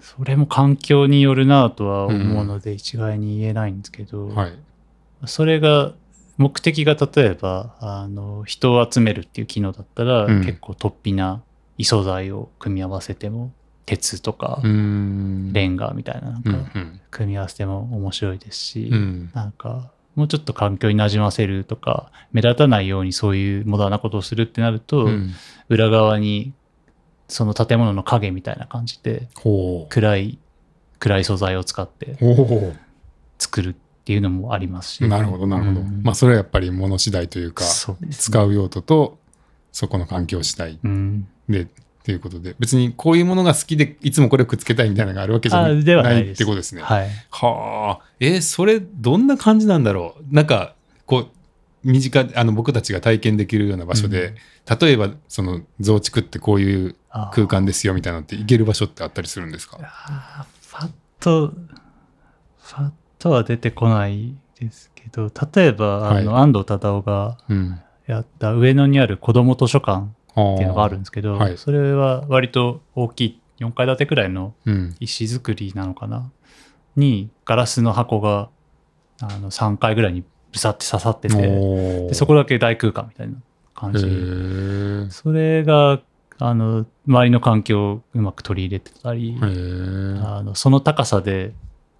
Speaker 2: それも環境によるなとは思うので、一概に言えないんですけど、
Speaker 1: はい。
Speaker 2: それが、目的が例えば、あの、人を集めるっていう機能だったら、
Speaker 1: うん
Speaker 2: 結構突飛な異素材を組み合わせても、鉄とか
Speaker 1: うー、ん。
Speaker 2: レンガみたいな、なん
Speaker 1: うん
Speaker 2: か、組み合わせても面白いですし、
Speaker 1: うん。うん。
Speaker 2: なんか、もうちょっと環境に馴染ませるとか、目立たないようにそういうモダンなことをするってなると、
Speaker 1: うん
Speaker 2: 裏側にその建物の影みたいな感じで
Speaker 1: ほう。
Speaker 2: 暗い暗い素材を使って
Speaker 1: ほう。
Speaker 2: 作るっていうのもありますし
Speaker 1: なるほど、なるほど。
Speaker 2: うん
Speaker 1: まあ、それはやっぱり物次第というか、
Speaker 2: そうですね
Speaker 1: 使う用途と、そこの環境次第
Speaker 2: うん
Speaker 1: で、っていうことで、別にこういうものが好きで、いつもこれをくっつけたいみたいなのがあるわけじゃな
Speaker 2: あ
Speaker 1: い
Speaker 2: ではないで
Speaker 1: っ
Speaker 2: す
Speaker 1: てことですね。
Speaker 2: はい
Speaker 1: はあ、えーそれどんな感じなんだろうなんかこう身近あの僕たちが体験できるような場所で、例えばその増築ってこういう
Speaker 2: あー
Speaker 1: 空間ですよみたいなのって行ける場所ってあったりするんですか
Speaker 2: あーパッとパッとは出てこないですけど例えばあの、
Speaker 1: は
Speaker 2: 安藤忠雄が
Speaker 1: うん。
Speaker 2: やった上野にある子ども図書館っていうのがあるんですけど、
Speaker 1: あーはい
Speaker 2: それは割と大きい4階建てくらいの
Speaker 1: うん。
Speaker 2: 石造りなのかなにガラスの箱があの3回ぐらいにぶさって刺さってて
Speaker 1: おー
Speaker 2: でそこだけ大空間みたいな感
Speaker 1: へ
Speaker 2: じ、
Speaker 1: ー
Speaker 2: それがあの周りの環境をうまく取り入れてた
Speaker 1: へ
Speaker 2: り、
Speaker 1: ー
Speaker 2: あのその高さで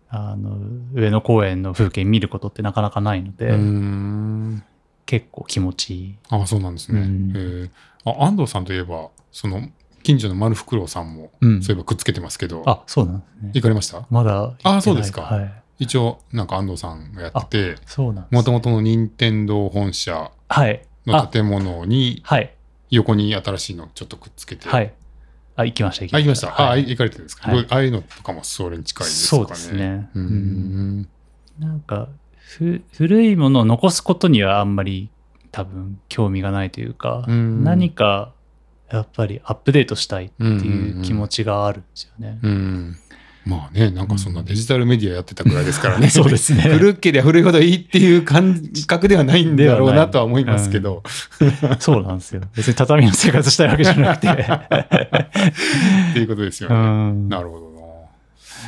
Speaker 2: あの上野公園の風景見ることってなかなかないので、
Speaker 1: うーん。
Speaker 2: 結構気持ちいい
Speaker 1: あそうなんですね。
Speaker 2: うん
Speaker 1: へーあ安藤さんといえばその近所の丸フクロウさんも、
Speaker 2: うん
Speaker 1: そういえばくっつけてますけど
Speaker 2: あそうなんですね
Speaker 1: 行かれました
Speaker 2: まだ行ってない
Speaker 1: あそうですか
Speaker 2: はい
Speaker 1: 一応なんか安藤さんがやってて
Speaker 2: そうなんで
Speaker 1: も
Speaker 2: す
Speaker 1: ともとの任天堂本社
Speaker 2: はい
Speaker 1: の建物に
Speaker 2: はい
Speaker 1: 横に新しいのちょっとくっつけて、、
Speaker 2: はいいあ行きました行
Speaker 1: あ行きました、あ
Speaker 2: はい
Speaker 1: 行かれてるんですか、
Speaker 2: はい
Speaker 1: ああいうのとかもそれに近いですかね
Speaker 2: そうですね
Speaker 1: うーん
Speaker 2: なんかふ古いものを残すことにはあんまり多分興味がないというか、
Speaker 1: うん
Speaker 2: 何かやっぱりアップデートしたいっていう気持
Speaker 1: ち
Speaker 2: ちがあるんですよね。
Speaker 1: うんまあねなんかそんなデジタルメディアやってたぐらいですからね
Speaker 2: そうですね
Speaker 1: 古けりゃ古いほどいいっていう感覚ではないんだろうなとは思いますけど、
Speaker 2: そうなんですよ。別に畳の生活したいわけじゃなく て。
Speaker 1: っていうことですよ
Speaker 2: う
Speaker 1: ね、
Speaker 2: ん
Speaker 1: なるほど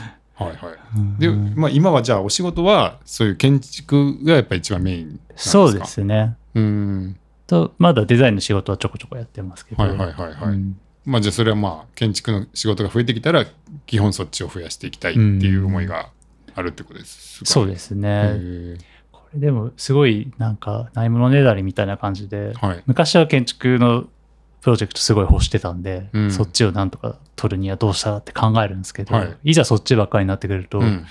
Speaker 1: なはいはい
Speaker 2: うん
Speaker 1: で、まあ、今はじゃあお仕事はそういう建築がやっぱり一番メインなんですか
Speaker 2: そうですね。
Speaker 1: うん
Speaker 2: とまだデザインの仕事はちょこちょこやってますけど。
Speaker 1: はいはいはいはい。
Speaker 2: うん
Speaker 1: まあじゃあそれはまあ建築の仕事が増えてきたら基本そっちを増やしていきたいっていう思いがあるってことです。
Speaker 2: そう
Speaker 1: す
Speaker 2: です
Speaker 1: ごい。
Speaker 2: ね。
Speaker 1: へ
Speaker 2: これでもすごいなんかないものねだりみたいな感じで
Speaker 1: はい。
Speaker 2: 昔は建築のプロジェクトすごい欲してたんで、
Speaker 1: うん
Speaker 2: そっちをなんとか取るにはどうしたらって考えるんですけど、、
Speaker 1: はい
Speaker 2: ざそっちばっかりになってくると、
Speaker 1: うん。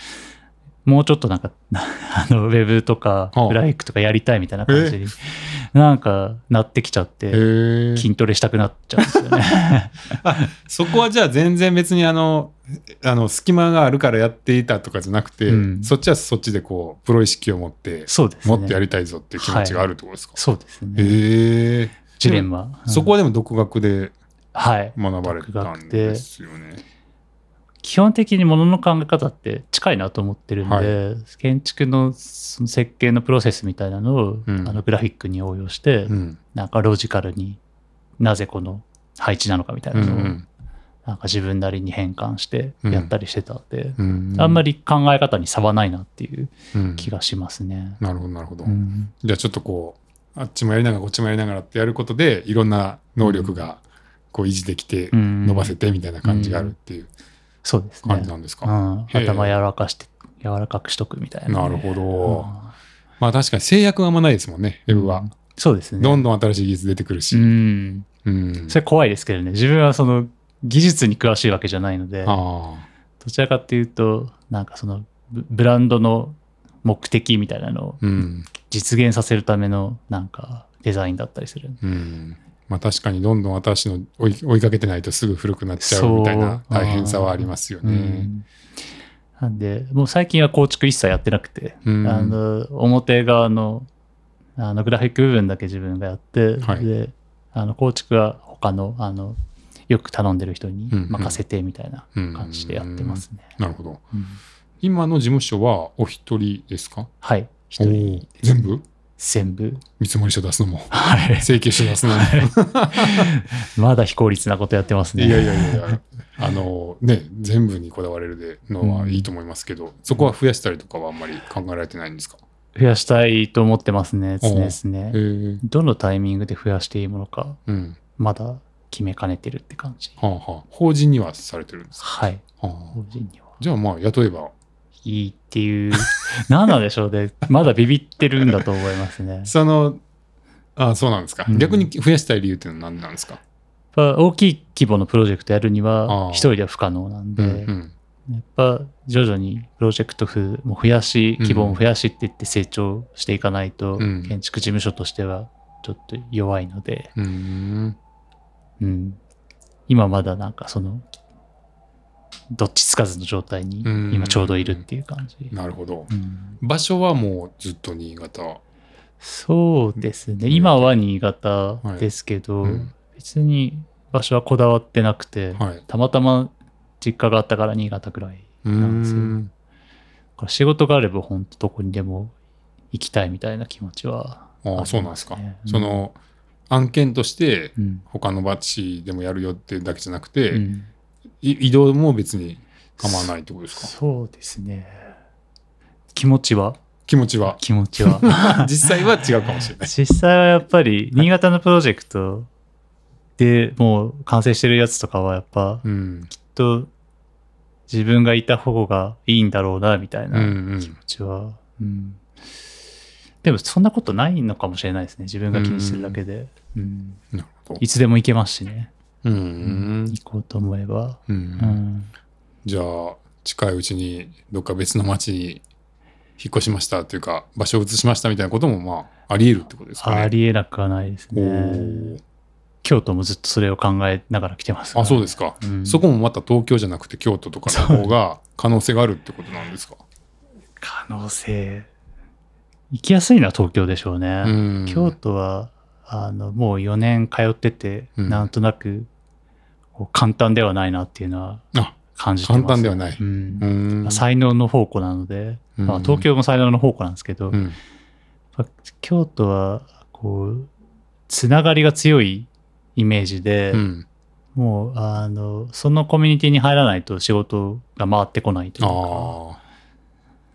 Speaker 2: もうちょっとなんか あのウェブとか
Speaker 1: はあ
Speaker 2: グラフィックとかやりたいみたいな感じになんかなってきちゃっ
Speaker 1: へ
Speaker 2: て
Speaker 1: ー
Speaker 2: 筋トレしたくなっちゃうんですよね。
Speaker 1: そこはじゃあ全然別にあの、あの、隙間があるからやっていたとかじゃなくて、
Speaker 2: うん
Speaker 1: そっちはそっちでこう、プロ意識を持って、
Speaker 2: そうですね。
Speaker 1: もっとやりたいぞっていう気持ちがあるってことですか。
Speaker 2: そうです
Speaker 1: へ
Speaker 2: ね。
Speaker 1: ー
Speaker 2: ジレンマ。
Speaker 1: そこはでも独学で
Speaker 2: はい。
Speaker 1: 学ばれたんですよね。
Speaker 2: 基本的にものの考え方って近いなと思ってるんで、
Speaker 1: は
Speaker 2: 建築のその設計のプロセスみたいなのを、
Speaker 1: うん
Speaker 2: あのグラフィックに応用して、
Speaker 1: うん。
Speaker 2: なんかロジカルになぜこの配置なのかみたい
Speaker 1: うん
Speaker 2: な
Speaker 1: う
Speaker 2: のを、
Speaker 1: ん
Speaker 2: なんか自分なりに変換してやったりしてたんで、
Speaker 1: うん
Speaker 2: あんまり考え方に差はないなっていう気
Speaker 1: が。
Speaker 2: がしますね。
Speaker 1: なるほど、なるほど。
Speaker 2: うん
Speaker 1: じゃあちょっとこう、あっちもやりながらこっちもやりながらってやることで、いろんな能力がこう維持できて、
Speaker 2: うん
Speaker 1: 伸ばせてみたいな感じがあるっていう
Speaker 2: そうですね
Speaker 1: 感じ。なんです
Speaker 2: う
Speaker 1: か。
Speaker 2: ん、
Speaker 1: へえ
Speaker 2: 頭柔らかして柔らかくしとくみたいな、
Speaker 1: なるほど。
Speaker 2: うん
Speaker 1: まあ確かに制約があんまないですもんね、ウェブは。
Speaker 2: そうですね。
Speaker 1: どんどん新しい技術出てくる
Speaker 2: う
Speaker 1: し。
Speaker 2: ん
Speaker 1: うん。
Speaker 2: それ怖いですけどね自分はその技術に詳しいわけじゃないので
Speaker 1: あ
Speaker 2: どちらかっていうとなんかそのブブランドの目的みたいなのを
Speaker 1: あ。うん。
Speaker 2: 実現させるためのなんかデザインだったりする
Speaker 1: うん。まあ確かにどんどん新しいの追い追いかけてないとすぐ古くなっちゃうみたいな
Speaker 2: そう
Speaker 1: 大変さはありますよ
Speaker 2: う
Speaker 1: ね。
Speaker 2: んなんでもう最近は構築一切やってなくて、
Speaker 1: うん
Speaker 2: あの表側のあのグラフィック部分だけ自分がやって、
Speaker 1: はい
Speaker 2: であの構築は他のあのよく頼んでる人に
Speaker 1: うんうん
Speaker 2: 任せてみたいな感じでやってますね。
Speaker 1: なるほど。
Speaker 2: うん
Speaker 1: 今の事務所はお一人ですか
Speaker 2: はい一人
Speaker 1: おー全部
Speaker 2: 全部
Speaker 1: 見積もり書出すのも、
Speaker 2: はい
Speaker 1: 請求書出すのも。
Speaker 2: まだ非効率なことやってますね
Speaker 1: いやいやいやいや、あのね、全部にこだわれるでのはいいと思いますけど、そこは増やしたりとかはあんまり考えられてないんですか、
Speaker 2: 増やしたいと思ってますね常々ね
Speaker 1: へー
Speaker 2: どのタイミングで増やしていいものか
Speaker 1: うん。
Speaker 2: まだ決めかねてるって感じ
Speaker 1: はあはあ。法人にはされてるんですか、
Speaker 2: はい
Speaker 1: はあ
Speaker 2: 法人には
Speaker 1: じゃあまあ、雇えば。
Speaker 2: いいっていう何なんでしょうねまだビビってるんだと思いますねやっ
Speaker 1: その、あそうなんですか、
Speaker 2: うん
Speaker 1: 逆に増やしたい理由っていうのは何なんですか
Speaker 2: ぱ大きい規模のプロジェクトやるに
Speaker 1: あ
Speaker 2: は
Speaker 1: あ
Speaker 2: 一人では不可能なんで、
Speaker 1: うん
Speaker 2: やっぱ徐々にプロジェクト数も増やし規模も増やしっていって成長していかないと、
Speaker 1: うん
Speaker 2: 建築事務所としてはちょっと弱いので、
Speaker 1: うん。うん
Speaker 2: うん、今まだなんかそのどっちつかずの状態に
Speaker 1: うん
Speaker 2: 今ちょうどいるっていう感じ、
Speaker 1: なるほど。
Speaker 2: うん
Speaker 1: 場所はもうずっと新潟。
Speaker 2: そうですね
Speaker 1: うん
Speaker 2: 今は新潟ですけど、
Speaker 1: はいうん
Speaker 2: 別に場所はこだわってなくて、
Speaker 1: はい。
Speaker 2: たまたま実家があったから新潟ぐらいなんですよ
Speaker 1: うん
Speaker 2: これ仕事があれば本当どこにでも行きたいみたいな気持ちは
Speaker 1: ああ
Speaker 2: ります
Speaker 1: そ
Speaker 2: ね
Speaker 1: うなんですか。
Speaker 2: うん
Speaker 1: その案件として
Speaker 2: うん
Speaker 1: 他のバチでもやるよっていうだけじゃなくて、
Speaker 2: うん
Speaker 1: い移動も別に構わないってことですか
Speaker 2: そうですね気持ちは
Speaker 1: 気持ち は
Speaker 2: 気持ちは
Speaker 1: 実際は違うかも しれない。
Speaker 2: 実際はやっぱり新潟のプロジェクトでもう完成してるやつとかはやっぱきっ
Speaker 1: うん、
Speaker 2: と自分がいた方がいいんだろうなみたい
Speaker 1: うん、う
Speaker 2: な気
Speaker 1: ん。
Speaker 2: 持ちは、うんでもそんなことないのかもしれないですね自分が気にしてるだけで、うん
Speaker 1: なるほど
Speaker 2: い。つでも行けますしね
Speaker 1: うんうん
Speaker 2: 行こうと思えば、
Speaker 1: う。
Speaker 2: うんん、
Speaker 1: じゃあ、近いうちにどっか別の町に引っ越しましたというか、場所を移しましたみたいなことも、まあ、あり得るってことですかね。
Speaker 2: ありえなくはないです
Speaker 1: お
Speaker 2: ね
Speaker 1: ー。
Speaker 2: 京都もずっとそれを考えながら来てますから
Speaker 1: あ、そうですか。
Speaker 2: うん
Speaker 1: そこもまた東京じゃなくて京都とかの方が可能性があるってことなんですか。
Speaker 2: 可能性行きやすいのは東京でしょうね、
Speaker 1: うん
Speaker 2: 京都はあのもう4年通ってて、
Speaker 1: うん
Speaker 2: なんとなくこう簡単ではないなっていうのは
Speaker 1: あ、
Speaker 2: 感じてます
Speaker 1: 簡単ではない。
Speaker 2: うん
Speaker 1: うーん
Speaker 2: まあ才能の宝庫なので、ま
Speaker 1: う
Speaker 2: あ、
Speaker 1: ん
Speaker 2: 東京も才能の宝庫なんですけど、
Speaker 1: うん
Speaker 2: やっぱ京都はこうつながりが強いイメージで、
Speaker 1: うん
Speaker 2: もうあのそのコミュニティに入らないと仕事が回ってこないというか
Speaker 1: ああ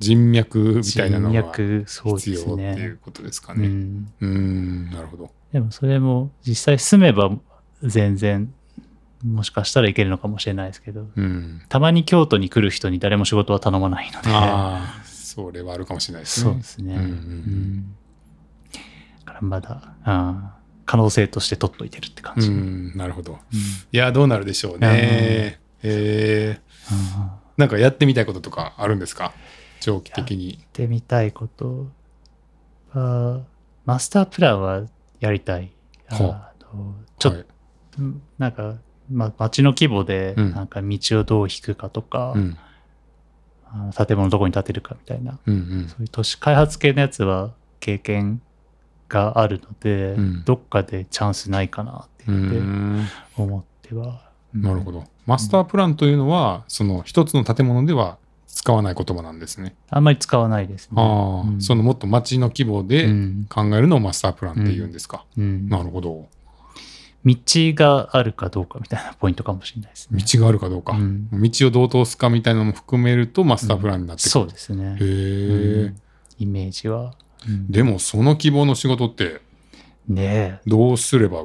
Speaker 1: 人脈みたいなの
Speaker 2: 人
Speaker 1: が
Speaker 2: 脈そう
Speaker 1: 必
Speaker 2: で
Speaker 1: 要
Speaker 2: す
Speaker 1: ってい
Speaker 2: ね
Speaker 1: う、ことですか
Speaker 2: う
Speaker 1: ね。
Speaker 2: ん、
Speaker 1: うーんなるほど。
Speaker 2: でもそれも実際住めば全然もしかしたらいけるのかもしれないですけど
Speaker 1: うん、
Speaker 2: たまに京都に来る人に誰も仕事は頼まないので
Speaker 1: ああそれはあるかもしれないですね。
Speaker 2: そうですね。
Speaker 1: うんうんうん
Speaker 2: うんだからまだ、あー可能性として取っといてるって感じ。
Speaker 1: う
Speaker 2: うん
Speaker 1: ん、なるほど。いや、どうなるでしょうね。えー、
Speaker 2: あー
Speaker 1: なんかやってみたいこととかあるんですか長期的に
Speaker 2: やっ。てみたいことは、マスタープランはやりたい。あ
Speaker 1: ほう
Speaker 2: のちょっ
Speaker 1: はい
Speaker 2: と、なんか、ま、街の規模で、
Speaker 1: うん
Speaker 2: なんか道をどう引くかとか、
Speaker 1: うん
Speaker 2: あの建物どこに建てるかみたいな、
Speaker 1: うんうん
Speaker 2: そういう都市開発系のやつは経験があるので、
Speaker 1: うん
Speaker 2: どっかでチャンスないかなって
Speaker 1: うー
Speaker 2: 言って
Speaker 1: ん
Speaker 2: 思っては。
Speaker 1: なるほ
Speaker 2: ど。
Speaker 1: ど。マスタープランというのは、その一つの建物では使わない言葉なんですね。
Speaker 2: あんまり使わないですね。
Speaker 1: ああ、
Speaker 2: うん
Speaker 1: そのもっと町の規模
Speaker 2: う
Speaker 1: で
Speaker 2: ん
Speaker 1: 考えるのをマスタープランっていうんですか。
Speaker 2: うん
Speaker 1: なるほど。
Speaker 2: 道があるかどうかみたいなポイントかもしれないですね。
Speaker 1: 道があるかどうか。
Speaker 2: うん
Speaker 1: 道をどう通すかみたいなのも含めるとマスタープランになってく
Speaker 2: そ
Speaker 1: る。
Speaker 2: うですね。
Speaker 1: へ
Speaker 2: う
Speaker 1: え
Speaker 2: ん。イメージは。うん
Speaker 1: でもその希望の仕事って
Speaker 2: ねえ
Speaker 1: どうすれば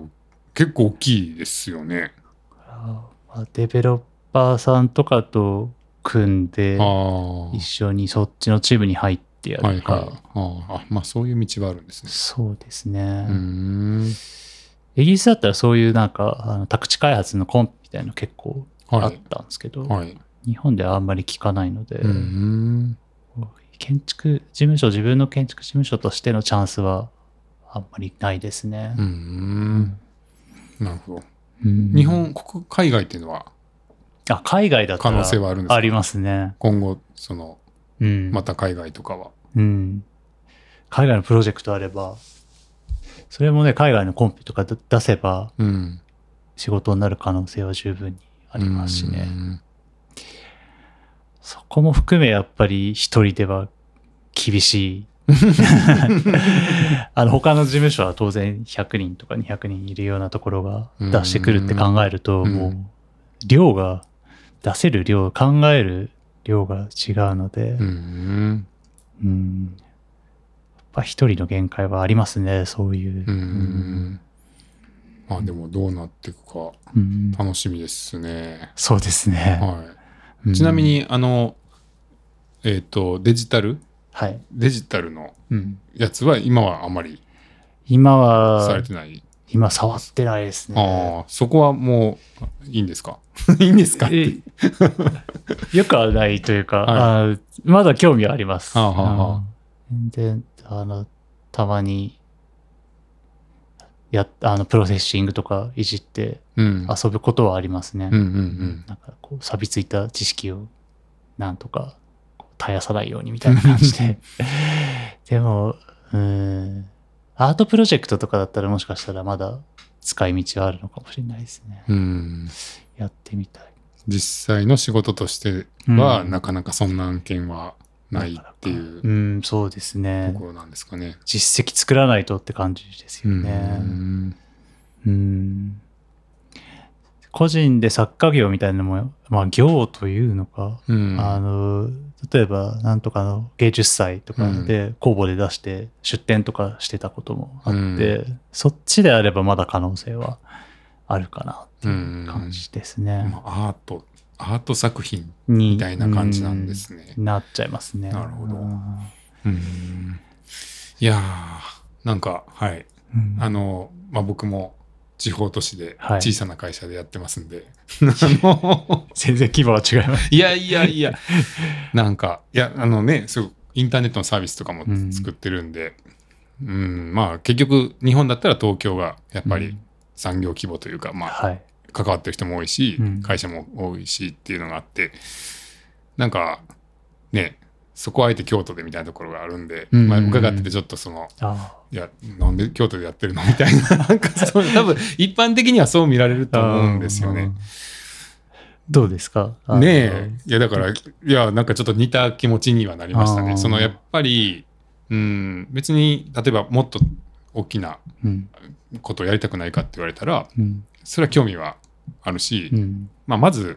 Speaker 1: 結構大きいですよね。
Speaker 2: あーまあデベロッパーさんとかと組んで
Speaker 1: あ、あ。
Speaker 2: 一緒にそっちのチームに入ってや
Speaker 1: は
Speaker 2: る
Speaker 1: い
Speaker 2: か。
Speaker 1: はい。ああ、まあそういう道はあるんですね。
Speaker 2: そうです
Speaker 1: う
Speaker 2: ね
Speaker 1: ー。ん。
Speaker 2: イギリスだったらそういうなんかあの宅地開発のコンペみたいなの結構あ
Speaker 1: は
Speaker 2: っ
Speaker 1: い。
Speaker 2: たんですけど、
Speaker 1: はい。
Speaker 2: 日本ではあんまり聞かないので、
Speaker 1: うーん。
Speaker 2: 建築事務所自分の建築事務所としてのチャンスはあんまりないですね
Speaker 1: うー。ん。なるほど。
Speaker 2: うん
Speaker 1: 日本、国海外っていうのは
Speaker 2: あ海外だった
Speaker 1: 可
Speaker 2: ら
Speaker 1: 能性はあるんですか
Speaker 2: ありますね。
Speaker 1: 今後、その、
Speaker 2: うん
Speaker 1: また海外とかは。
Speaker 2: うん、海外のプロジェクトあればそれもね海外のコンペとか出出せば
Speaker 1: うん。
Speaker 2: 仕事になる可能性は十分にあ
Speaker 1: あ
Speaker 2: りますしね。そこも含めやっぱり一人では厳 しい。あの他の事務所は当然100人とか200人いるようなところが出してくるって考える
Speaker 1: う
Speaker 2: と
Speaker 1: ん
Speaker 2: もう量が出せる量考える量が違うので
Speaker 1: うーん。
Speaker 2: うんやっぱ一人の限界はありますねそういう
Speaker 1: うーん。まあでも、どうなっていくか
Speaker 2: うん
Speaker 1: 楽しみですね。
Speaker 2: そうですね
Speaker 1: はい。ちなみに、あの、えっ、と、デジタル
Speaker 2: はい
Speaker 1: デジタルの
Speaker 2: うん
Speaker 1: やつは今はあまり
Speaker 2: 今
Speaker 1: さ
Speaker 2: は
Speaker 1: れてない。
Speaker 2: 今触ってないですね
Speaker 1: ああ、そこはもういいんですか いいんですかって。
Speaker 2: え よくはないというか、
Speaker 1: は
Speaker 2: あーまだ興味はあります。
Speaker 1: はあはあはあ
Speaker 2: うんで、あの、たまに、やっあのプロセッシングとかいじって
Speaker 1: うん。
Speaker 2: 遊ぶことはありますね。
Speaker 1: うんうんうん。
Speaker 2: なんかこう、錆びついた知識を、なんとか、こう絶やさないようにみたいな感じ で。でも、うーん、アートプロジェクトとかだったらもしかしたらまだ使い道はあるのかもしれないですね。
Speaker 1: うん、
Speaker 2: やってみたい。
Speaker 1: 実際の仕事としては、
Speaker 2: うん
Speaker 1: なかなかそんな案件はないっていう
Speaker 2: う
Speaker 1: と
Speaker 2: ん、そうですね。
Speaker 1: ころなんですかね。
Speaker 2: 実績作らないとって感じですよね
Speaker 1: う。ん
Speaker 2: うん個人で作家業みたいなのも、まあ、業というのか、
Speaker 1: うん
Speaker 2: あの例えばなんとかの芸術祭とかで公募で出して出展とかしてたこともあって、
Speaker 1: うん
Speaker 2: そっちであればまだ可能性はあるかなって
Speaker 1: うん
Speaker 2: いう感じですね。
Speaker 1: まあアート、アート作品
Speaker 2: に
Speaker 1: みたいな感じなんですね。
Speaker 2: うんなっちゃいますね。
Speaker 1: なるほど
Speaker 2: うん
Speaker 1: うんいやー、なんか、はい。
Speaker 2: うん
Speaker 1: あの、まあ、僕も地方都市で
Speaker 2: はい
Speaker 1: 小さな会社でやってますん で、あの
Speaker 2: 全然規模は違います。
Speaker 1: いやいやいや、 なんか、いや、あのね、そうインターネットのサービスとかも
Speaker 2: うん
Speaker 1: 作ってるんで、うん、まあ、結局、日本だったら東京がやっぱ
Speaker 2: う
Speaker 1: り
Speaker 2: ん
Speaker 1: 産業規模というか、まあ、
Speaker 2: はい。
Speaker 1: 関わってる人も多いし、
Speaker 2: うん
Speaker 1: 会社も多いしっていうのがあって、なんか、ね、そこはあえて京都でみたいなところがあるんで、
Speaker 2: うん
Speaker 1: まあ、伺っててちょっとその、
Speaker 2: ああ
Speaker 1: いや、なんで京都でやってるのみたいな、なんかそう、多分一般的にはそう見られると思うんですよね。
Speaker 2: どうですかあの
Speaker 1: ねえ。いや、だから、いや、なんかちょっと似た気持ちにはなりました
Speaker 2: あー
Speaker 1: ね。その、やっぱり、うん、別に、例えばもっと大きな
Speaker 2: うん。
Speaker 1: ことをやりたくないかって言われたら、
Speaker 2: うん。
Speaker 1: それは興味はあるし、
Speaker 2: うん。
Speaker 1: まあ、まず、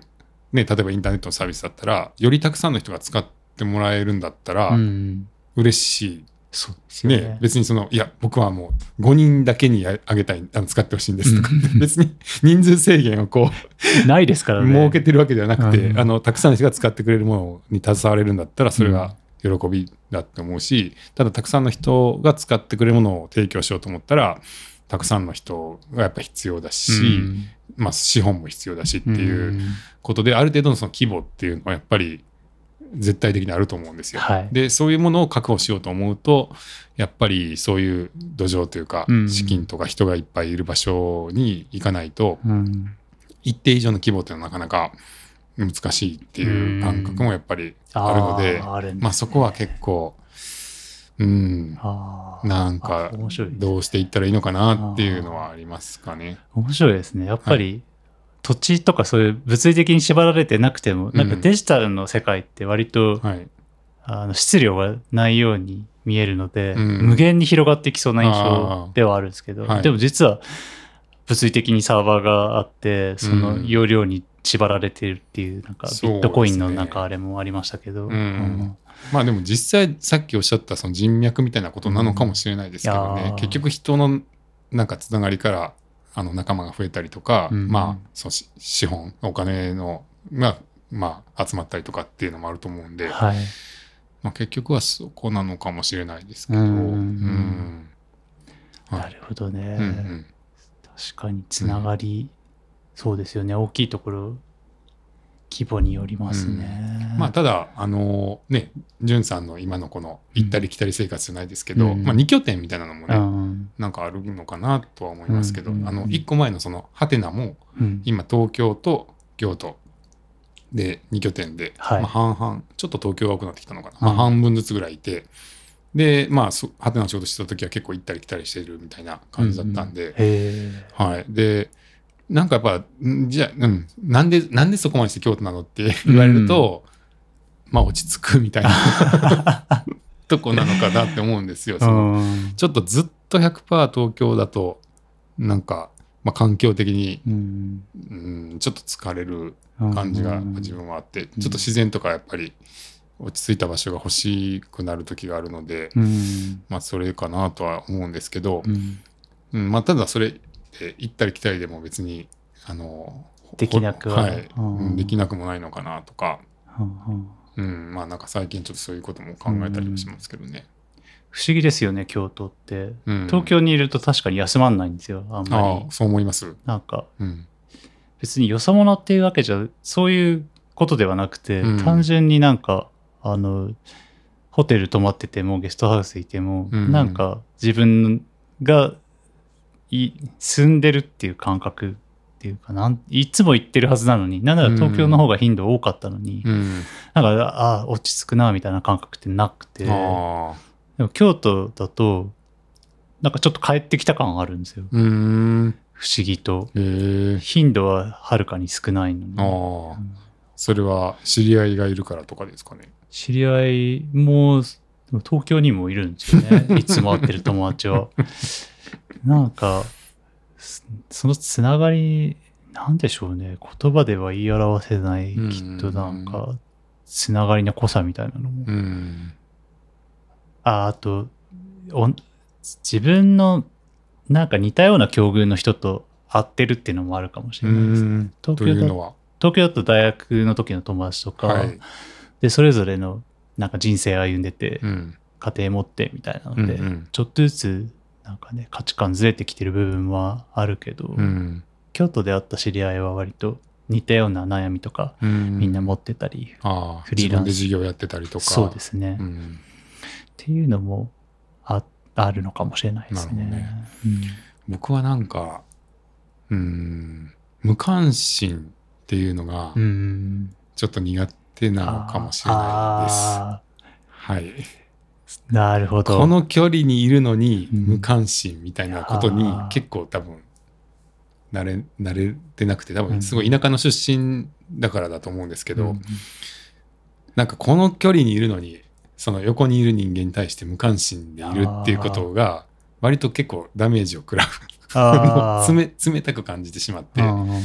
Speaker 1: ね、例えばインターネットのサービスだったら、よりたくさんの人が使ってもらえるんだったら、
Speaker 2: うん
Speaker 1: 嬉しい
Speaker 2: そうですよ
Speaker 1: ね
Speaker 2: ね。
Speaker 1: 別にそのいや僕はもう5人だけにああげたいあの使ってほしいんですとか、別に人数制限をこう
Speaker 2: ないですからね。
Speaker 1: 設けてるわけではなくて、
Speaker 2: うん
Speaker 1: あのたくさんの人が使ってくれるものに携われるんだったらそれ
Speaker 2: うん
Speaker 1: が喜びだって思うしただたくさんの人が使ってくれるものを提供しようと思ったらたくさんの人がやっぱ必要だし、まあ、資本も必要だしっていう
Speaker 2: うん
Speaker 1: ことで、ある程度のその規模っていうのはやっぱり絶対的にあると思うんですよ。
Speaker 2: はい
Speaker 1: でそういうものを確保しようと思うとやっぱりそういう土壌というか
Speaker 2: うん
Speaker 1: 資金とか人がいっぱいいる場所に行かないと
Speaker 2: うん
Speaker 1: 一定以上の規模っていうのはなかなか難しいっていう感覚もやっぱりあるので
Speaker 2: あーあるんですね
Speaker 1: まあそこは結構うん
Speaker 2: あー
Speaker 1: なんか
Speaker 2: あ面白いですね
Speaker 1: どうしていったらいいのかなっていうのはありますかね。
Speaker 2: 面白いですねやっぱり土地とかそういう物理的に縛られてなくても、なんかデジタルの世界って割と
Speaker 1: はい、
Speaker 2: あの質量がないように見えるので、
Speaker 1: うん
Speaker 2: 無限に広がってきそうな印象ではあるんですけど、
Speaker 1: あーはい
Speaker 2: でも実は物理的にサーバーがあってその
Speaker 1: うん
Speaker 2: 容量に縛られてるっていうなんかビ
Speaker 1: そうですね
Speaker 2: ットコインのなんかあれもありましたけど、
Speaker 1: うんまあでも実際さっきおっしゃったその人脈みたいなことなのかもしれないですけど
Speaker 2: いや
Speaker 1: ね
Speaker 2: ー
Speaker 1: 結局人のなんかつながりからあの仲間が増えたりとか、
Speaker 2: うん
Speaker 1: まあそのし資本お金のが、まあ、集まったりとかっていうのもあると思うんで、
Speaker 2: はい、
Speaker 1: まあ、結局はそこなのかもしれないですけど、
Speaker 2: うん
Speaker 1: うんはい
Speaker 2: なるほどね、
Speaker 1: うんうん
Speaker 2: 確かにつながり、そうですよね大きいところ規模によりますね、
Speaker 1: まあ、ただあのねじゅんさんの今のこの行ったり来たり生活じゃないですけど、
Speaker 2: うん
Speaker 1: まあ、2拠点みたいなのもね、
Speaker 2: うん
Speaker 1: なんかあるのかなとは思いますけど、
Speaker 2: うんうんうん
Speaker 1: あの1個前のそのハテナも
Speaker 2: うん
Speaker 1: 今東京と京都で2拠点で、
Speaker 2: はい
Speaker 1: まあ、半々ちょっと東京が多くなってきたのかな、
Speaker 2: うん
Speaker 1: まあ、半分ずつぐらいいてでまあそハテナの仕事してた時は結構行ったり来たりしてるみたいな感じだったんで、
Speaker 2: へ
Speaker 1: はい、でなんかやっぱんじゃあ、うん、なんでなんでそこまでして京都なのって
Speaker 2: うん
Speaker 1: 言われると、まあ落ち着くみたいな とこなのかなって思うんですよ。
Speaker 2: え、
Speaker 1: その
Speaker 2: うん
Speaker 1: ちょっとずっと100%東京だとなんか、まあ、環境的に、
Speaker 2: うん
Speaker 1: うん、ちょっと疲れる感じが自分はあって、
Speaker 2: ん
Speaker 1: ちょっと自然とかやっぱり落ち着いた場所が欲しくなる時があるので、
Speaker 2: うん
Speaker 1: まあそれかなとは思うんですけど
Speaker 2: う、ん
Speaker 1: うんまあ、ただそれって行ったり来たりでも別にあのほ
Speaker 2: できなくは
Speaker 1: はい
Speaker 2: うん
Speaker 1: うんできなくもないのかなとか、
Speaker 2: うん
Speaker 1: うん、まあなんか最近ちょっとそういうことも考えたりもしますけどね。
Speaker 2: 不思議ですよね京都って
Speaker 1: うん
Speaker 2: 東京にいると確かに休まんないんですよあんま
Speaker 1: あ
Speaker 2: り
Speaker 1: あそう思います。
Speaker 2: なんか
Speaker 1: うん
Speaker 2: 別によそ者っていうわけじゃそういうことではなくて、
Speaker 1: うん
Speaker 2: 単純になんかあのホテル泊まっててもゲストハウスいても、
Speaker 1: うん
Speaker 2: なんか自分がい住んでるっていう感覚っていうかなんいつも行ってるはずなのになんなら東京の方が頻度多かったのに、
Speaker 1: うん、
Speaker 2: なんかああ落ち着くなみたいな感覚ってなくてでも
Speaker 1: ああ
Speaker 2: 京都だとなんかちょっと帰ってきた感があるんですよ
Speaker 1: うーん
Speaker 2: 不思議と
Speaker 1: へえ
Speaker 2: 頻度ははるかに少ないのに。
Speaker 1: ああ
Speaker 2: うん
Speaker 1: それは知り合いがいるからとかですかね。
Speaker 2: 知り合いもでも東京にもいるんですよ ねいつも会ってる友達はなんかすそのつながりなんでしょうね言葉では言い表せない
Speaker 1: うん
Speaker 2: きっとなんかつながりの濃さみたいなのも、
Speaker 1: うん
Speaker 2: ああとおん自分のなんか似たような境遇の人と会ってるっていうのもあるかもし
Speaker 1: う
Speaker 2: れないです、
Speaker 1: ん
Speaker 2: 東
Speaker 1: と
Speaker 2: 京
Speaker 1: いう
Speaker 2: だ
Speaker 1: のは。
Speaker 2: 東京だと大学の時の友達とか、
Speaker 1: はい。
Speaker 2: でそれぞれのなんか人生歩んでて、
Speaker 1: うん
Speaker 2: 家庭持ってみたいなので、
Speaker 1: うんうん
Speaker 2: ちょっとずつなんかね価値観ずれてきてる部分はあるけど、
Speaker 1: うん
Speaker 2: 京都で会った知り合いは割と似たような悩みとか
Speaker 1: うん
Speaker 2: みんな持ってたり、
Speaker 1: ああ
Speaker 2: フリーラン
Speaker 1: 自分
Speaker 2: ス
Speaker 1: で事業やってたりとか。
Speaker 2: そうですね、
Speaker 1: う
Speaker 2: っ
Speaker 1: ん
Speaker 2: ていうのもああるのかもしれないですね。
Speaker 1: なる僕はなんかうん無関心っていうのが
Speaker 2: うんうん
Speaker 1: ちょっと苦手なのかもしれないです。
Speaker 2: あ
Speaker 1: はい、
Speaker 2: ーなるほど。
Speaker 1: この距離にいるのに
Speaker 2: うん
Speaker 1: 無関心みたいなこと
Speaker 2: い
Speaker 1: に
Speaker 2: やー
Speaker 1: 結構多分慣れ慣れてなくて多
Speaker 2: う
Speaker 1: 分
Speaker 2: ん
Speaker 1: すごい田舎の出身だからだと思うんですけ
Speaker 2: け
Speaker 1: ど、 なんかこの距離にいるのにその横にいる人間に対して無関心でいるっていうことが割と結構ダメージを食らう
Speaker 2: あー
Speaker 1: 冷冷たく感じてしまって。
Speaker 2: うんうんうん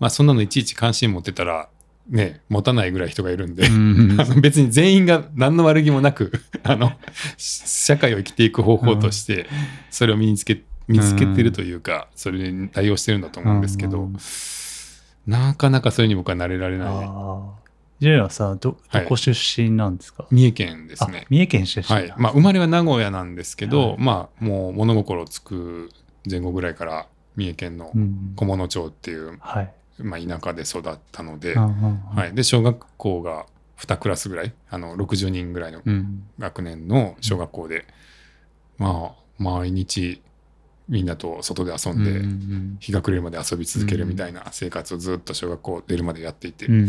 Speaker 1: まあそんなのいちいち関心持ってたら、ね、持たないぐらい人がいるんで、
Speaker 2: うんう ん
Speaker 1: あの別に全員が何の悪気もなく、 あの、社会を生きていく方法として、それを身につけ、見つけてるというか、それに対応してるんだと思うんですけ
Speaker 2: う
Speaker 1: ど
Speaker 2: ん、
Speaker 1: なかなかそれに僕は慣れられ
Speaker 2: あ
Speaker 1: な
Speaker 2: ージュンはさ、ど、
Speaker 1: は
Speaker 2: ど
Speaker 1: い
Speaker 2: こ出身なんですか、
Speaker 1: 三重県ですね
Speaker 2: あ、。三重県出身
Speaker 1: は
Speaker 2: なん
Speaker 1: い
Speaker 2: だ。
Speaker 1: まあ、生まれは名古屋なんですけど、
Speaker 2: はい
Speaker 1: まあ、もう物心つく前後ぐらいから三重県の
Speaker 2: うん。
Speaker 1: 菰野町っていう、
Speaker 2: はい。
Speaker 1: まあ、田舎で育ったので、
Speaker 2: うんうんうん
Speaker 1: はい、で小学校が2クラスぐらいあの60人ぐらいの
Speaker 2: うん。
Speaker 1: 学年の小学校で、まあ毎日みんなと外で遊んで、
Speaker 2: うんうん
Speaker 1: 日が暮れるまで遊び続けるみたいな生活をずっと小学校出るまでやっていて、
Speaker 2: うんうんうん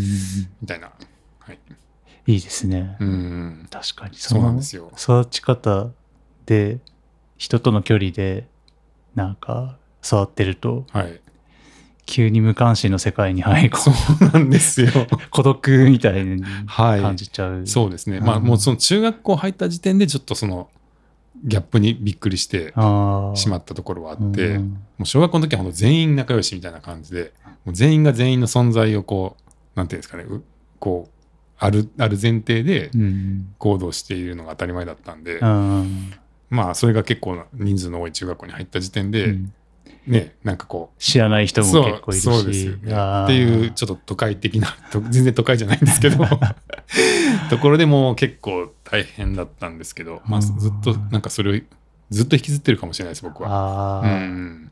Speaker 1: みたいな、はい、
Speaker 2: いいですね。
Speaker 1: うん
Speaker 2: 確かに。
Speaker 1: そうなん
Speaker 2: の
Speaker 1: ですよ
Speaker 2: 育ち方で、人との距離で、なんか、育ってると、
Speaker 1: はい
Speaker 2: 急に無関心の世界に入り 込
Speaker 1: そ
Speaker 2: む、
Speaker 1: うなんですよ
Speaker 2: 孤独みたいに
Speaker 1: はい
Speaker 2: 感じちゃう。
Speaker 1: そうですねまあ
Speaker 2: うん
Speaker 1: もうその中学校入った時点でちょっとそのギャップにびっくりして
Speaker 2: ああ。
Speaker 1: しま
Speaker 2: っ
Speaker 1: ったところはあって、
Speaker 2: うん
Speaker 1: もう小学校の時は本当全員仲良しみたいな感じで、もう全員が全員の存在をこう、なんていうんですかね、うこう、ある、ある前提で
Speaker 2: うん。
Speaker 1: 行動しているのが当たり前だったんで、
Speaker 2: うん
Speaker 1: まあ、それが結構な人数の多い中学校に入った時点で、
Speaker 2: うん
Speaker 1: ね、なんかこう、
Speaker 2: 知らない人も
Speaker 1: そう
Speaker 2: 結構いるし。
Speaker 1: そうですよね。
Speaker 2: あー
Speaker 1: っていう、ちょっと都会的な、と全然都会じゃないんです けど、ところでもう結構大変だったんですけど、まあ、ずっと、なんかそれを、ずっと引きずってるかもしれないです、僕は。
Speaker 2: あ
Speaker 1: うんう
Speaker 2: あ、やっ
Speaker 1: ん。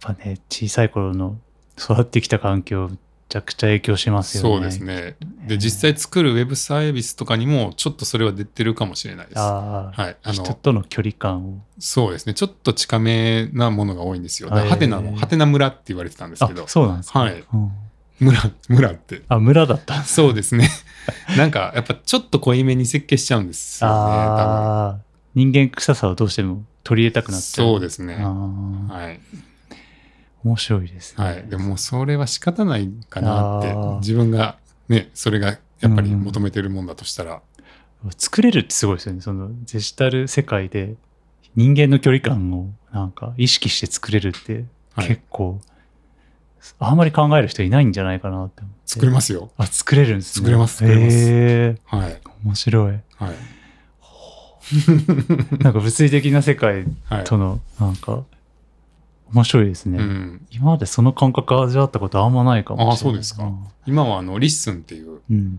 Speaker 2: ぱね、小さい頃の育ってきた環境、めちゃくちゃ影響しますよね。
Speaker 1: そうです。ね。
Speaker 2: え
Speaker 1: で
Speaker 2: ー
Speaker 1: 実際作るウェブサービスとかにもちょっとそれは出てるかもしれないです。は
Speaker 2: ああ、
Speaker 1: い、あ
Speaker 2: 人
Speaker 1: の
Speaker 2: との距離感を。
Speaker 1: そうですねちょっと近めなものが多いんですよ。
Speaker 2: はい
Speaker 1: ハテナのハテナ村って言われてたんです
Speaker 2: あ
Speaker 1: けど、
Speaker 2: そうなんですか。
Speaker 1: はい、
Speaker 2: うん
Speaker 1: 村村って
Speaker 2: あ、村だったんです
Speaker 1: そうですね なんかやっぱちょっと濃いめに設計しちゃうんですよね。多
Speaker 2: ああ、人間臭さをどうしても取り入れたく
Speaker 1: 分
Speaker 2: なっちゃう。
Speaker 1: そう
Speaker 2: で
Speaker 1: ですね。
Speaker 2: あ
Speaker 1: は
Speaker 2: あ、
Speaker 1: い、
Speaker 2: 面白いですね。
Speaker 1: はい、でももうそれは仕方ないかなって
Speaker 2: あー
Speaker 1: 自分がねそれがやっぱり
Speaker 2: うん
Speaker 1: 求めてるもんだとしたら、
Speaker 2: 作れるってすごいですよね。そのデジタル世界で人間の距離感をなんか意識して作れるって
Speaker 1: はい
Speaker 2: 結構、あんまり考える人いないんじゃないかなって思って。
Speaker 1: 作れますよ。
Speaker 2: あ、作れるんですね。
Speaker 1: 作れます作れます
Speaker 2: へえ
Speaker 1: はい
Speaker 2: 面白 い。
Speaker 1: はい
Speaker 2: なんか物理的な世界
Speaker 1: はい。
Speaker 2: との、なんか、面白いですね。
Speaker 1: うん
Speaker 2: 今までその感覚味わったことあんまないかもしれない。
Speaker 1: あそうですか今はあのリッスンっていう
Speaker 2: うん。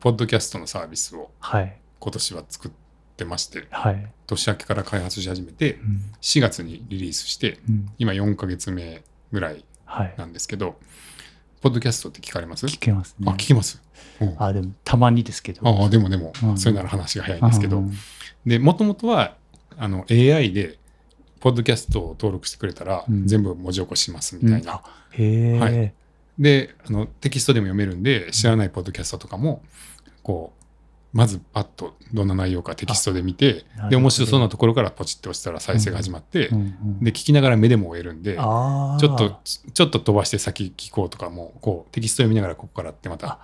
Speaker 1: ポッドキャストのサービスを
Speaker 2: はい。
Speaker 1: 今年は作ってまして
Speaker 2: はい。
Speaker 1: 年明けから開発し始めて
Speaker 2: うん。
Speaker 1: 4月にリリースして
Speaker 2: うん、
Speaker 1: 今4ヶ月目ぐらい
Speaker 2: はい。
Speaker 1: なんですけどポッドキャストって聞かれます、
Speaker 2: 聞けます
Speaker 1: あ
Speaker 2: ね
Speaker 1: 聞。きます、うんあ
Speaker 2: あ、でも、たまにですけど。
Speaker 1: あでもでも、
Speaker 2: うん
Speaker 1: それなら話が早いんですけ
Speaker 2: う
Speaker 1: ど
Speaker 2: ん
Speaker 1: でもともとはあの AI でポッドキャストを登録してくれたら
Speaker 2: うん
Speaker 1: 全部文字起こしますみたいな、
Speaker 2: うんへえ、
Speaker 1: はであのテキストでも読めるんで知らないポッドキャストとかもこうまずパッとどんな内容かテキストで見て
Speaker 2: あなるほど
Speaker 1: で面白そうなところからポチッと押したら再生が始まって、
Speaker 2: うんうん
Speaker 1: で聞きながら目でも追えるんでち
Speaker 2: あー
Speaker 1: ょっとちちょっと飛ばして先聞こうとかもこうテキスト読みながらここからってまた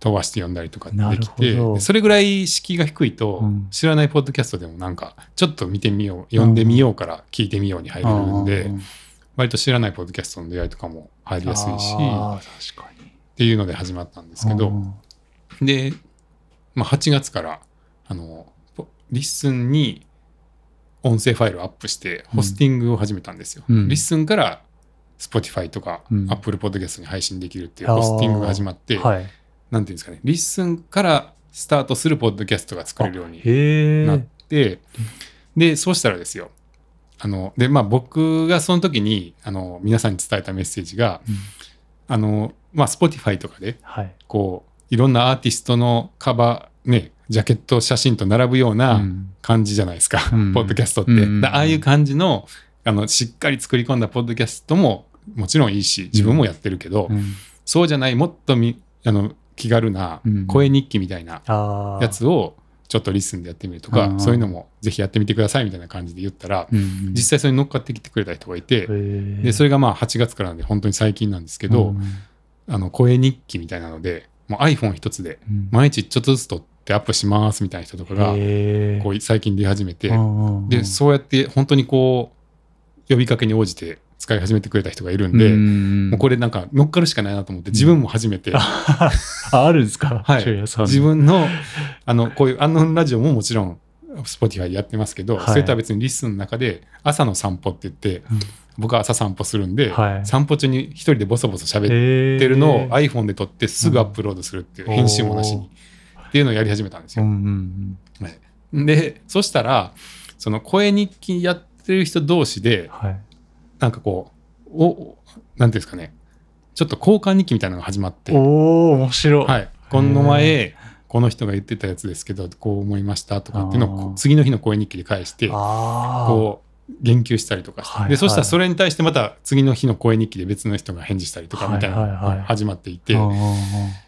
Speaker 1: 飛ばして読んだりとか
Speaker 2: な
Speaker 1: で
Speaker 2: る
Speaker 1: き
Speaker 2: ほ
Speaker 1: て
Speaker 2: ど
Speaker 1: でそれぐらい敷居が低いと、
Speaker 2: うん
Speaker 1: 知らないポッドキャストでもなんかちょっと見てみよう読んでみようから聞いてみように入れるんで、割と知らないポッドキャストの出会いとかも入りやすいし。
Speaker 2: あー確かに。で
Speaker 1: っていうので始まったんですけど、で、まあ、8月からあのポリッスンに音声ファイルをアップして
Speaker 2: うん
Speaker 1: ホスティングを始めたんですよ。
Speaker 2: うん
Speaker 1: リッスンから Spotify とか
Speaker 2: うん
Speaker 1: Apple Podcast に配信できるっていう
Speaker 2: あー
Speaker 1: ホスティングが始まって、
Speaker 2: はい。
Speaker 1: なんていうんですかねリッスンからスタートするポッドキャストが作れるように
Speaker 2: へ
Speaker 1: なっ
Speaker 2: え。
Speaker 1: て、でそうしたらですよあのでまあ僕がその時にあの皆さんに伝えたメッセージが
Speaker 2: うん
Speaker 1: あのまあ Spotify とかで
Speaker 2: はい。
Speaker 1: こういろんなアーティストのカバーねジャケット写真と並ぶよう
Speaker 2: う
Speaker 1: なん感じじゃないですか、
Speaker 2: うん
Speaker 1: ポッドキャストって、
Speaker 2: うん
Speaker 1: だああいう感じのあのしっかり作り込んだポッドキャストももちろんいいし自分もやってるけど、
Speaker 2: うん
Speaker 1: そうじゃないもっとみあの気軽な
Speaker 2: うん
Speaker 1: 声日記みたいな
Speaker 2: ああ。
Speaker 1: やつをちょっとリスンでやってみるとか、
Speaker 2: あー
Speaker 1: そういうのもぜひやってみてくださいみたいな感じで言ったら、
Speaker 2: うんうん。
Speaker 1: 実際それに乗っかってきてくれた人がいて、
Speaker 2: へえ
Speaker 1: でそれがまあ8月からなんで本当に最近なんですけど、
Speaker 2: うん
Speaker 1: あの声日記みたいなのでもう iPhone 一つで
Speaker 2: うん
Speaker 1: 毎日ちょっとずつ撮ってアップしますみたいな人とかが
Speaker 2: へえ
Speaker 1: こう最近出始めて
Speaker 2: うんうんうん
Speaker 1: でそうやって本当にこう呼びかけに応じて使い始めてくれた人がいるん
Speaker 2: う
Speaker 1: で、
Speaker 2: ん
Speaker 1: もうこれなんか乗っかるしかないなと思って自分も初めて、
Speaker 2: ああるんですか
Speaker 1: はい
Speaker 2: 昼夜さんの
Speaker 1: 自分のあのこういうアンノンラジオももちろん Spotify でやってますけど、
Speaker 2: はい
Speaker 1: それとは別にリスンの中で朝の散歩って言って、
Speaker 2: うん
Speaker 1: 僕は朝散歩するんで、
Speaker 2: はい
Speaker 1: 散歩中に一人でボソボソ喋って
Speaker 2: え
Speaker 1: るのを
Speaker 2: え
Speaker 1: iPhone で撮ってすぐアップロードするっていう、編集もなしにっていうのをやり始めたんです
Speaker 2: う
Speaker 1: よ。
Speaker 2: んうん
Speaker 1: でそしたらその声日記やってる人同士
Speaker 2: うん
Speaker 1: で
Speaker 2: はい
Speaker 1: なんかこうおなんていうんですかねちょっと交換日記みたいなのが始まって。
Speaker 2: おお面白い、
Speaker 1: はい、この前この人が言ってたやつですけどこう思いましたとかっていうのをこ
Speaker 2: あー
Speaker 1: う次の日の声日記で返して
Speaker 2: ああ
Speaker 1: こう言及したりとかして、
Speaker 2: はいはい
Speaker 1: でそしたらそれに対してまた次の日の声日記で別の人が返事したりとかみたいな
Speaker 2: はいはい
Speaker 1: の
Speaker 2: はい
Speaker 1: が始まっていて、
Speaker 2: うんうんうん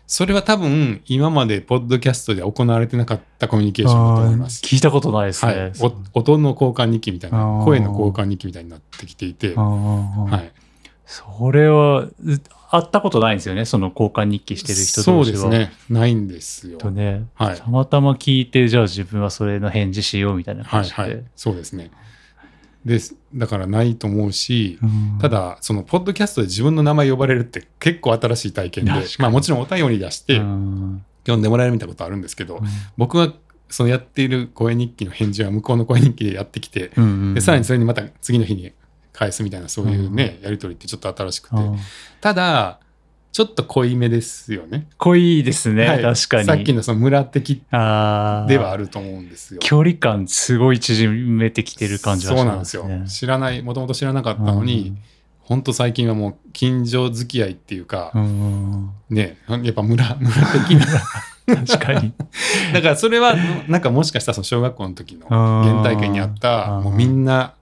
Speaker 1: それは多分今までポッドキャストでは行われてなかったコミュニケーションだと思います。
Speaker 2: 聞いたことないです
Speaker 1: は
Speaker 2: ね、
Speaker 1: い、お音の交換日記みたい
Speaker 2: あ
Speaker 1: な
Speaker 2: ー
Speaker 1: 声の交換日記みたいになってきていて、
Speaker 2: う
Speaker 1: は
Speaker 2: んうんうん
Speaker 1: い、
Speaker 2: それはう会ったことないんですよねその交換日記してる人
Speaker 1: そ
Speaker 2: 同
Speaker 1: う
Speaker 2: 士
Speaker 1: で
Speaker 2: は
Speaker 1: すねないんですよ。
Speaker 2: とね、
Speaker 1: はい
Speaker 2: たまたま聞いてじゃあ自分はそれの返事しようみたいな
Speaker 1: は
Speaker 2: 感
Speaker 1: い
Speaker 2: じで、
Speaker 1: はい、そうですね。ですだからないと思うし、
Speaker 2: うん
Speaker 1: ただそのポッドキャストで自分の名前呼ばれるって結構新しい体験で
Speaker 2: 確かに、
Speaker 1: まあ、もちろんお便り出して
Speaker 2: うん
Speaker 1: 呼んでもらえるみたいなことあるんですけど、僕はそのやっている声日記の返事は向こうの声日記でやってきて、
Speaker 2: うん
Speaker 1: でさらにそれにまた次の日に返すみたいなそういうね、やり取りってちょっと新しくて、
Speaker 2: うん
Speaker 1: ただちょっと濃いめですよね
Speaker 2: 濃いですね、
Speaker 1: はい
Speaker 2: 確かに
Speaker 1: さっきのその村的
Speaker 2: あー
Speaker 1: ではあると思うんですよ。
Speaker 2: 距離感すごい縮めてきてる感じは
Speaker 1: そう
Speaker 2: し
Speaker 1: なん
Speaker 2: ま
Speaker 1: ですす
Speaker 2: ね
Speaker 1: よ。知らないもともと知らなかったのに、ほんと最近はもう近所付き合いっていうか
Speaker 2: う、ん、
Speaker 1: ねやっぱ村村的な
Speaker 2: うん確かに
Speaker 1: だからそれはなんかもしかしたらその小学校の時の 原体験にあった
Speaker 2: うん
Speaker 1: もうみんな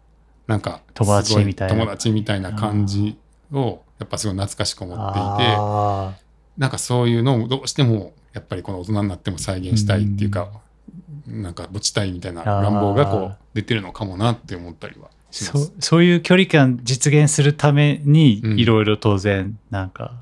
Speaker 1: なんか
Speaker 2: 友達
Speaker 1: すご
Speaker 2: みたいな
Speaker 1: 友達みたいな感じをやっぱすごい懐かしく思っていて
Speaker 2: あ
Speaker 1: なんかそういうのをどうしてもやっぱりこの大人になっても再現したいっていうか、なんか持ちたいみたいな乱暴がこう出てるのかもなって思ったりは
Speaker 2: ー
Speaker 1: し
Speaker 2: そ
Speaker 1: ます
Speaker 2: う。そういう距離感実現するために
Speaker 1: うん
Speaker 2: いろいろ当然なんか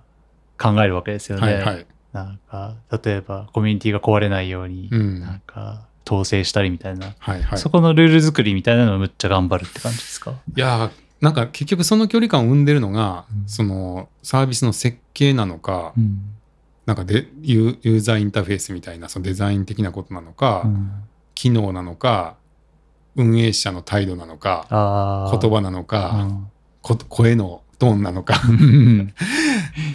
Speaker 2: 考えるわけですよね、
Speaker 1: はいはい。
Speaker 2: なんか例えばコミュニティが壊れないように、
Speaker 1: うん
Speaker 2: なんか統制したりみたいな、
Speaker 1: はいはい
Speaker 2: そ。このルール作りみたいなのをむっちゃ頑張るって感じですか
Speaker 1: いやーなんか結局その距離感を生んでるのが、
Speaker 2: うん
Speaker 1: そのサービスの設計なのか、
Speaker 2: うん、
Speaker 1: なんかでユーユーザーインターフェースみたいなそのデザイン的なことなのか、
Speaker 2: うん
Speaker 1: 機能なのか運営者の態度なのか
Speaker 2: あー
Speaker 1: 言葉なのか、
Speaker 2: うん
Speaker 1: こ 声のトーンなのか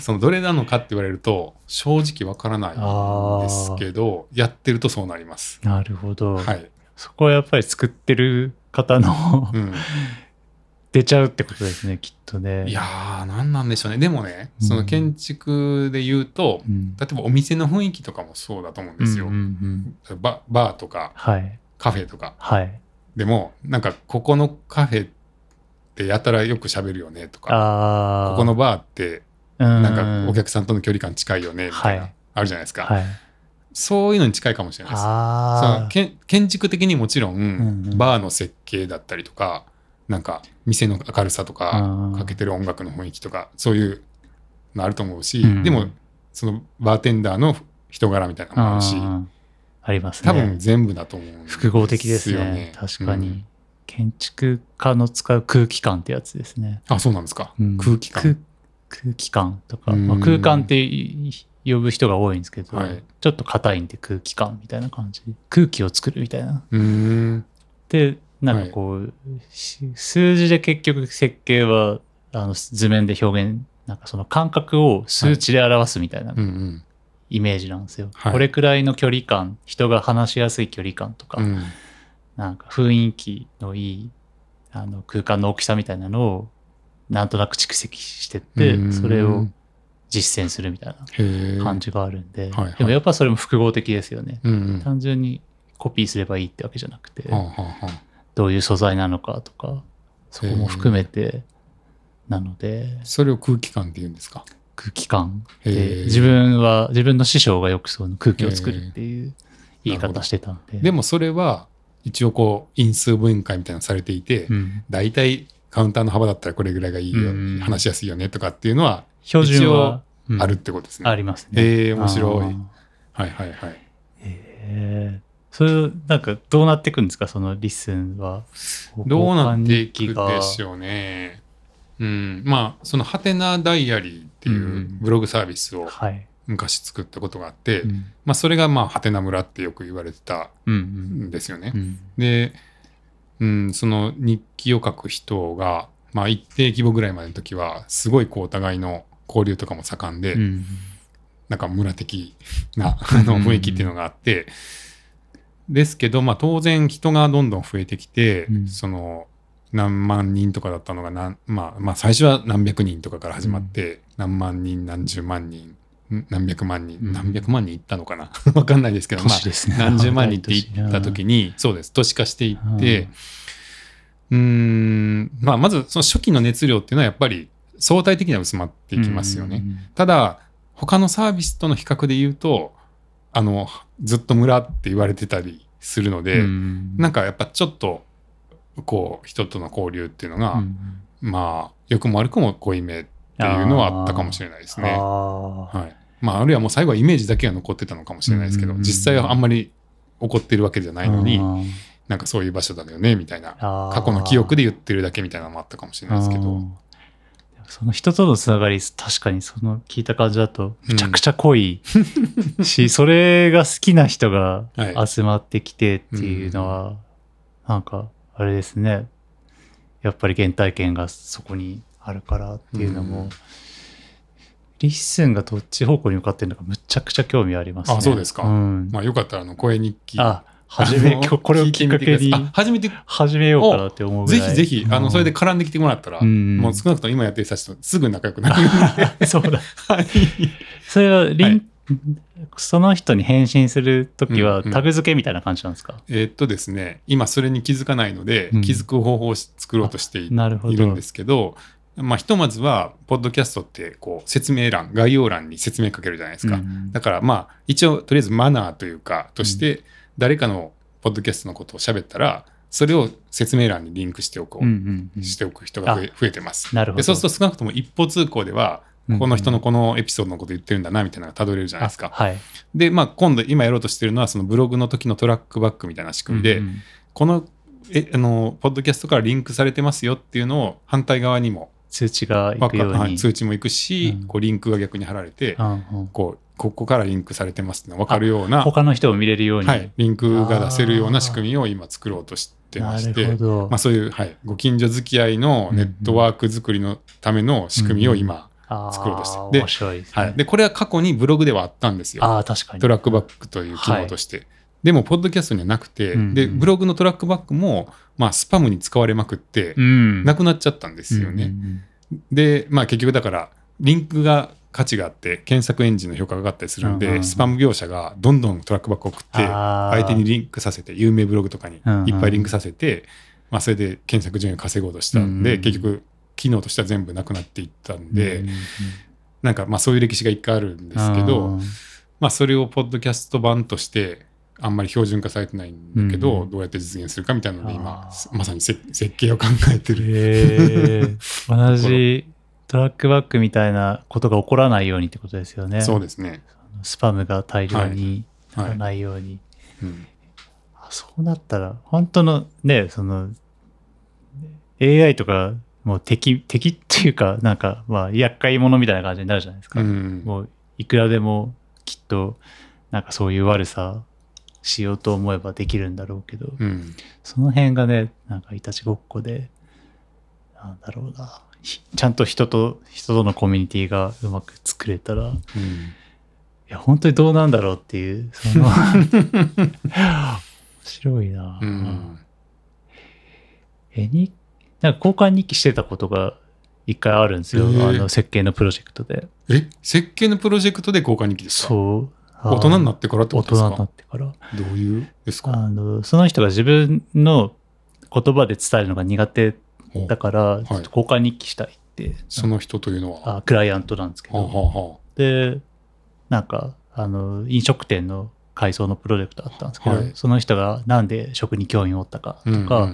Speaker 1: そのどれなのかって言われると正直わからないんですけどやってるとそうなります。
Speaker 2: なるほど、
Speaker 1: はい
Speaker 2: そこはやっぱり作ってる方の
Speaker 1: うん、
Speaker 2: 出ちゃうってことですねきっとね
Speaker 1: いやー何なんでしょうねでもね
Speaker 2: うん
Speaker 1: その建築で言うと、
Speaker 2: うん
Speaker 1: 例えばお店の雰囲気とかもそうだと思うんですよ。
Speaker 2: うんうんうん
Speaker 1: ババーとか
Speaker 2: はい
Speaker 1: カフェとか
Speaker 2: はい
Speaker 1: でもなんかここのカフェってやたらよく喋るよねとか
Speaker 2: ああ
Speaker 1: ここのバーってなんかお
Speaker 2: 客
Speaker 1: 客さんとの距離感近いよねみたいな、
Speaker 2: はい
Speaker 1: あるじゃないですか、
Speaker 2: はい
Speaker 1: そういうのに近いかもしれないです。そ
Speaker 2: あ
Speaker 1: のけん建築的にもちろん、
Speaker 2: ん
Speaker 1: バーの設計だったりとかなんか店の明るさとか、
Speaker 2: あ
Speaker 1: かけてる音楽の雰囲気とかそういうのあると思うし、
Speaker 2: うん
Speaker 1: でもそのバーテンダーの人柄みたいなのもあるし。
Speaker 2: あありますね
Speaker 1: 多分全部だと思うんですよ、
Speaker 2: 複合的ですね確かに、
Speaker 1: うん
Speaker 2: 建築家の使う空気感ってやつですね、
Speaker 1: あそうなんですか、
Speaker 2: うん
Speaker 1: 空気感
Speaker 2: 空空気感とか、
Speaker 1: うん
Speaker 2: まあ、空間っていい呼ぶ人が多いんですけど、
Speaker 1: はい
Speaker 2: ちょっと硬いんで空気感みたいな感じ空気を作るみたいな
Speaker 1: うーん
Speaker 2: でなんかこう、し数字で結局設計はあの図面で表現なんかその感覚を数値で表すみたいな
Speaker 1: うんうん
Speaker 2: イメージなんですよ、
Speaker 1: はい
Speaker 2: これくらいの距離感人が話しやすい距離感とか、
Speaker 1: うん
Speaker 2: なんか雰囲気のいいあの空間の大きさみたいなのをなんとなく蓄積してって、
Speaker 1: うん
Speaker 2: それを実践するみたい
Speaker 1: へー
Speaker 2: な感じがあるんで、
Speaker 1: はいはい
Speaker 2: でもやっぱそれも複合的ですよね、
Speaker 1: うんうんは
Speaker 2: 単純にコピーすればいいってわけじゃなくて、
Speaker 1: あはあはあ
Speaker 2: どういう素材なのかとかそこも含めてなので、
Speaker 1: それを空気感って言うんですか
Speaker 2: 空気感
Speaker 1: へ
Speaker 2: で
Speaker 1: ー
Speaker 2: 自分は自分の師匠がよくその空気を作るっていう言い
Speaker 1: なるほ
Speaker 2: 方
Speaker 1: ど
Speaker 2: してたんで
Speaker 1: でもそれは一応こう因数分解みたいなのされていて、
Speaker 2: うん
Speaker 1: だいたいカウンターの幅だったらこれぐらいがいいよ、
Speaker 2: うん
Speaker 1: 話しやすいよねとかっていうのは
Speaker 2: 標準はうん
Speaker 1: あるってことですね。
Speaker 2: ありますね。
Speaker 1: えー、面白
Speaker 2: あ
Speaker 1: い
Speaker 2: ー。
Speaker 1: はいはいはい。
Speaker 2: へえそれなんかどうなっていくんですかそのリスンは
Speaker 1: どうなっていくでし
Speaker 2: ょ
Speaker 1: ょうね。うん、まあその「ハテナダイアリー」って
Speaker 2: う
Speaker 1: いうんブログサービスを
Speaker 2: はい、
Speaker 1: 昔作ったことがあって、
Speaker 2: ん
Speaker 1: まあ、それがまあ「ハテナ村」ってよく言われてた
Speaker 2: うん
Speaker 1: んですよね。
Speaker 2: うん
Speaker 1: で、うん、その日記を書く人が、まあ、一定規模ぐらいまでの時はすごいこうお互いの交流とかも盛んで、
Speaker 2: うん
Speaker 1: なんか村的な あの
Speaker 2: うん
Speaker 1: 雰囲気っていうのがあって、ですけど、まあ、当然人がどんどん増えてきて、
Speaker 2: うん
Speaker 1: その何万人とかだったのがなん、まあ、まあ最初は何百人とかから始まって、何万人何十万人ん何百万人、
Speaker 2: うん
Speaker 1: 何百万人いったのかな わかんないですけど、まあ
Speaker 2: 年ですね
Speaker 1: 何十万人って言った時 に、そうです、都市化していって、うーん、まあ、まずその初期の熱量っていうのはやっぱり相対的には薄まっていきますよね。ただ、他のサービスとの比較で言うと、あの、ずっと村って言われてたりするので、なん
Speaker 2: か、
Speaker 1: かやっぱちょっと、こう、人との交流っていうのが、
Speaker 2: うん
Speaker 1: まあ、良くも悪くも濃いめっていうのはあったかもしれないですね。
Speaker 2: あー
Speaker 1: はい。まあ、あるいはもう最後はイメージだけが残ってたのかもしれないですけど、
Speaker 2: うんうんうん
Speaker 1: 実際はあんまり起こってるわけじゃないのに、
Speaker 2: うん
Speaker 1: なんかそういう場所だよね、みたいな。
Speaker 2: あー
Speaker 1: 過去の記憶で言ってるだけみたいなのもあったかもしれないですけ
Speaker 2: あ
Speaker 1: ど
Speaker 2: ー。でもその人とのつながり、確かにその聞いた感じだと、
Speaker 1: うん
Speaker 2: めちゃくちゃ濃 いし、それが好きな人が
Speaker 1: はい
Speaker 2: 集まってきてっていうのは、なんか、あれですね。やっぱり原体験がそこにあるからっていうのも、
Speaker 1: うん
Speaker 2: リッスンがどっち方向に向かってるのか、むちゃくちゃ興味ありますね。
Speaker 1: あそうですか
Speaker 2: うん
Speaker 1: まあ、よかったら、あの、声日記。
Speaker 2: あ、初
Speaker 1: あ
Speaker 2: め、今
Speaker 1: の
Speaker 2: 日これをきっかけ
Speaker 1: 聞いてみてください
Speaker 2: に
Speaker 1: あ初めて、
Speaker 2: 始めようかなって思うぐ
Speaker 1: ぜ
Speaker 2: らい。
Speaker 1: ひぜひ、あの、それで絡んできてもらったら、
Speaker 2: うん
Speaker 1: もう少なくとも今やってる人たちとすぐ仲良くなるんで。
Speaker 2: そうだ。
Speaker 1: はい
Speaker 2: それはリン、
Speaker 1: はい
Speaker 2: その人に返信するときは
Speaker 1: うんうん
Speaker 2: タグ付けみたいな感じなんですか、
Speaker 1: えーっとですね、今それに気づかないので、
Speaker 2: うん
Speaker 1: 気づく方法を作ろうとしていて
Speaker 2: なるほど。
Speaker 1: いるんですけど、まあ、ひとまずは、ポッドキャストって、こう、説明欄、概要欄に説明かけるじゃないですか。
Speaker 2: うん
Speaker 1: だから、まあ、一応、とりあえずマナーというか、として、誰かのポッドキャストのことを喋ったら、それを説明欄にリンクしておこう、
Speaker 2: うんうんうん
Speaker 1: しておく人が増え増えてます。
Speaker 2: なるほど。
Speaker 1: でそうすると少なくとも一方通行では、
Speaker 2: うん
Speaker 1: この人のこのエピソードのこと言ってるんだなみたいなのがたどれるじゃないですか。
Speaker 2: あはい。
Speaker 1: で、まあ、今度今やろうとしてるのはそのブログの時のトラックバックみたいな仕組みで、
Speaker 2: うんうん
Speaker 1: このえあのポッドキャストからリンクされてますよっていうのを反対側にも
Speaker 2: 通知がい
Speaker 1: わ
Speaker 2: く
Speaker 1: か
Speaker 2: ように。
Speaker 1: はい通知もいくし、
Speaker 2: うん
Speaker 1: こうリンクが逆に貼られて、
Speaker 2: うんうん
Speaker 1: こうここからリンクされてますってのが分かるような、
Speaker 2: 他の人を見れるように。
Speaker 1: はい、リンクが出せるような仕組みを今作ろうとしてま
Speaker 2: な
Speaker 1: し
Speaker 2: る
Speaker 1: て。
Speaker 2: ほど。
Speaker 1: まあ、そういう、はい、ご近所付き合いのネットワーク作りのための仕組みを今、
Speaker 2: あー
Speaker 1: 作ろうとしてで
Speaker 2: 面白いですね。
Speaker 1: はい、でこれは過去にブログではあったんですよ。
Speaker 2: ああ、確かに。
Speaker 1: トラックバックという機能として。でも、ポッドキャストにはなくて、
Speaker 2: うんうん
Speaker 1: でブログのトラックバックも、まあ、スパムに使われまくって、
Speaker 2: うん。
Speaker 1: なくなっちゃったんですよ
Speaker 2: うん
Speaker 1: ね。
Speaker 2: うんうん
Speaker 1: で、まあ、結局だから、リンクが価値があって、検索エンジンの評価が上がったりするんで、
Speaker 2: うんうん
Speaker 1: スパム業者がどんどんトラックバックを送って、
Speaker 2: あー
Speaker 1: 相手にリンクさせて、有名ブログとかに
Speaker 2: うんうん
Speaker 1: いっぱいリンクさせて、まあ、それで検索順位を稼ごうとしたんで、
Speaker 2: うんうん
Speaker 1: 結局、機能としては全部なくなっていったんで、
Speaker 2: うんうんうん
Speaker 1: なんかまあそういう歴史が一回あるんですけど、
Speaker 2: うん
Speaker 1: まあ、それをポッドキャスト版としてあんまり標準化されてないんだけど、
Speaker 2: うん
Speaker 1: どうやって実現するかみたいなので今
Speaker 2: あー
Speaker 1: まさにせ設計を考えてる、
Speaker 2: へえ同じトラックバックみたいなことが起こらないようにってことですよね。
Speaker 1: そうですね、
Speaker 2: スパムが大量にな
Speaker 1: はい
Speaker 2: らないように。
Speaker 1: うん
Speaker 2: あそうなったら、本当のね、その、AI とか、もう敵、敵っていうか、なんか、まあ、厄介者みたいな感じになるじゃないですか。
Speaker 1: うん
Speaker 2: もう、いくらでも、きっと、なんかそういう悪さしようと思えばできるんだろうけど、
Speaker 1: うん
Speaker 2: その辺がね、なんかいたちごっこで、なんだろうな、ひちゃんと人と、人とのコミュニティがうまく作れたら、い
Speaker 1: うん
Speaker 2: や、本当にどうなんだろうっていう、その、 面白いな。
Speaker 1: うん
Speaker 2: えに、なんか交換日記してたことが一回あるんですよ、
Speaker 1: へえ
Speaker 2: あの設計のプロジェクトで。
Speaker 1: え設計のプロジェクトで交換日記ですか
Speaker 2: そう。あー
Speaker 1: 大人になってからって
Speaker 2: 大
Speaker 1: ことです
Speaker 2: 人にな
Speaker 1: か
Speaker 2: ってから。
Speaker 1: どういうですか
Speaker 2: あの、その人が自分の言葉で伝えるのが苦手
Speaker 1: お
Speaker 2: だから、ちょっと交換日記したいって、
Speaker 1: その人というのは
Speaker 2: あクライアントなんですけ
Speaker 1: はあは
Speaker 2: ど、
Speaker 1: あは
Speaker 2: で、なんか、あの、飲食店の改装のプロジェクトあったんですけど、
Speaker 1: はい
Speaker 2: その人がなんで食に興味を持ったか
Speaker 1: あうん
Speaker 2: とか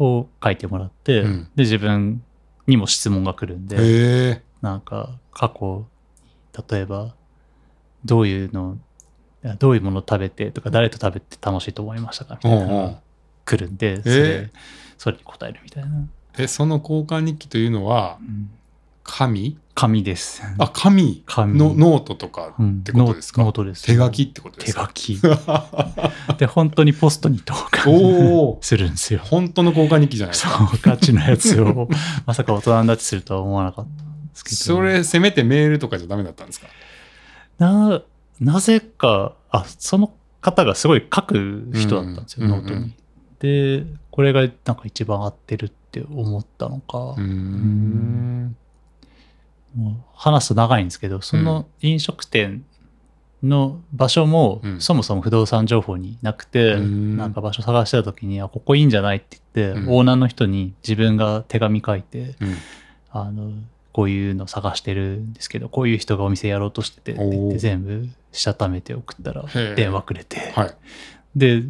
Speaker 2: を書いてもらって、
Speaker 1: うん
Speaker 2: で、自分にも質問が来るんで、
Speaker 1: うんへえ
Speaker 2: なんか過去例えばどういうのあどういうものを食べてとか誰と食べて楽しいと思いましたかみたいなの
Speaker 1: うんうん
Speaker 2: が来るんでそれ,、
Speaker 1: え
Speaker 2: それに答えるみたいな、
Speaker 1: えその交換日記というのは
Speaker 2: うん
Speaker 1: 紙
Speaker 2: 紙です。
Speaker 1: あ、紙
Speaker 2: 紙
Speaker 1: のノートとか
Speaker 2: うん
Speaker 1: ってことですか
Speaker 2: ノートです。
Speaker 1: 手書きってことで
Speaker 2: 手
Speaker 1: すか
Speaker 2: 書き。で、本当にポストに投 函
Speaker 1: おお
Speaker 2: するんですよ。
Speaker 1: 本当の交換日記じゃないです
Speaker 2: そ
Speaker 1: か。
Speaker 2: う、ガチのやつを、まさか大人になってするとは思わなかったんですけど。
Speaker 1: それ、せめてメールとかじゃダメだったんですか
Speaker 2: な、なぜか、あ、その方がすごい書く人だったんですよ、
Speaker 1: うん
Speaker 2: ノート
Speaker 1: うんう
Speaker 2: に。で、これがなんか一番合ってるって思ったのか、
Speaker 1: うーん。
Speaker 2: もう話すと長いんですけど、その飲食店の場所も、
Speaker 1: うん
Speaker 2: そもそも不動産情報になくて、
Speaker 1: うん
Speaker 2: なんか場所探してた時に、あ、ここいいんじゃないって言って、
Speaker 1: うん
Speaker 2: オーナーの人に自分が手紙書いて、
Speaker 1: うん
Speaker 2: あの、こういうの探してるんですけど、こういう人がお店やろうとしてて、って言っ
Speaker 1: おー
Speaker 2: て全部したためて送ったら
Speaker 1: へえ、
Speaker 2: 電話くれて、
Speaker 1: はい。
Speaker 2: で、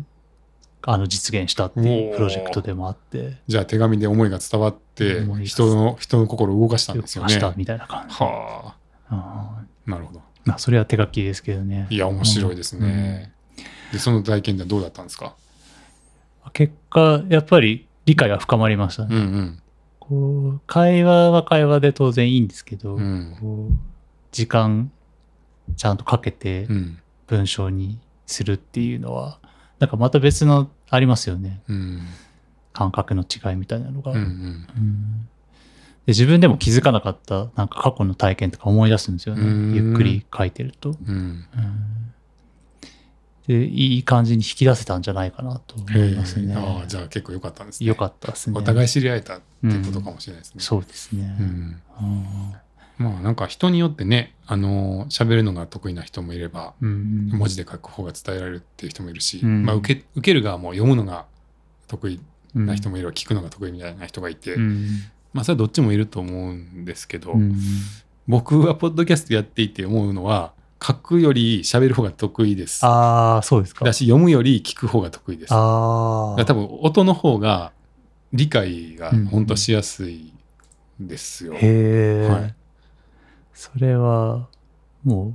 Speaker 2: あの、実現したってい
Speaker 1: お
Speaker 2: う
Speaker 1: ー
Speaker 2: プロジェクトでもあって、
Speaker 1: じゃあ手紙で思いが伝わって
Speaker 2: 思いが、
Speaker 1: 人の、人の心を動かしたん
Speaker 2: よ
Speaker 1: で
Speaker 2: く
Speaker 1: すよ
Speaker 2: 明
Speaker 1: ね。
Speaker 2: 日みたいな感じ。
Speaker 1: はあ。
Speaker 2: うん
Speaker 1: なるほど。
Speaker 2: まあ、それは手書きですけどね。
Speaker 1: いや、面白いですね。で、その体験ではどうだったんですか
Speaker 2: うん。結果、やっぱり理解が深まりましたね。
Speaker 1: うん
Speaker 2: こう、会話は会話で当然いいんですけど、
Speaker 1: うん。うん。
Speaker 2: こう、時間、ちゃんとかけて、
Speaker 1: うん。
Speaker 2: 文章にするっていうのはなんかまた別のありますよね
Speaker 1: うん。
Speaker 2: 感覚の違いみたいなのが、
Speaker 1: うんうん。
Speaker 2: うんで自分でも気づかなかったなんか過去の体験とか思い出すんですよ
Speaker 1: う
Speaker 2: ね
Speaker 1: ん
Speaker 2: ゆっくり書いてると、
Speaker 1: うん。
Speaker 2: うんでいい感じに引き出せたんじゃないかなと思いますね
Speaker 1: へえああ、じゃあ結構良かったんですね。
Speaker 2: よかったですね
Speaker 1: お互
Speaker 2: い
Speaker 1: い知り合えたっていうことかもしれないですね。
Speaker 2: そうですね、
Speaker 1: うん
Speaker 2: うん
Speaker 1: まあなんか人によってね、あのー、喋るのが得意な人もいれば、
Speaker 2: うん
Speaker 1: 文字で書く方が伝えられるっていう人もいるし、
Speaker 2: うん
Speaker 1: まあ受け受ける側も読むのが得意な人
Speaker 2: も
Speaker 1: もいれば、聞くのが得意みたいな人がいて、
Speaker 2: うん
Speaker 1: まあそれはどっちもいると思うんですけど、
Speaker 2: うん
Speaker 1: 僕はポッドキャストやっていて思うのは、書くより喋る方が得意です。
Speaker 2: ああそうですか
Speaker 1: だし、読むより聞く方が得意です。だか
Speaker 2: ああ
Speaker 1: ら多分音の方が理解が本当しやすいですよ。
Speaker 2: へえ、
Speaker 1: はい
Speaker 2: それはもう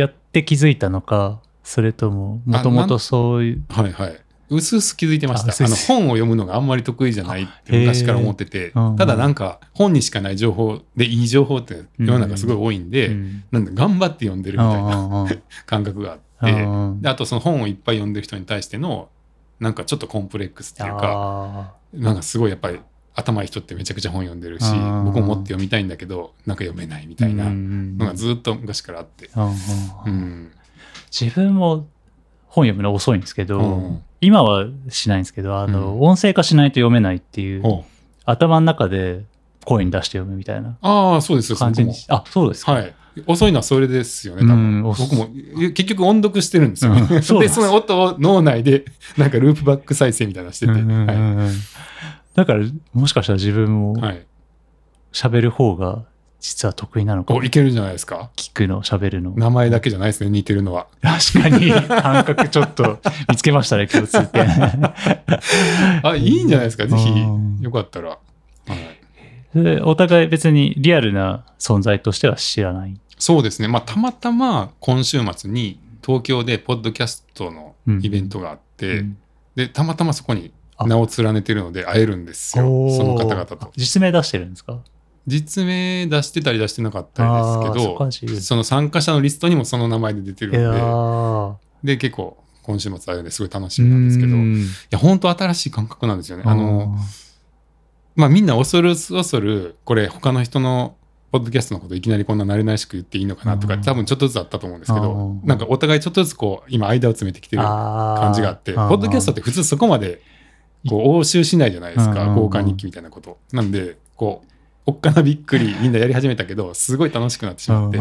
Speaker 2: やって気づいたのかそれとももともとそういう
Speaker 1: はいはい。うすうす気づいてまし
Speaker 2: あ
Speaker 1: た。
Speaker 2: 薄
Speaker 1: あ
Speaker 2: 々
Speaker 1: の本を読むのがあんまり得意じゃないって
Speaker 2: あへー
Speaker 1: 昔から思ってて、
Speaker 2: うんうん
Speaker 1: ただなんか本にしかない情報でいい情報って世の中すごい多いんで、
Speaker 2: うん
Speaker 1: なんで頑張って読んでるみたいな
Speaker 2: あー
Speaker 1: 感覚があ
Speaker 2: あ
Speaker 1: っ
Speaker 2: ー
Speaker 1: て、であとその本をいっぱい読んでる人に対してのなんかちょっとコンプレックスっていうか、
Speaker 2: あ
Speaker 1: なんかすごいやっぱり頭いい人ってめちゃくちゃ本読んでるし、
Speaker 2: うん
Speaker 1: 僕も持って読みたいんだけど、なんか読めないみ
Speaker 2: み
Speaker 1: たいなのがずっと昔からあって。うん。
Speaker 2: 自分も本読むの遅いんですけど、
Speaker 1: うん
Speaker 2: 今はしないんですけどあの、
Speaker 1: うん
Speaker 2: 音声化しないと読めないっていう、
Speaker 1: ほう
Speaker 2: 頭の中で声に出して読むみたいな
Speaker 1: ああ、そうですよ、
Speaker 2: 感じに
Speaker 1: 僕も
Speaker 2: あそうですか、
Speaker 1: はい。遅いのはそれですよね、多
Speaker 2: う
Speaker 1: 分。
Speaker 2: ん遅い
Speaker 1: 僕もえ結局音読してるんですよね。
Speaker 2: うんそうなん
Speaker 1: で、
Speaker 2: です
Speaker 1: その音を脳内で、なんかループバック再生みたいなのしてて。
Speaker 2: うんうんう
Speaker 1: は
Speaker 2: んうんだからもしかしたら自分も
Speaker 1: い。はい。
Speaker 2: 喋る方が実は得意なのかも
Speaker 1: お、いけるんじゃないですか。
Speaker 2: 聞くの喋るの
Speaker 1: 名前だけじゃないですね、似てるのは。
Speaker 2: 確かに感覚ちょっと見つけましたね共 通点
Speaker 1: あ、いいんじゃないですか、ぜ
Speaker 2: うん
Speaker 1: ひ。よかったら。はい。
Speaker 2: でお互い別にリアルな存在としては知らない
Speaker 1: そうですね。まあ、たまたま今週末に東京でポッドキャストのイベントがあって、
Speaker 2: うん
Speaker 1: で、たまたまそこに
Speaker 2: あ
Speaker 1: 名を連ねてるので会えるんですよ。
Speaker 2: おー
Speaker 1: その方々と
Speaker 2: あ。実名出してるんですか
Speaker 1: 実名出してたり出してなかったりですけ
Speaker 2: あーそ
Speaker 1: ど
Speaker 2: こは自由
Speaker 1: その参加者のリストにもその名前で出てる
Speaker 2: いや
Speaker 1: の
Speaker 2: ー
Speaker 1: でで結構今週末あれですごい楽しみなんですけどいや本当新しい感覚なんですよねあのまあみんな恐る恐るこれ他の人のポッドキャストのこといきなりこんな慣れなしく言っていいのかなと
Speaker 2: あ
Speaker 1: か
Speaker 2: ー
Speaker 1: 多分ちょっとずつあったと思うんですけ
Speaker 2: あ
Speaker 1: ど
Speaker 2: ー
Speaker 1: なんかお互いちょっとずつこう今間を詰めてきてる
Speaker 2: 感
Speaker 1: 感じがあってポッドキャストって普通そこまでこう応酬しないじゃないですか
Speaker 2: うん
Speaker 1: 交換日記みたいなことなんでこうおっかなびっくりみんなやり始めたけどすごい楽しくなってしまって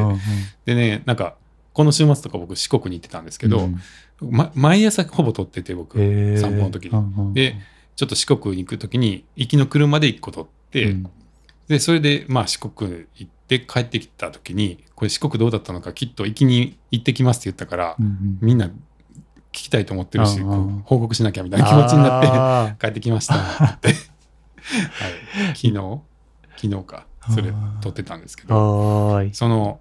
Speaker 1: でねなんかこの週末とか僕四国に行ってたんですけど、ま毎朝ほぼ撮ってて僕、散歩の時に
Speaker 2: に
Speaker 1: でちょっと四国に行く時に行きの車で1個撮って、でそれでまあ四国行って帰ってきた時にこれ四国どうだったのかきっと行きに行ってきますって言ったから、みんな聞きたいと思ってるし、
Speaker 2: うん
Speaker 1: こ
Speaker 2: うん
Speaker 1: う報告しなきゃみたいな気持ちになって
Speaker 2: って
Speaker 1: 帰ってきましたってはい、昨日昨日かそれ撮ってたんですけど
Speaker 2: はーい
Speaker 1: その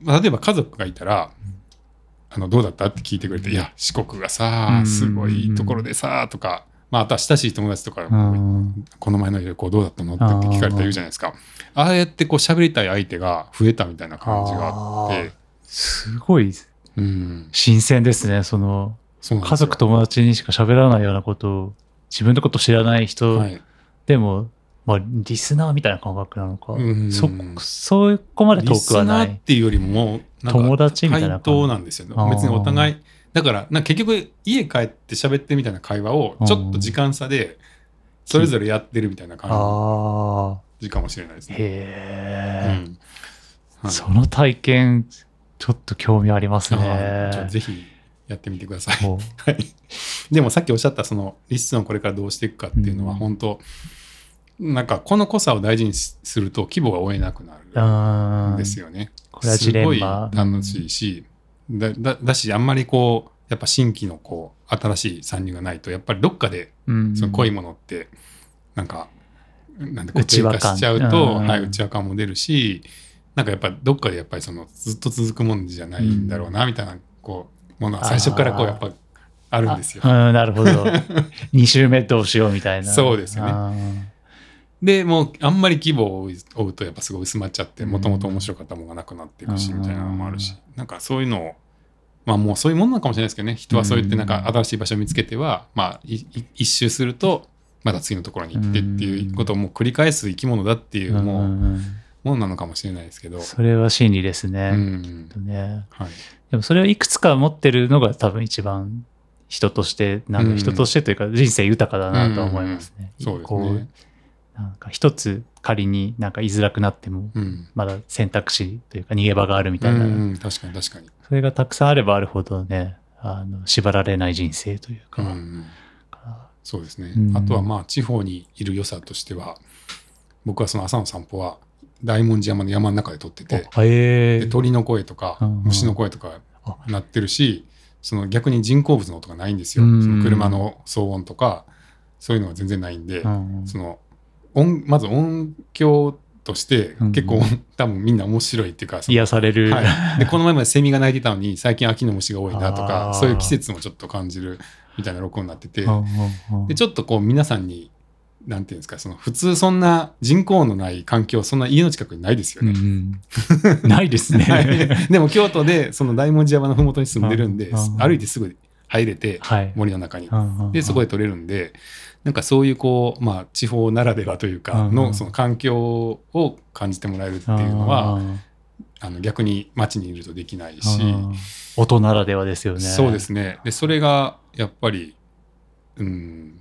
Speaker 1: まあ例えば家族がいたら
Speaker 2: うん
Speaker 1: 「あのどうだった?」って聞いてくれて「いや四国がさ
Speaker 2: うん
Speaker 1: すごいいいところでさ」とかまあ、あとは親しい友達とか
Speaker 2: う
Speaker 1: も、
Speaker 2: ん。
Speaker 1: この前の旅行どうだったのって聞かれたら言うじゃないですか。ああやってこう喋りたい相手が増えたみたいな感じがあって、
Speaker 2: すごい
Speaker 1: うん、
Speaker 2: 新鮮ですね。その、
Speaker 1: そうなん
Speaker 2: 家
Speaker 1: ですよ
Speaker 2: 族、友達にしか喋らないようなことを、自分のこと知らない人
Speaker 1: はい、
Speaker 2: でも、まあ、リスナーみたいな感覚なのか。
Speaker 1: うん
Speaker 2: そ、そこまで遠
Speaker 1: リ
Speaker 2: く
Speaker 1: ス
Speaker 2: はな
Speaker 1: ナー
Speaker 2: い
Speaker 1: っ。ていうよりももうなんか
Speaker 2: 友達みたいな
Speaker 1: 対
Speaker 2: 感じ
Speaker 1: 等なんですよね
Speaker 2: あー
Speaker 1: 別にお互いだからなんか結局家帰って喋ってみたいな会話をちょっと時間差でそれぞれやってるみたいな感
Speaker 2: ああ、
Speaker 1: じかもしれないですね。う
Speaker 2: へえ、
Speaker 1: んはい
Speaker 2: その体験、ちょっと興味あります
Speaker 1: あーじゃあ
Speaker 2: ね。
Speaker 1: ぜひやってみてください。
Speaker 2: もう
Speaker 1: でもさっきおっしゃったそのリスンをこれからどうしていくかっていうのは
Speaker 2: うん
Speaker 1: 本当、なんかこの濃さを大事にしすると規模が追えなくな
Speaker 2: う
Speaker 1: る
Speaker 2: ー
Speaker 1: ん
Speaker 2: ん。
Speaker 1: ですよね。
Speaker 2: これはジレンマ。
Speaker 1: すごい楽しいし、だだだしあんまりこうやっぱ新規のこう新しい参入がないとやっぱりどっかで
Speaker 2: うん。
Speaker 1: その濃いものってなんか、なんで固定
Speaker 2: 内輪
Speaker 1: 化
Speaker 2: 感
Speaker 1: しちゃうと、
Speaker 2: うん
Speaker 1: はい、内輪感も出るしなんかやっぱどっかでやっぱりそのずっと続くもんじゃないんだろうなみたいなこうものは最初からこうやっぱあるんですよ。
Speaker 2: あうん、なる ほど。2周目どうしようみたいな。
Speaker 1: そうですよね
Speaker 2: ね。
Speaker 1: でもうあんまり規模を追うとやっぱすごい薄まっちゃって
Speaker 2: うん
Speaker 1: もともと面白かったものがなくなっていくし
Speaker 2: うん
Speaker 1: みたいなのもあるしなんかそういうのをまあもうそういうものなのかもしれないですけどね人はそうやってなんか
Speaker 2: う
Speaker 1: 新しい場所を見つけてはまあいい一周するとまた次のところに行ってっていうことをもう繰り返す生き物だっていうもう
Speaker 2: も
Speaker 1: ものなのかもしれないですけど。
Speaker 2: それは真理です
Speaker 1: う
Speaker 2: ね。
Speaker 1: ん
Speaker 2: ね
Speaker 1: はい
Speaker 2: でもそれをいくつか持ってるのが多分一番人として、なんか
Speaker 1: うん
Speaker 2: 人としてというか人生豊かだなとは思いますね。
Speaker 1: そうです
Speaker 2: こ
Speaker 1: ね。
Speaker 2: なんか一つ仮になんか居づらくなっても、
Speaker 1: うん
Speaker 2: まだ選択肢というか逃げ場があるみ
Speaker 1: う
Speaker 2: たいな、
Speaker 1: ん、確かに確かに。
Speaker 2: それがたくさんあればあるほどね、あの縛られない人生という
Speaker 1: う
Speaker 2: か、
Speaker 1: んそうですね、
Speaker 2: うん
Speaker 1: あとはまあ地方にいる良さとしては僕はその朝の散歩は大文字山の山の中で撮ってて
Speaker 2: あへえ
Speaker 1: で鳥の声とか
Speaker 2: うんうん
Speaker 1: 虫の声とか
Speaker 2: あ
Speaker 1: 鳴ってるしその逆に人工物の音がないんですよ、
Speaker 2: うん
Speaker 1: その車の騒音とかそういうのが全然ないんで、
Speaker 2: うん
Speaker 1: その音まず音響として結構、
Speaker 2: うんう
Speaker 1: 多分みんな面白いっていうかその
Speaker 2: 癒される、
Speaker 1: はい、でこの前までセミが鳴いてたのに最近秋の虫が多いなと
Speaker 2: あー
Speaker 1: かそういう季節もちょっと感じるみたいな録音になってて、
Speaker 2: うんうんうん
Speaker 1: でちょっとこう皆さんになんていうんですかその普通そんな人口のない環境そんな家の近くにないですよね。
Speaker 2: うんうんないですね。
Speaker 1: はい、でも京都でその大文字山の麓に住んでるんで
Speaker 2: ああ
Speaker 1: 歩いてすぐ入れて
Speaker 2: はい。
Speaker 1: 森の中に。で
Speaker 2: で
Speaker 1: そこで撮れるんでなんかそういうこう、まあ、地方ならではというか
Speaker 2: うん
Speaker 1: のその環境を感じてもらえるっていうのはあの逆に街にいるとできないし。
Speaker 2: 音ならではですよね。
Speaker 1: そうですねでそれがやっぱり、うん、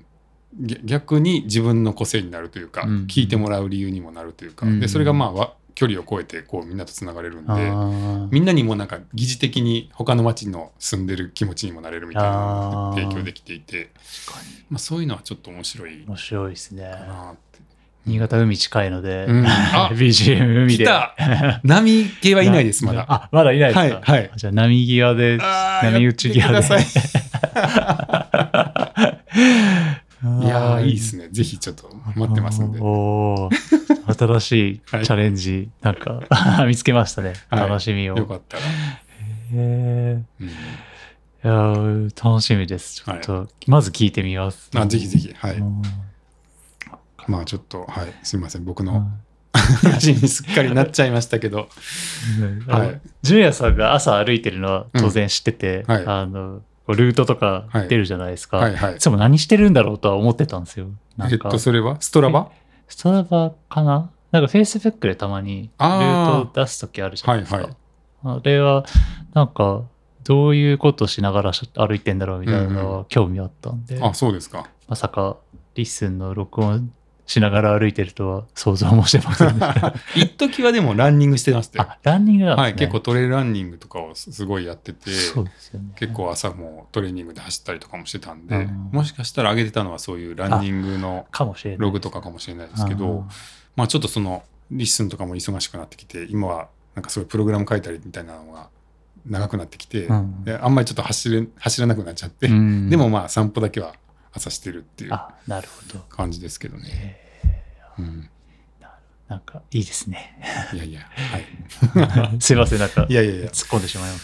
Speaker 1: ぎ逆に自分の個性になるというか、
Speaker 2: うん
Speaker 1: 聞いてもらう理由にもなるというか、
Speaker 2: うん
Speaker 1: でそれがまあわ距離を超えてこうみんなとつながれるんで、
Speaker 2: あー。
Speaker 1: みんなにもなんか疑似的に他の町の住んでる気持ちにもなれるみたいなの
Speaker 2: あ
Speaker 1: を
Speaker 2: ー
Speaker 1: 提供できていて、
Speaker 2: 確かに
Speaker 1: まあ、そういうのはちょっと面白い
Speaker 2: 面白いですね
Speaker 1: か。なって。
Speaker 2: 新潟海近いので、
Speaker 1: うん あ
Speaker 2: BGM 海
Speaker 1: 来
Speaker 2: で。
Speaker 1: た波系はいないですまだ。
Speaker 2: あ、まだいないですか。
Speaker 1: はいはい
Speaker 2: じゃあ波際で、
Speaker 1: あー
Speaker 2: 波打ち
Speaker 1: や
Speaker 2: 際
Speaker 1: っ
Speaker 2: で。
Speaker 1: てくだ さ い。いや
Speaker 2: あ
Speaker 1: ー
Speaker 2: ー
Speaker 1: いいですね。ぜひちょっと待ってますんで。
Speaker 2: おー新しいチ
Speaker 1: はい
Speaker 2: ャレンジ、なんか、 見つけましたね。
Speaker 1: はい
Speaker 2: 楽しみを。
Speaker 1: よかったら。
Speaker 2: へ
Speaker 1: うん
Speaker 2: ーいやー楽しみです。ちょっと、まず聞いてみます。
Speaker 1: あぜひぜひ、は
Speaker 2: う
Speaker 1: い。
Speaker 2: ん
Speaker 1: まあちょっと、はい、すみません、僕
Speaker 2: は
Speaker 1: の話にすっかりなっちゃいましたけど、
Speaker 2: いあ
Speaker 1: は
Speaker 2: の
Speaker 1: い。
Speaker 2: 純也さんが朝歩いてるのは当然知ってて、
Speaker 1: うんはい
Speaker 2: あのこうルートとか出るじゃないですか、、
Speaker 1: はいい、はい。
Speaker 2: つも何してるんだろうとは思ってたんですよな
Speaker 1: え
Speaker 2: ん
Speaker 1: っ
Speaker 2: か、
Speaker 1: と、それはストラバ
Speaker 2: ストラバかななんかフェイスブックでたまにル
Speaker 1: あー
Speaker 2: ートを出す時あるじゃないですか、
Speaker 1: はいはい
Speaker 2: あれはなんかどういうことしながらし歩いてんだろうみたいなのは興味あったんで、
Speaker 1: あ、そうですか。
Speaker 2: まさかリッスンの録音しながら歩いてるとは想像もしてませ んでした
Speaker 1: 一時はでもランニングしてましたよ。
Speaker 2: あランニングなんですね、
Speaker 1: はい、結構トレイルランニングとかをすごいやってて、
Speaker 2: そうですよね
Speaker 1: 結構朝もトレーニングで走ったりとかもしてたん
Speaker 2: う
Speaker 1: で、
Speaker 2: ん
Speaker 1: もしかしたら上げてたのはそういうランニングの
Speaker 2: かもしれない
Speaker 1: ログとかかもしれないですけど、まあちょっとそのリッスンとかも忙しくなってきて今はなんかそういうプログラム書いたりみたいなのが長くなってきて、
Speaker 2: うん
Speaker 1: であんまりちょっと走れ走らなくなっちゃって、
Speaker 2: うん
Speaker 1: でもまあ散歩だけは朝してるっていう
Speaker 2: あなるほど
Speaker 1: 感じですけどね。 うん、
Speaker 2: なんかいいですね
Speaker 1: いやいや、はい、
Speaker 2: すいませんなんか
Speaker 1: いやいやいや
Speaker 2: 突っ込んでしまいまし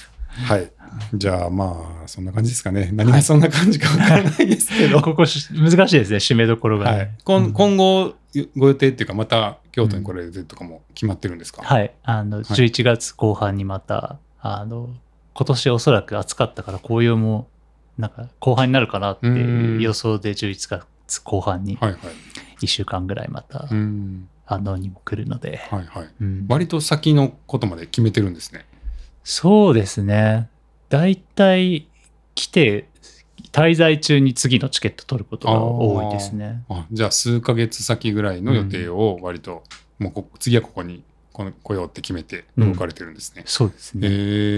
Speaker 2: た
Speaker 1: はい。じゃあまあ、そんな感じですかね。何がそんな感じかわからないですけど。
Speaker 2: ここし難しいですね、締めどころがね、
Speaker 1: はい、今
Speaker 2: うん
Speaker 1: 今後ご予定っていうかまた京都に来られるとかも決まってるんですか、
Speaker 2: はい。あの、11月後半にまた、あの、今年おそらく暑かったから紅葉も、なんか後半になるかなっていう予想で11月後半に
Speaker 1: はい、はい
Speaker 2: 1週間ぐらいまた
Speaker 1: う、ん
Speaker 2: あのにも来るので。
Speaker 1: はいはい
Speaker 2: うん
Speaker 1: 割と先のことまで決めてるんですね
Speaker 2: そうですね。大体来て、滞在中に次のチケット取ることが多いですね。
Speaker 1: あじゃあ数ヶ月先ぐらいの予定を割と、もうこ次はここにこの来ようって決めて動かれてるんですね、
Speaker 2: そうです
Speaker 1: へ
Speaker 2: ね。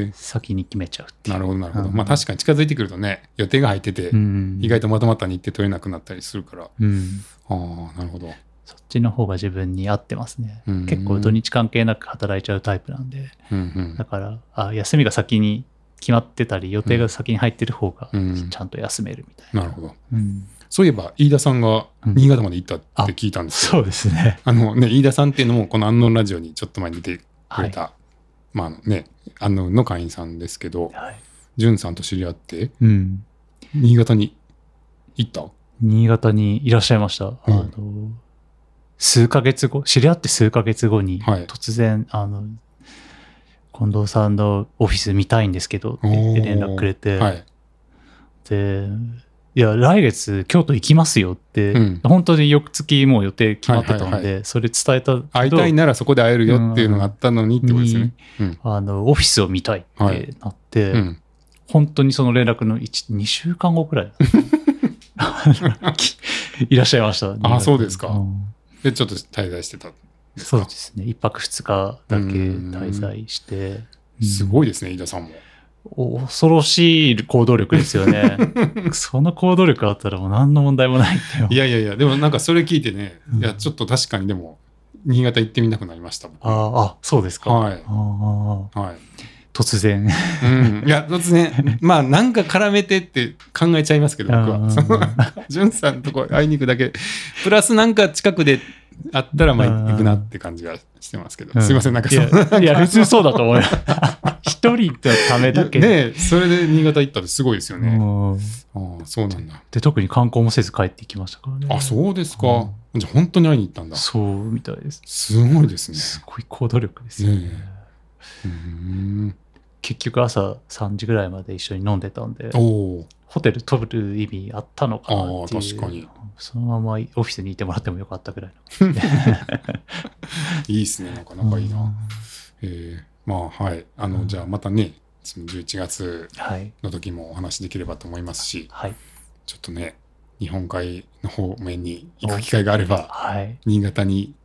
Speaker 1: え
Speaker 2: 先に決めちゃうっていう。
Speaker 1: なるほどなるほど、
Speaker 2: うん
Speaker 1: まあ確かに近づいてくるとね予定が入ってて、
Speaker 2: うん
Speaker 1: 意外とまとまった日程取れなくなったりするから
Speaker 2: うん。
Speaker 1: ああなるほど
Speaker 2: そっちの方が自分に合ってますね。
Speaker 1: うん
Speaker 2: 結構土日関係なく働いちゃうタイプなんで、
Speaker 1: うん
Speaker 2: だからあ休みが先に決まってたり、予定が先に入ってる方が
Speaker 1: うん
Speaker 2: ちゃんと休めるみたい
Speaker 1: うん
Speaker 2: な。
Speaker 1: なるほど
Speaker 2: うん
Speaker 1: そういえば飯田さんが新潟まで行ったって聞いたんですけど、
Speaker 2: そうですね。
Speaker 1: あのね、飯田さんっていうのも、この安納ラジオにちょっと前に出てく
Speaker 2: は
Speaker 1: れ
Speaker 2: い
Speaker 1: た、。まああのね、安納の会員さんですけど、
Speaker 2: はい
Speaker 1: 淳さんと知り合って、
Speaker 2: うん、
Speaker 1: 新潟に行った
Speaker 2: 新潟にいらっしゃいました。あの数ヶ月後、知り合って数ヶ月後に、
Speaker 1: はい
Speaker 2: 突然、あの、近藤さんのオフィス見たいんですけどって言って連絡くれて、
Speaker 1: はい。
Speaker 2: で、いや、来月京都行きますよって、
Speaker 1: うん
Speaker 2: 本当に翌月もう予定決まってた
Speaker 1: は
Speaker 2: ん
Speaker 1: いはい
Speaker 2: で、それ伝えたと
Speaker 1: 会いたいならそこで会えるよっていうのがあったのにってことですよね。うん。
Speaker 2: あの、オフィスを見たいっ
Speaker 1: はい
Speaker 2: てなって、
Speaker 1: うん。
Speaker 2: 本当にその連絡の1、2週間後くらい。きいらっしゃいました。
Speaker 1: あそうですか
Speaker 2: ん
Speaker 1: で、ちょっと滞在してた。
Speaker 2: そうですね。1泊2日だけ滞在して。
Speaker 1: す
Speaker 2: い。
Speaker 1: ごいですね、飯田さんも。
Speaker 2: 恐ろしい行動力ですよ ね。その行動力あったらもう何の問題もないってよ
Speaker 1: い。やいやいや、でもなんかそれ聞いてね、
Speaker 2: うん
Speaker 1: いや、ちょっと確かにでも、新潟行ってみたくなりました、僕
Speaker 2: あーあ、そうですか。
Speaker 1: はい
Speaker 2: あー
Speaker 1: はい。
Speaker 2: 突然。
Speaker 1: うん。いや、突 然、まあ、なんか絡めてって考えちゃいますけど、僕は。そのじゅんさんとこ会いに行くだけ、プラスなんか近くであったら、まあ
Speaker 2: うん
Speaker 1: 行くなって感じがしてますけど、
Speaker 2: う
Speaker 1: すいません、なんか
Speaker 2: い
Speaker 1: そのなんか
Speaker 2: や、いや普通そうだと 思うよ。一人のためだけ。
Speaker 1: ねえそれで新潟行ったってすごいですよね。
Speaker 2: うん
Speaker 1: ああそうなんだ。
Speaker 2: で、特に観光もせず帰ってきましたからね。
Speaker 1: あ、そうですか。じゃあ本当に会いに行ったんだ。
Speaker 2: そうみたいです。
Speaker 1: すごいですね。
Speaker 2: すごい行動力ですよね。
Speaker 1: ねうーん。
Speaker 2: 結局朝3時ぐらいまで一緒に飲んでたんで、
Speaker 1: おー
Speaker 2: ホテル取る意味あったのかなっていう。
Speaker 1: あー確かに。
Speaker 2: そのままオフィスにいてもらってもよかったぐらい
Speaker 1: いいですね。なんか
Speaker 2: の。
Speaker 1: 仲いいな。
Speaker 2: う
Speaker 1: ええまあ、はい。あの、じゃあまたね、その11月
Speaker 2: んはい。
Speaker 1: の時もお話できればと思いますし、
Speaker 2: はい。
Speaker 1: ちょっとね、日本海の方面に行く機会があれば、
Speaker 2: はい。
Speaker 1: 新潟に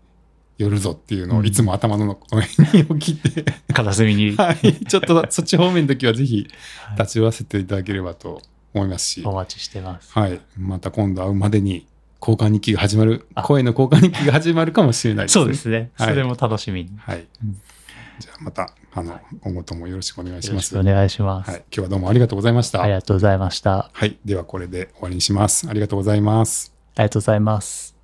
Speaker 1: 寄るぞっていうのを
Speaker 2: うん
Speaker 1: いつも頭のこの辺に置きって、
Speaker 2: 片隅に。
Speaker 1: はい、ちょっとそっち方面の時はぜひ
Speaker 2: はい
Speaker 1: 立ち寄らせていただければと思いますし、
Speaker 2: お待ちしてます。
Speaker 1: はい、また今度会うまでに交換日記が始まる
Speaker 2: あ
Speaker 1: 声の交換日記が始まるかもしれないですね。
Speaker 2: そうですね。
Speaker 1: は
Speaker 2: そ
Speaker 1: い
Speaker 2: れも楽しみに。
Speaker 1: はい
Speaker 2: うん、
Speaker 1: じゃあまたあの今後ともよろしくお願いし
Speaker 2: よろ
Speaker 1: ま
Speaker 2: し
Speaker 1: す。
Speaker 2: くお願いします。
Speaker 1: はい、今日はどうもありがとうございました。
Speaker 2: ありがとうございました。あ
Speaker 1: はい、ではこれで終わりにします。ありがとうございます。
Speaker 2: りがとうございます。